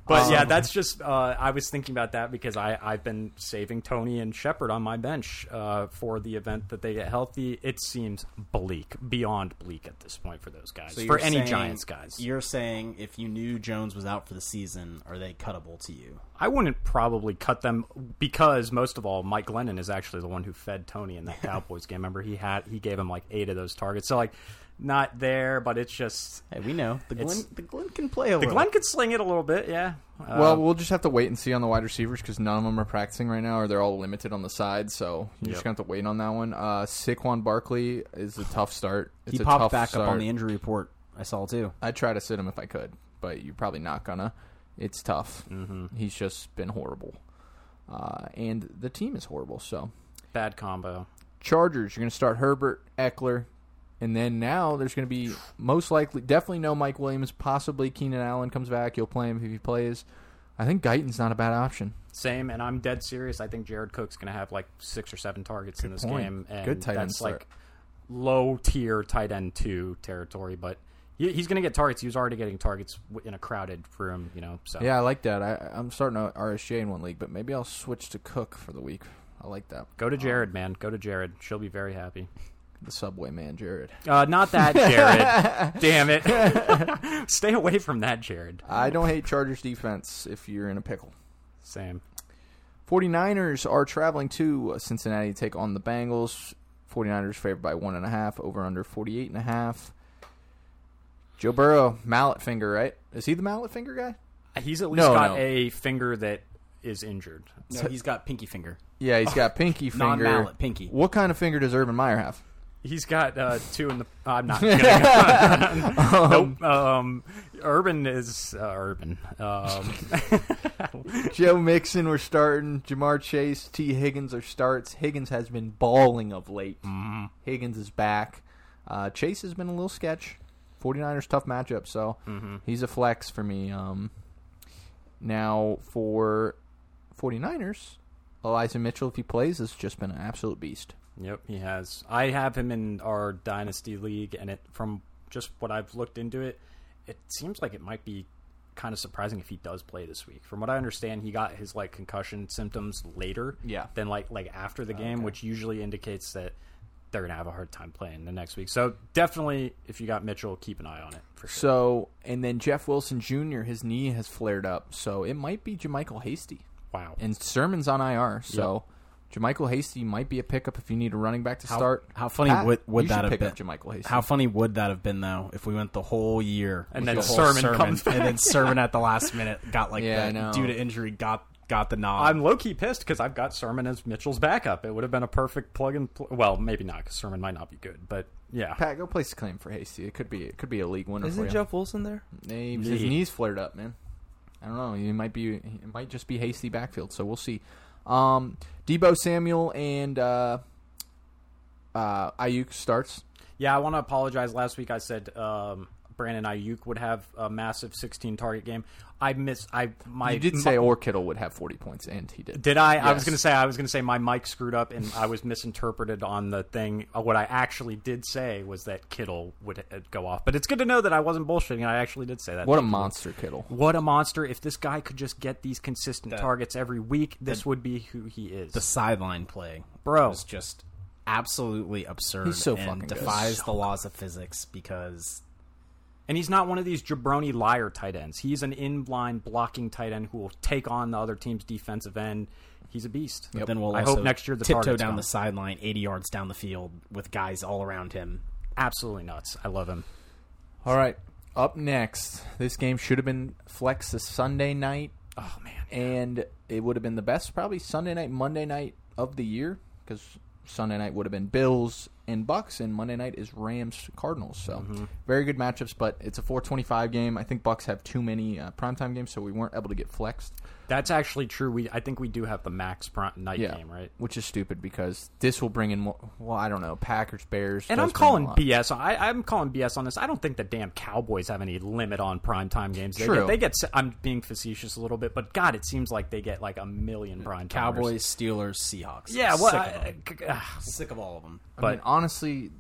Speaker 4: but
Speaker 3: um,
Speaker 4: yeah, that's just. Uh, I was thinking about that because I I've been saving Tony and Shepard on my bench uh, for the event that they get healthy. It seems bleak, beyond bleak at this point for those guys.
Speaker 3: So you're
Speaker 4: for any
Speaker 3: saying-
Speaker 4: Giants guys,
Speaker 3: You're saying if you knew Jones was out for the season, are they cuttable to you?
Speaker 4: I wouldn't probably cut them because most of all, Mike Glennon is actually the one who fed Tony in that Cowboys game. Remember, he had he gave him like eight of those targets. So like, not there, but it's just
Speaker 3: Hey, we know the
Speaker 4: It's-
Speaker 3: Glen. The Glen can play a
Speaker 4: the
Speaker 3: little.
Speaker 4: Glenn could sling it a little bit. Yeah. Uh,
Speaker 5: Well, we'll just have to wait and see on the wide receivers because none of them are practicing right now, or they're all limited on the side. So you're just
Speaker 4: Yep.
Speaker 5: gonna have to wait on that one. Uh, Saquon Barkley is a tough start. It's
Speaker 3: he
Speaker 5: a
Speaker 3: popped
Speaker 5: tough
Speaker 3: back
Speaker 5: start.
Speaker 3: up on the injury report. I saw too.
Speaker 5: I'd try to sit him if I could, but you're probably not gonna. It's tough. He's just been horrible, uh, and the team is horrible. So
Speaker 4: bad combo.
Speaker 5: Chargers, you're gonna start Herbert, Eckler, and then now there's gonna be most likely, definitely no Mike Williams. Possibly Keenan Allen comes back. You'll play him if he plays. I think Guyton's not a bad option.
Speaker 4: Same, and I'm dead serious. I think Jared Cook's going to have like six or seven targets in this
Speaker 5: point.
Speaker 4: game, and
Speaker 5: Good tight end
Speaker 4: that's
Speaker 5: start.
Speaker 4: like low tier tight end two territory. But he, he's going to get targets. He was already getting targets w- in a crowded room, you know. So
Speaker 5: Yeah, I like that. I, I'm starting a RSJ in one league, but maybe I'll switch to Cook for the week. I like that.
Speaker 4: go to Jared, man. Go to Jared. She'll be very happy.
Speaker 5: The Subway man, Jared.
Speaker 4: Uh, not that Jared. Damn it. Stay away from that Jared.
Speaker 5: I don't hate Chargers defense if you're in a pickle.
Speaker 4: Same.
Speaker 5: 49ers are traveling to uh, Cincinnati to take on the Bengals. 49ers favored by one and a half, over under 48 and a half. Joe Burrow, mallet finger, right? Is he the mallet finger guy?
Speaker 4: He's at least
Speaker 5: No,
Speaker 4: got
Speaker 5: no.
Speaker 4: a finger that is injured.
Speaker 3: No, he's got pinky finger.
Speaker 5: Yeah, he's got pinky finger.
Speaker 3: Non-mallet, pinky.
Speaker 5: What kind of finger does Urban Meyer have?
Speaker 4: He's got uh, two in the. I'm not. Gonna go. nope. Um, Urban is uh, Urban. Um,
Speaker 5: Joe Mixon, we're starting. Jamar Chase, T. Higgins are starts. Higgins has been balling of late. Higgins is back. Uh, Chase has been a little sketch. 49ers tough matchup, so he's a flex for me. Um, now for 49ers, Eliza Mitchell, if he plays, has just been an absolute beast.
Speaker 4: yep, he has. I have him in our dynasty league, and it from just what I've looked into it, it seems like it might be kind of surprising if he does play this week. From what I understand, he got his like concussion symptoms later,
Speaker 5: Yeah.
Speaker 4: than like like after the game, which usually indicates that they're gonna have a hard time playing the next week. So definitely, if you got Mitchell, keep an eye on it for sure.
Speaker 5: So, and then Jeff Wilson Jr., his knee has flared up, so it might be Jamichael Hasty.
Speaker 4: wow.
Speaker 5: And Sermon's on IR, so Jamichael Hasty might be a pickup if you need a running back to start.
Speaker 3: How funny
Speaker 5: Pat,
Speaker 3: would would
Speaker 5: you
Speaker 3: that
Speaker 5: should
Speaker 3: have
Speaker 5: pick
Speaker 3: been?
Speaker 5: up Jamichael Hasty?
Speaker 3: How funny would that have been though if we went the whole year
Speaker 4: And
Speaker 3: with
Speaker 4: then
Speaker 3: the whole
Speaker 4: Sermon comes
Speaker 3: and then Sermon at the last minute got like
Speaker 5: Yeah, I
Speaker 3: the,
Speaker 5: know.
Speaker 3: due to injury got got the nod.
Speaker 4: I'm low key pissed because I've got Sermon as Mitchell's backup. It would have been a perfect plug and pl- well, maybe not because Sermon might not be good, but yeah,
Speaker 5: Pat, go place a claim for Hasty. It could be it could be a league winner for
Speaker 2: Isn't
Speaker 5: you.
Speaker 2: Jeff Wilson there?
Speaker 5: Hey, his
Speaker 4: Yeah.
Speaker 5: knees flared up, man. I don't know. It might be it might just be Hasty backfield, so we'll see. Um, Debo Samuel and uh, uh, Ayuk starts.
Speaker 4: yeah. I want to apologize. Last week I said um, Brandon Ayuk would have a massive 16 target game. I miss I my
Speaker 5: You did
Speaker 4: my-
Speaker 5: say or Kittle would have forty points, and he did.
Speaker 4: Did I? I
Speaker 5: Yes.
Speaker 4: was gonna say I was gonna say my mic screwed up and I was misinterpreted on the thing. Uh, What I actually did say was that Kittle would uh, go off, but it's good to know that I wasn't bullshitting. and I actually did say that.
Speaker 5: What a
Speaker 4: Thank you.
Speaker 5: monster, Kittle!
Speaker 4: What a monster! If this guy could just get these consistent targets every week, this would be who he is.
Speaker 3: the sideline play,
Speaker 4: Bro.
Speaker 3: is just absolutely absurd.
Speaker 5: He's so
Speaker 3: and
Speaker 5: fucking good.
Speaker 3: defies the laws of physics because
Speaker 4: And he's not one of these jabroni liar tight ends. He's an inline blocking tight end who will take on the other team's defensive end. He's a beast.
Speaker 3: then we'll
Speaker 4: I
Speaker 3: also
Speaker 4: hope next year the
Speaker 3: tiptoe
Speaker 4: target's
Speaker 3: down
Speaker 4: gone.
Speaker 3: the sideline, eighty yards down the field with guys all around him.
Speaker 4: Absolutely nuts. I love him.
Speaker 5: All right, up next, this game should have been flex this Sunday night.
Speaker 4: Oh man.
Speaker 5: and it would have been the best probably Sunday night, Monday night of the year because Sunday night would have been Bills and Bucks, and Monday night is Rams Cardinals. So
Speaker 4: Mm-hmm.
Speaker 5: very good matchups, but it's a 4:25 game. I think Bucks have too many uh, primetime games, so we weren't able to get flexed.
Speaker 4: That's actually true. We I think we do have the max prime night game, right?
Speaker 5: Which is stupid because this will bring in more. Well, I don't know, Packers, Bears,
Speaker 4: And
Speaker 5: does
Speaker 4: I'm
Speaker 5: bring
Speaker 4: calling
Speaker 5: a lot.
Speaker 4: BS. I, I'm calling BS on this. I don't think the damn Cowboys have any limit on primetime games. They
Speaker 5: True.
Speaker 4: Get, they get. s- I'm being facetious a little bit, but God, it seems like they get like a million prime
Speaker 3: Cowboys, Steelers, Seahawks.
Speaker 4: Yeah.
Speaker 3: I'm
Speaker 4: Well,
Speaker 3: sick, of
Speaker 4: I-
Speaker 3: them.
Speaker 4: I- ah,
Speaker 3: sick of all of them.
Speaker 5: I mean,
Speaker 4: but-
Speaker 5: honestly,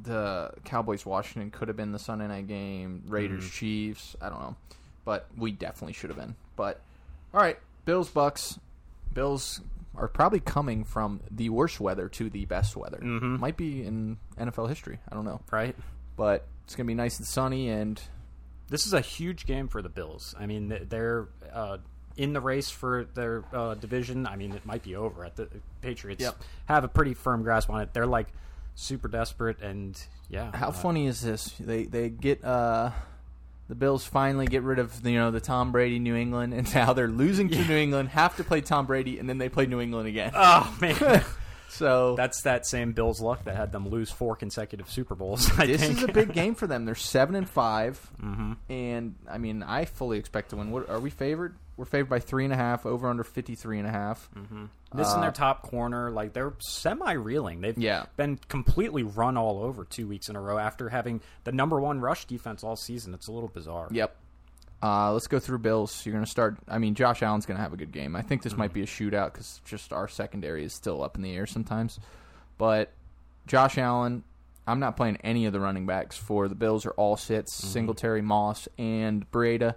Speaker 5: the Cowboys Washington could have been the Sunday night game. Raiders Chiefs. I don't know, but we definitely should have been. But all right, Bills Bucks. Bills are probably coming from the worst weather to the best weather. Might be in NFL history. I don't know,
Speaker 4: right.
Speaker 5: but it's gonna be nice and sunny. And
Speaker 4: this is a huge game for the Bills. I mean, th- they're uh, in the race for their uh, division. I mean, it might be over at the Patriots. Have a pretty firm grasp on it. They're like super desperate, and yeah.
Speaker 5: How
Speaker 4: uh,
Speaker 5: funny is this? They they get uh, the Bills finally get rid of you know the Tom Brady New England, and now they're losing to New England. Have to play Tom Brady, and then they play New England again.
Speaker 4: Oh man,
Speaker 5: so
Speaker 4: that's that same Bills luck that had them lose four consecutive Super Bowls. I
Speaker 5: this
Speaker 4: think. Mm-hmm.
Speaker 5: is a big game for them. They're seven and 5 and I mean I fully expect to win. What are we favored? We're favored by three and a half. Over under fifty three and a half.
Speaker 4: Mm-hmm. This in their top corner, like they're semi reeling. They've
Speaker 5: uh, Yeah.
Speaker 4: been completely run all over two weeks in a row after having the number one rush defense all season. It's a little bizarre.
Speaker 5: Yep. Uh, let's go through Bills. You're going to start. I mean, Josh Allen's going to have a good game. I think this
Speaker 4: Mhm.
Speaker 5: might be a shootout because just our secondary is still up in the air sometimes. But Josh Allen, I'm not playing any of the running backs for the Bills. Are all sits.
Speaker 4: Mm-hmm.
Speaker 5: Singletary, Moss, and Breida.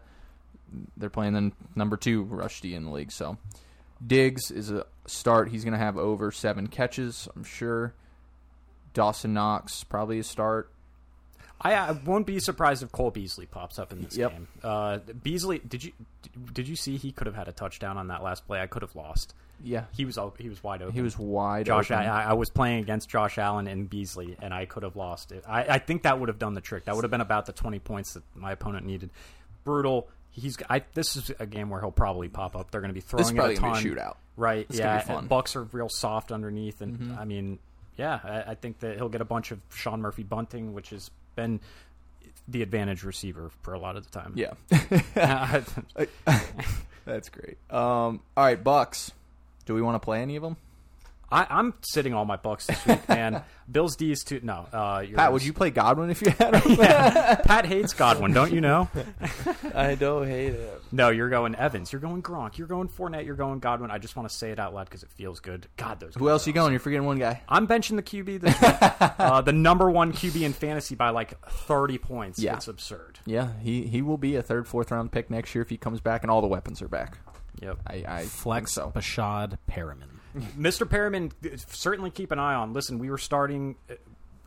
Speaker 5: They're playing the n- number two rush D in the league. So Diggs is a start. He's going to have over seven catches. I'm sure. Dawson Knox probably a start.
Speaker 4: I, I won't be surprised if Cole Beasley pops up in this
Speaker 5: Yep.
Speaker 4: game. Uh, Beasley, did you did you see he could have had a touchdown on that last play? I could have lost.
Speaker 5: Yeah,
Speaker 4: He was all- he was wide open.
Speaker 5: he was wide.
Speaker 4: Josh.
Speaker 5: open.
Speaker 4: I, I I was playing against Josh Allen and Beasley, and I could have lost it. I, I think that would have done the trick. That would have been about the twenty points that my opponent needed. Brutal. He's. I, this is a game where he'll probably pop up. They're going to be throwing.
Speaker 5: This is probably
Speaker 4: it a ton.
Speaker 5: gonna be a shootout.
Speaker 4: Right.
Speaker 5: It's gonna
Speaker 4: yeah.
Speaker 5: be fun. Mm-hmm.
Speaker 4: Bucks are real soft underneath, and I mean, yeah, I, I think that he'll get a bunch of Sean Murphy bunting, which has been the advantage receiver for a lot of the time.
Speaker 5: yeah.
Speaker 4: Yeah.
Speaker 5: That's great. Um, all right, Bucks. Do we want to play any of them?
Speaker 4: I, I'm sitting all my bucks this week, man. Bill's D's too. No, uh,
Speaker 5: Pat,
Speaker 4: yours.
Speaker 5: would you play Godwin if you had him?
Speaker 4: Pat hates Godwin, don't you know?
Speaker 2: I don't hate it.
Speaker 4: No, you're going Evans. You're going Gronk. You're going Fournette. You're going Godwin. I just want to say it out loud because it feels good. God, those.
Speaker 5: Who else you going? You're forgetting one guy.
Speaker 4: I'm benching the QB this week. uh, the number one QB in fantasy by like 30 points.
Speaker 5: Yeah.
Speaker 4: It's absurd.
Speaker 5: Yeah, he, he will be a third, fourth round pick next year if he comes back and all the weapons are back.
Speaker 4: Yep.
Speaker 5: I, I
Speaker 3: Flex
Speaker 5: think so.
Speaker 3: Bashad Perriman.
Speaker 4: Mr. Perriman, uh, certainly keep an eye on. Listen, we were starting. uh,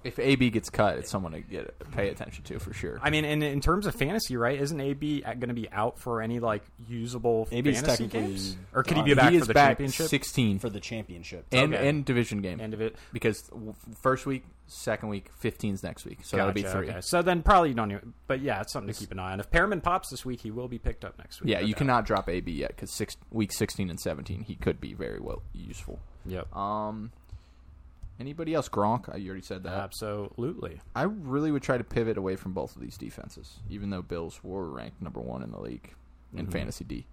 Speaker 5: If AB gets cut, it's someone to get pay attention to for sure.
Speaker 4: I mean, in in terms of fantasy, right? Isn't AB going to be out for any like usable
Speaker 3: AB's
Speaker 4: fantasy
Speaker 3: technically
Speaker 4: games? Or could he
Speaker 3: gone.
Speaker 4: be back
Speaker 5: Uh, he
Speaker 4: for
Speaker 5: is
Speaker 4: the
Speaker 5: back
Speaker 4: championship?
Speaker 5: 16
Speaker 3: for the championship.
Speaker 5: and,
Speaker 4: Okay.
Speaker 5: and division game
Speaker 4: End of it.
Speaker 5: because w- first week, second week, 15's next week, so that'll be
Speaker 4: Gotcha,
Speaker 5: three.
Speaker 4: okay. So then probably you don't. Even, but yeah, it's something to keep an eye on. If Perriman pops this week, he will be picked up next week.
Speaker 5: Yeah,
Speaker 4: no
Speaker 5: you
Speaker 4: doubt.
Speaker 5: cannot drop AB yet because six, week 16 and 17 he could be very well useful.
Speaker 4: Yep.
Speaker 5: Um, anybody else? Gronk. I you already said that.
Speaker 4: Uh, Absolutely.
Speaker 5: I really would try to pivot away from both of these defenses, even though Bills were ranked number one in the league in fantasy D.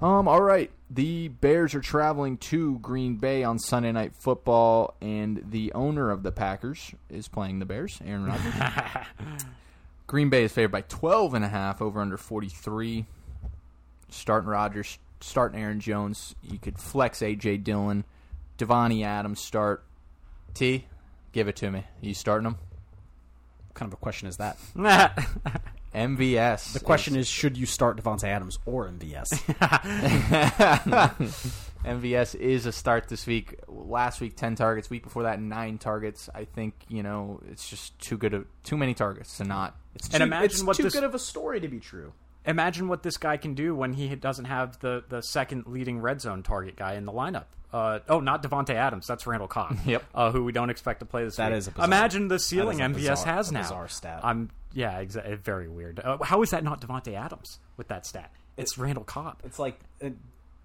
Speaker 5: Um. All right. The Bears are traveling to Green Bay on Sunday Night Football, and the owner of the Packers is playing the Bears, Aaron Rodgers. Green Bay is favored by twelve and a half, over under forty three. Starting Rodgers, starting Aaron Jones. You could flex AJ Dillon, Devontae Adams. Start T. Give it to me. You starting him?
Speaker 3: What kind of a question is that?
Speaker 5: MVS.
Speaker 3: The question is, should you start Devontae Adams or MVS?
Speaker 5: MVS is a start this week. Last week, ten targets. Week before that, nine targets. I think you know it's just too good of too many targets to not. It's
Speaker 4: And imagine what this
Speaker 3: of a story to be true.
Speaker 4: imagine what this guy can do when he doesn't have the the second leading red zone target guy in the lineup. Uh, oh, not Devonte Adams. That's Randall Cobb.
Speaker 5: Yep.
Speaker 4: Uh, who we don't expect to play this.
Speaker 3: That
Speaker 4: week.
Speaker 3: is a bizarre-
Speaker 4: imagine the
Speaker 3: that
Speaker 4: ceiling
Speaker 3: is a
Speaker 4: MVS
Speaker 3: bizarre-
Speaker 4: has
Speaker 3: a
Speaker 4: now.
Speaker 3: bizarre stat.
Speaker 4: I'm yeah, exactly. Very weird. Uh, how is that not Devonte Adams with that stat? It's Randall Cobb.
Speaker 3: It's like uh,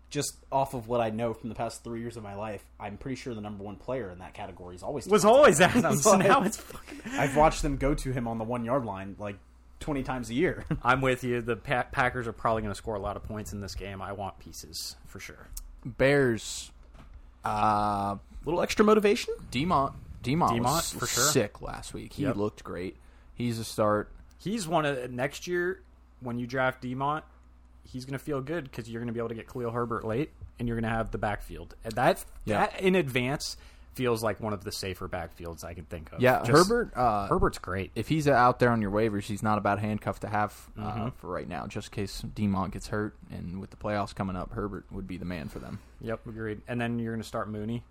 Speaker 3: just off of what I know from the past three years of my life, I'm pretty sure the number one player in that category is always
Speaker 4: was
Speaker 3: Devontae
Speaker 4: always Adams.
Speaker 3: Like-
Speaker 4: now it's fucking.
Speaker 3: I've watched them go to him on the one yard line like twenty times a year.
Speaker 4: I'm with you. The pa- Packers are probably going to score a lot of points in this game. I want pieces for sure.
Speaker 5: Bears. Uh,
Speaker 3: little extra motivation.
Speaker 5: Demont. Demont,
Speaker 4: Demont,
Speaker 5: was
Speaker 4: for sure.
Speaker 5: sick last week. He
Speaker 4: Yep.
Speaker 5: looked great. He's a start.
Speaker 4: He's one of next year when you draft Demont, he's going to feel good because you're going to be able to get Khalil Herbert late, and you're going to have the backfield. And that
Speaker 5: Yeah.
Speaker 4: that in advance feels like one of the safer backfields I can think of.
Speaker 5: Yeah,
Speaker 4: Just-
Speaker 5: Herbert. Uh,
Speaker 4: Herbert's great.
Speaker 5: if he's out there on your waivers, he's not a bad handcuff to have uh,
Speaker 4: Mm-hmm.
Speaker 5: for right now, just in case Demont gets hurt. And with the playoffs coming up, Herbert would be the man for them.
Speaker 4: Yep, agreed. And then you're going to start Mooney.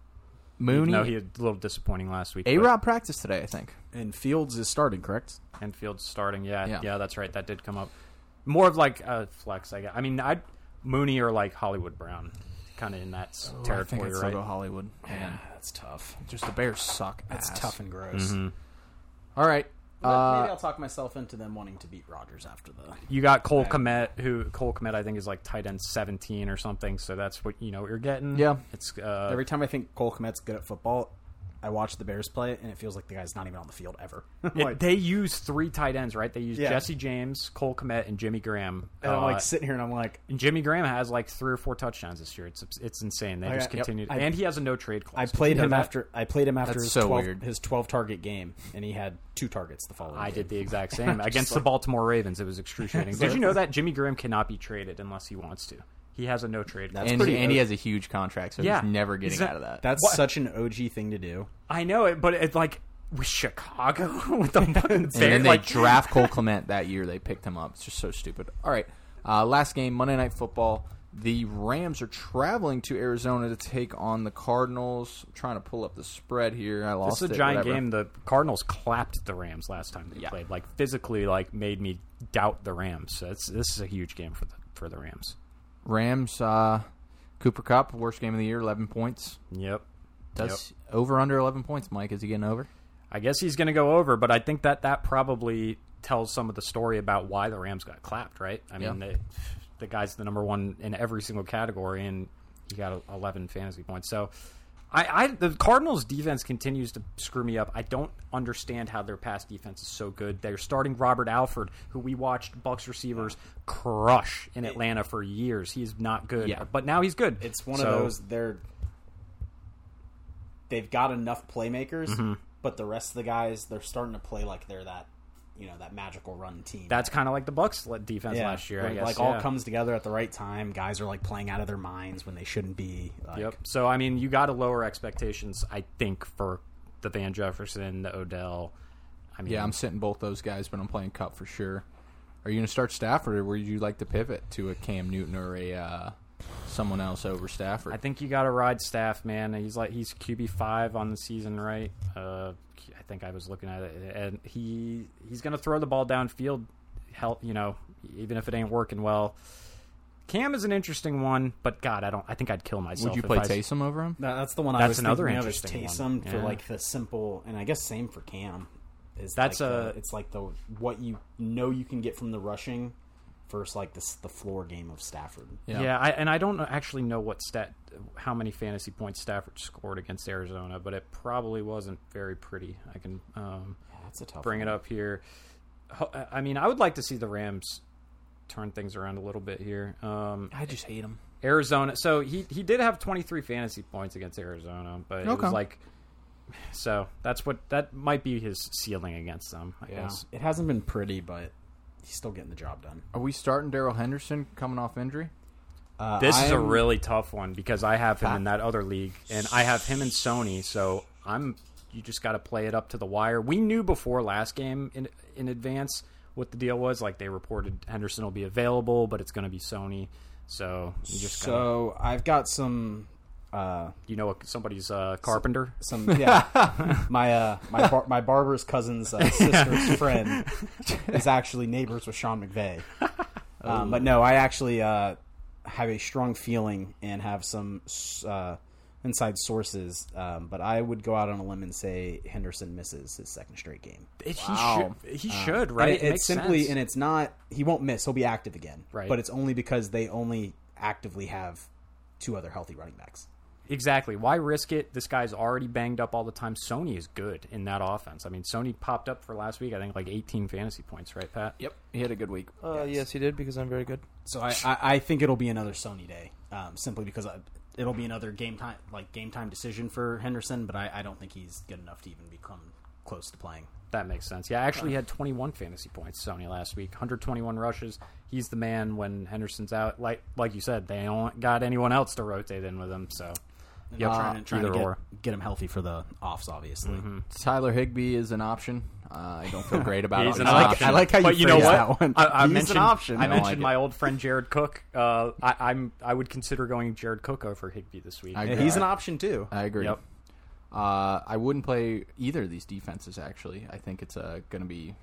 Speaker 5: Mooney,
Speaker 4: No, he had a little disappointing last week. but-
Speaker 5: A Rob practiced today, I think.
Speaker 3: And Fields is starting, correct?
Speaker 4: and Fields starting. Yeah,
Speaker 5: Yeah.
Speaker 4: yeah, that's right. That did come up. More of like a flex, I guess. I mean, I Mooney or like Hollywood Brown. kind of in that s-
Speaker 5: Oh,
Speaker 6: Ooh, I think
Speaker 4: territory,
Speaker 6: I'd still
Speaker 4: right?
Speaker 6: go Hollywood. Man,
Speaker 3: that's tough.
Speaker 6: just the Bears suck.
Speaker 3: That's
Speaker 6: ass.
Speaker 3: tough and gross.
Speaker 6: All right.
Speaker 3: But maybe
Speaker 6: Uh,
Speaker 3: I'll talk myself into them wanting to beat Rogers after the.
Speaker 4: You got Cole Komet, who Cole Komet I think is like tight end seventeen or something. So that's what you know what you're getting.
Speaker 6: Yeah.
Speaker 4: it's uh,
Speaker 3: Every time I think Cole Kmet's good at football, I watch the Bears play it, and it feels like the guy's not even on the field ever.
Speaker 4: it- they use three tight ends, right? They use
Speaker 3: Yeah.
Speaker 4: Jesse James, Cole Komet, and Jimmy Graham.
Speaker 3: and I'm
Speaker 4: Uh,
Speaker 3: like sitting here, and I'm like,
Speaker 4: and Jimmy Graham has like three or four touchdowns this year. It's it's insane. They
Speaker 3: I
Speaker 4: just
Speaker 3: got- yep.
Speaker 4: continue,
Speaker 3: I-
Speaker 4: and he has a no trade
Speaker 3: I
Speaker 4: clause.
Speaker 3: played
Speaker 4: You know
Speaker 3: him
Speaker 4: that?
Speaker 3: after I played him after
Speaker 6: That's
Speaker 3: his
Speaker 6: so
Speaker 3: 12,
Speaker 6: weird.
Speaker 3: his 12 target game, and he had two targets the following.
Speaker 4: I
Speaker 3: game.
Speaker 4: did the exact same against the Baltimore Ravens. It was excruciating. did you know that Jimmy Graham cannot be traded unless he wants to? He has a no trade. clause.
Speaker 3: That's
Speaker 6: and,
Speaker 3: pretty
Speaker 6: and he has a huge contract, so
Speaker 4: Yeah.
Speaker 6: he's never getting
Speaker 4: He's not-
Speaker 6: out of that.
Speaker 3: That's such an OG thing to do.
Speaker 4: I know it, but it's like with Chicago with the fucking Bears,
Speaker 6: and then they
Speaker 4: like,
Speaker 6: draft Cole Clement that year. They picked him up. It's just so stupid. All right. Uh, last game, Monday Night Football. The Rams are traveling to Arizona to take on the Cardinals. I'm trying to pull up the spread here. I lost
Speaker 4: This is a
Speaker 6: it,
Speaker 4: giant
Speaker 6: whatever.
Speaker 4: game. The Cardinals clapped the Rams last time they
Speaker 6: Yeah.
Speaker 4: played. Like physically, like made me doubt the Rams. So it's, this is a huge game for the for the Rams.
Speaker 6: Rams, uh, Cooper Cup, worst game of the year, 11 points.
Speaker 4: Yep.
Speaker 6: Does over under 11 points, Mike? Is he getting over?
Speaker 4: I guess he's going to go over, but I think that that probably tells some of the story about why the Rams got clapped, right? I mean, they, the guy's the number one in every single category, and he got 11 fantasy points. So, I, I the Cardinals' defense continues to screw me up. I don't understand how their pass defense is so good. They're starting Robert Alford, who we watched Bucks receivers crush in Atlanta for years. He's not good,
Speaker 6: Yeah.
Speaker 4: but now he's good.
Speaker 3: It's one
Speaker 4: So-
Speaker 3: of those they're they've got enough playmakers,
Speaker 4: Mm-hmm.
Speaker 3: but the rest of the guys they're starting to play like they're that you know that magical run team.
Speaker 4: That's kind of like the Bucks defense
Speaker 3: Yeah.
Speaker 4: last year.
Speaker 3: Like,
Speaker 4: I guess
Speaker 3: like, all
Speaker 4: yeah.
Speaker 3: comes together at the right time. Guys are like playing out of their minds when they shouldn't be. Like,
Speaker 4: Yep. So I mean, you got to lower expectations, I think, for the Van Jefferson, the Odell. I mean,
Speaker 6: Yeah, I'm sitting both those guys, but I'm playing Cup for sure. Are you going to start Stafford, or would you like to pivot to a Cam Newton or a uh, someone else over Stafford?
Speaker 4: I think you got to ride Staff, man. He's like he's QB five on the season, right? Uh, I think I was looking at it, and he he's going to throw the ball downfield. Help, you know, even if it ain't working well. Cam is an interesting one, but God, I don't. I think I'd kill myself.
Speaker 6: would you
Speaker 4: if
Speaker 6: play
Speaker 4: I-
Speaker 6: Taysom over him?
Speaker 3: That- that's the one I
Speaker 4: That's
Speaker 3: was
Speaker 4: another
Speaker 3: thinking of is
Speaker 4: interesting
Speaker 3: Taysom
Speaker 4: one.
Speaker 3: for
Speaker 4: Yeah.
Speaker 3: like the simple, and I guess same for Cam. Is
Speaker 4: That's
Speaker 3: like
Speaker 4: a-
Speaker 3: the- it's like the what you know you can get from the rushing versus like this the floor game of Stafford.
Speaker 4: Yeah, I, and I don't know- actually know what stat, how many fantasy points Stafford scored against Arizona, but it probably wasn't very pretty. I can um,
Speaker 3: That's a tough.
Speaker 4: bring
Speaker 3: one.
Speaker 4: it up here. Ho- I mean, I would like to see the Rams turn things around a little bit here. Um,
Speaker 6: I just hate him.
Speaker 4: Arizona. So he he did have 23 fantasy points against Arizona, but it
Speaker 6: Okay.
Speaker 4: was like so that's what that might be his ceiling against them. I
Speaker 3: Yeah.
Speaker 4: guess.
Speaker 3: It hasn't been pretty, but he's still getting the job done.
Speaker 6: Are we starting Daryl Henderson coming off injury?
Speaker 3: Uh,
Speaker 4: This is a
Speaker 3: I'm-
Speaker 4: really tough one because I have him in that other league, and I have him in Sony. So I'm. You just got to play it up to the wire. We knew before last game in in advance what the deal was. Like they reported Henderson will be available, but it's going to be Sony. So you just gotta,
Speaker 3: so I've got some. Uh,
Speaker 4: you know somebody's uh, carpenter.
Speaker 3: some yeah. my uh, my bar- my barber's cousin's uh, sister's friend is actually neighbors with Sean McVay. Um, but no, I actually uh, have a strong feeling and have some uh, inside sources. Um, but I would go out on a limb and say Henderson misses his second straight game.
Speaker 4: It- He should. He should.
Speaker 3: Uh,
Speaker 4: Right.
Speaker 3: And it-
Speaker 4: It
Speaker 3: it's
Speaker 4: makes
Speaker 3: simply
Speaker 4: sense.
Speaker 3: and it's not he won't miss. He'll be active again.
Speaker 4: Right.
Speaker 3: But it's only because they only actively have two other healthy running backs.
Speaker 4: Exactly. Why risk it? This guy's already banged up all the time. Sony is good in that offense. I mean, Sony popped up for last week. I think like 18 fantasy points, right, Pat?
Speaker 6: Yep, he had a good week.
Speaker 2: Uh, yes, he did because I'm very good.
Speaker 3: So I, I, I think it'll be another Sony day, um, simply because I, it'll be another game time like game time decision for Henderson. But I, I don't think he's good enough to even become close to playing.
Speaker 4: That makes sense. Yeah, I actually had 21 fantasy points Sony last week. 121 rushes. He's the man when Henderson's out. Like like you said, they don't got anyone else to rotate in with him. So
Speaker 3: And
Speaker 4: Yep.
Speaker 3: trying to, trying to
Speaker 4: Either or.
Speaker 3: get, get him healthy for the offs, obviously.
Speaker 6: Tyler Higby is an option. Uh, I don't feel great about it.
Speaker 4: an
Speaker 6: He's
Speaker 4: option.
Speaker 3: I like how you
Speaker 4: but you know
Speaker 3: phrased
Speaker 4: what?
Speaker 3: that one.
Speaker 4: I, I
Speaker 3: He's an
Speaker 4: mentioned,
Speaker 3: option.
Speaker 4: I
Speaker 6: I
Speaker 4: mentioned
Speaker 6: like it.
Speaker 4: my old friend Jared Cook. Uh, I, I'm I would consider going Jared Cook over Higby this week.
Speaker 6: I
Speaker 3: Yeah,
Speaker 6: agree.
Speaker 3: he's an option too.
Speaker 6: I agree.
Speaker 4: Yep.
Speaker 6: Uh, I wouldn't play either of these defenses. Actually, I think it's uh, going to be. I-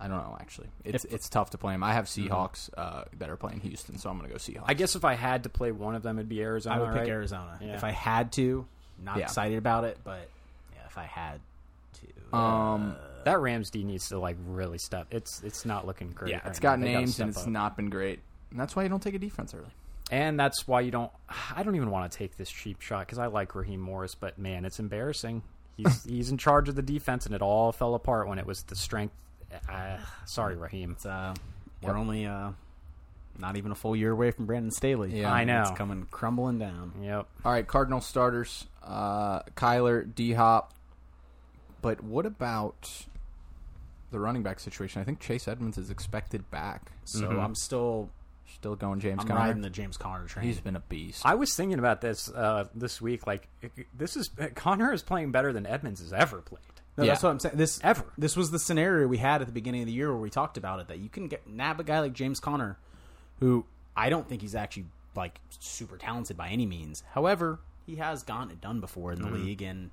Speaker 5: I don't know actually. It's it's tough to play them. I have Seahawks uh, that are playing Houston, so I'm gonna go Seahawks.
Speaker 4: Mm-hmm. I guess if I had to play one of them, it'd be Arizona.
Speaker 3: I would pick
Speaker 4: right?
Speaker 3: Arizona
Speaker 4: Yeah.
Speaker 3: if I had to. Not
Speaker 5: Yeah.
Speaker 3: excited about it, but yeah, if I had to,
Speaker 5: um,
Speaker 4: That Rams D needs to like really step. It's it's not looking great.
Speaker 5: yeah,
Speaker 4: right
Speaker 5: it's
Speaker 4: now.
Speaker 5: got
Speaker 4: They gotta
Speaker 5: names
Speaker 4: step
Speaker 5: and it's
Speaker 4: up.
Speaker 5: not been great. And that's why you don't take a defense early.
Speaker 4: And that's why you don't. I don't even want to take this cheap shot because I like Raheem Morris, but man, it's embarrassing. He's he's in charge of the defense, and it all fell apart when it was the strength. Uh, sorry, Raheem.
Speaker 3: it's, uh, we're only uh, not even a full year away from Brandon Staley.
Speaker 5: Yeah.
Speaker 4: I know.
Speaker 3: it's coming crumbling down.
Speaker 4: Yep.
Speaker 5: All right, Cardinal starters: uh, Kyler, D Hop. But what about the running back situation? I think Chase Edmonds is expected back.
Speaker 3: So I'm still
Speaker 5: Still going, James
Speaker 3: I'm
Speaker 5: Conner.
Speaker 3: riding the James Conner train.
Speaker 5: He's been a beast.
Speaker 4: I was thinking about this uh, this week. Like, this is Connor is playing better than Edmonds has ever played.
Speaker 3: no, that's
Speaker 5: Yeah.
Speaker 3: what I'm saying. This
Speaker 4: Ever.
Speaker 3: this was the scenario we had at the beginning of the year where we talked about it that you can get nab a guy like James Conner, who I don't think he's actually like super talented by any means. However, he has gotten it done before in the
Speaker 4: Mm-hmm.
Speaker 3: league, and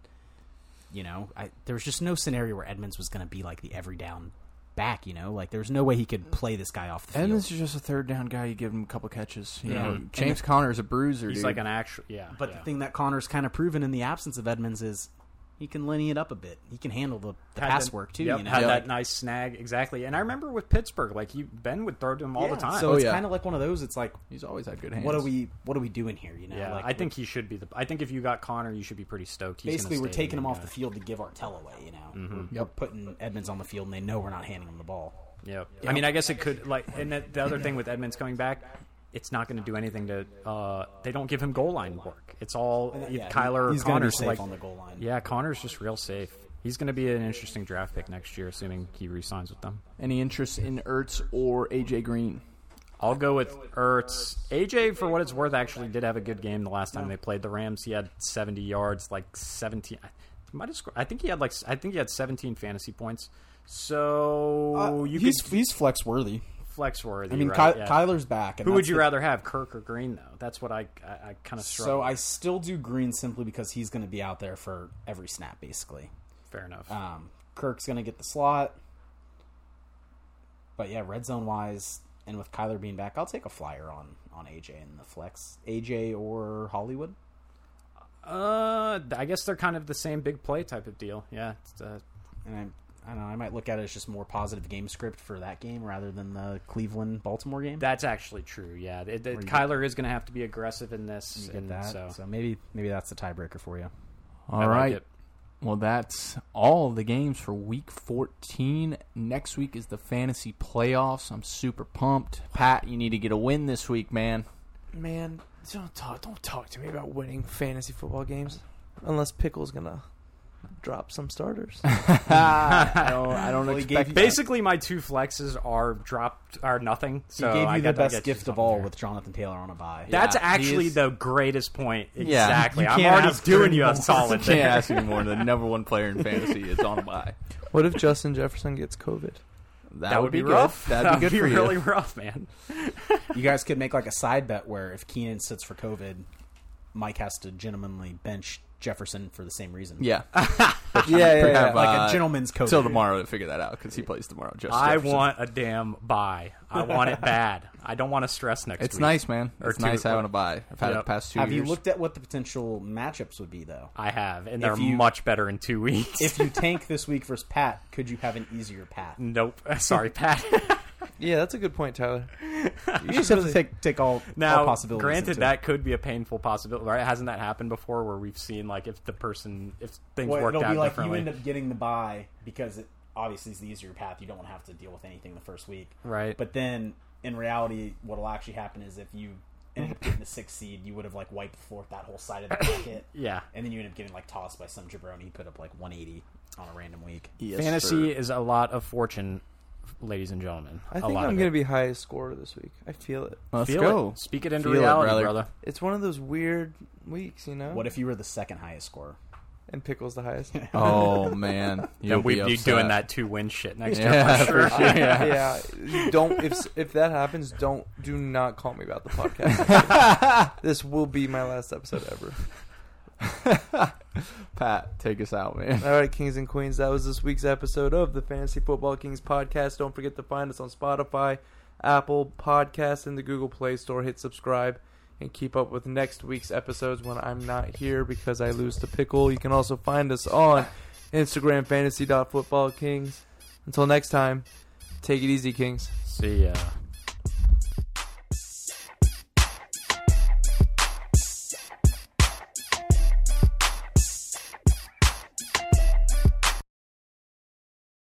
Speaker 3: you know I, there was just no scenario where Edmonds was going to be like the every down back. You know, like there was no way he could play this guy off the field.
Speaker 5: Edmonds is just a third down guy. You give him a couple catches. You
Speaker 4: Yeah.
Speaker 5: know, James Conner is a bruiser.
Speaker 4: He's
Speaker 5: dude.
Speaker 4: like an actual yeah.
Speaker 3: But
Speaker 4: yeah.
Speaker 3: the thing that Connor's kind of proven in the absence of Edmonds is he can liney it up a bit. He can handle the, the
Speaker 4: Had
Speaker 3: pass
Speaker 4: that-
Speaker 3: work too.
Speaker 4: Yep,
Speaker 3: you know?
Speaker 4: had
Speaker 3: Like,
Speaker 4: that nice snag exactly. And I remember with Pittsburgh, like you Ben would throw to him all the
Speaker 3: yeah,
Speaker 4: time.
Speaker 3: So
Speaker 5: Oh,
Speaker 3: it's
Speaker 5: yeah.
Speaker 3: kind of like one of those. It's like,
Speaker 5: He's always had good hands.
Speaker 3: what are we? What are we doing here? You know,
Speaker 4: yeah,
Speaker 3: like,
Speaker 4: I think he should be the. I think if you got Connor, you should be pretty stoked. He's
Speaker 3: basically
Speaker 4: gonna
Speaker 3: we're
Speaker 4: stay Mm-hmm.
Speaker 3: taking
Speaker 4: the
Speaker 3: him
Speaker 4: main
Speaker 3: off
Speaker 4: guy.
Speaker 3: the field to give Artell away. You know, we're putting Edmonds on the field, and they know we're not handing him the ball.
Speaker 4: Yep. I mean, I guess it could like, and that, the other thing with Edmonds coming back, it's not going to do anything to. Uh, they don't give him goal line work. It's all
Speaker 3: Yeah,
Speaker 4: Kyler
Speaker 3: he- he's
Speaker 4: or
Speaker 3: gonna be
Speaker 4: Connor. so,
Speaker 3: safe
Speaker 4: like,
Speaker 3: on the goal line.
Speaker 4: yeah, Connor's just real safe. He's going to be an interesting draft pick next year, assuming he re-signs with them.
Speaker 5: Any interest in Ertz or AJ Green?
Speaker 4: I'll go with Ertz. AJ, for what it's worth, actually did have a good game the last time they played the Rams. He had 70 yards, like 17. I- He might have scored. I think he had like s- I think he had 17 fantasy points. So you could
Speaker 3: Uh, he's he's flex worthy.
Speaker 4: flex worthy.
Speaker 3: I mean,
Speaker 4: right?
Speaker 3: Ky-
Speaker 4: Yeah.
Speaker 3: Kyler's back. And
Speaker 4: Who would
Speaker 3: that's
Speaker 4: you
Speaker 3: the-
Speaker 4: rather have, Kirk or Green? Though that's what I I, I kind of struggle.
Speaker 3: So I still do Green simply because he's going to be out there for every snap, basically.
Speaker 4: Fair enough.
Speaker 3: Um, Kirk's going to get the slot. But yeah, red zone wise, and with Kyler being back, I'll take a flyer on on AJ in the flex. AJ or Hollywood.
Speaker 4: Uh, I guess they're kind of the same big play type of deal. Yeah, it's, uh,
Speaker 3: And I, I don't know. I might look at it as just more positive game script for that game rather than the Cleveland Baltimore game.
Speaker 4: that's actually true. Yeah, it, it- Kyler is going to have to be aggressive in this.
Speaker 3: Get
Speaker 4: and
Speaker 3: that.
Speaker 4: So,
Speaker 3: so maybe maybe that's the tiebreaker for you.
Speaker 5: All
Speaker 4: I
Speaker 5: right.
Speaker 4: like it.
Speaker 5: Well, that's all the games for week 14. Next week is the fantasy playoffs. I'm super pumped. Pat, you need to get a win this week, man.
Speaker 2: Man, don't talk. Don't talk to me about winning fantasy football games, unless Pickle's gonna drop some starters.
Speaker 3: Uh,
Speaker 5: I don't, I don't
Speaker 3: Well, he gave
Speaker 5: expect
Speaker 3: you-
Speaker 4: Basically, my two flexes are dropped are nothing.
Speaker 3: He
Speaker 4: So
Speaker 3: gave you
Speaker 4: I
Speaker 3: the
Speaker 4: got- I
Speaker 3: best
Speaker 4: get you
Speaker 3: gift of
Speaker 4: something
Speaker 3: all
Speaker 4: there.
Speaker 3: with Jonathan Taylor on a bye.
Speaker 4: That's
Speaker 5: Yeah, he
Speaker 4: actually
Speaker 5: is-
Speaker 4: the greatest point.
Speaker 5: Yeah.
Speaker 4: Exactly.
Speaker 3: You
Speaker 4: I'm
Speaker 3: can't
Speaker 4: already
Speaker 3: ask for
Speaker 4: doing
Speaker 3: any
Speaker 4: you a
Speaker 3: more.
Speaker 4: solid
Speaker 5: Can't
Speaker 4: there.
Speaker 5: ask anymore. The number one player in fantasy is on a bye.
Speaker 2: what if Justin Jefferson gets COVID?
Speaker 5: That,
Speaker 4: That would be rough.
Speaker 5: Good. That'd be good for
Speaker 4: really
Speaker 5: you.
Speaker 4: rough, man.
Speaker 3: You guys could make like a side bet where if Keenan sits for COVID, Mike has to gentlemanly bench Jefferson for the same reason.
Speaker 5: Yeah.
Speaker 2: yeah, yeah,
Speaker 5: Pretty
Speaker 2: yeah.
Speaker 5: bad.
Speaker 3: like
Speaker 5: Uh,
Speaker 3: a gentleman's code.
Speaker 5: Till tomorrow to figure that out because he plays tomorrow. Just
Speaker 4: I want a damn buy. I want it bad. I don't want to stress next
Speaker 5: It's
Speaker 4: week.
Speaker 5: nice, man.
Speaker 4: Or
Speaker 5: It's
Speaker 4: two-
Speaker 5: nice having a bye. I've had it
Speaker 4: Yep.
Speaker 5: the past two
Speaker 3: Have
Speaker 5: years.
Speaker 3: you looked at what the potential matchups would be though?
Speaker 4: I have, and they're
Speaker 3: If you-
Speaker 4: much better in two weeks.
Speaker 3: If you tank this week versus Pat, could you have an easier path?
Speaker 4: nope, sorry, Pat.
Speaker 2: Yeah, that's a good point, Tyler.
Speaker 3: You just have to take take all, all
Speaker 4: now,
Speaker 3: possibilities.
Speaker 4: granted,
Speaker 3: into it.
Speaker 4: that could be a painful possibility, right? Hasn't that happened before, where we've seen like if the person, if things
Speaker 3: Well,
Speaker 4: worked
Speaker 3: it'll
Speaker 4: out
Speaker 3: be like you
Speaker 4: differently,
Speaker 3: end up getting the buy because it obviously is the easier path. You don't want to have to deal with anything the first week,
Speaker 4: right?
Speaker 3: But then in reality, what will actually happen is if you ended up getting the sixth seed, you would have like wiped the floor with that whole side of the bracket.
Speaker 4: yeah,
Speaker 3: and then you end up getting like tossed by some jabroni who put up like 180 on a random week.
Speaker 4: fantasy is a lot of fortune, ladies and gentlemen.
Speaker 2: I
Speaker 4: A
Speaker 2: think
Speaker 4: lot
Speaker 2: I'm
Speaker 4: of
Speaker 2: going to
Speaker 4: it.
Speaker 2: be highest scorer this week. I feel it.
Speaker 5: Let's
Speaker 4: Feel
Speaker 5: go.
Speaker 4: It. Speak it into
Speaker 5: Feel it,
Speaker 4: reality,
Speaker 5: brother.
Speaker 4: brother.
Speaker 2: It's one of those weird weeks, you know.
Speaker 3: What if you were the second highest scorer?
Speaker 2: and Pickle's the highest.
Speaker 5: Oh man, you'll
Speaker 4: Then we'd be
Speaker 5: upset.
Speaker 4: doing that two win shit next year.
Speaker 5: Yeah, for sure. Yeah.
Speaker 2: yeah, don't if if that happens, don't do not call me about the podcast. this will be my last episode ever.
Speaker 5: Pat, take us out, man.
Speaker 2: All right, Kings and Queens, that was this week's episode of the Fantasy Football Kings podcast. Don't forget to find us on Spotify, Apple Podcasts, and the Google Play Store. Hit subscribe and keep up with next week's episodes when I'm not here because I lose to Pickle. You can also find us on Instagram, fantasy.footballkings. Until next time, take it easy, Kings.
Speaker 4: See ya.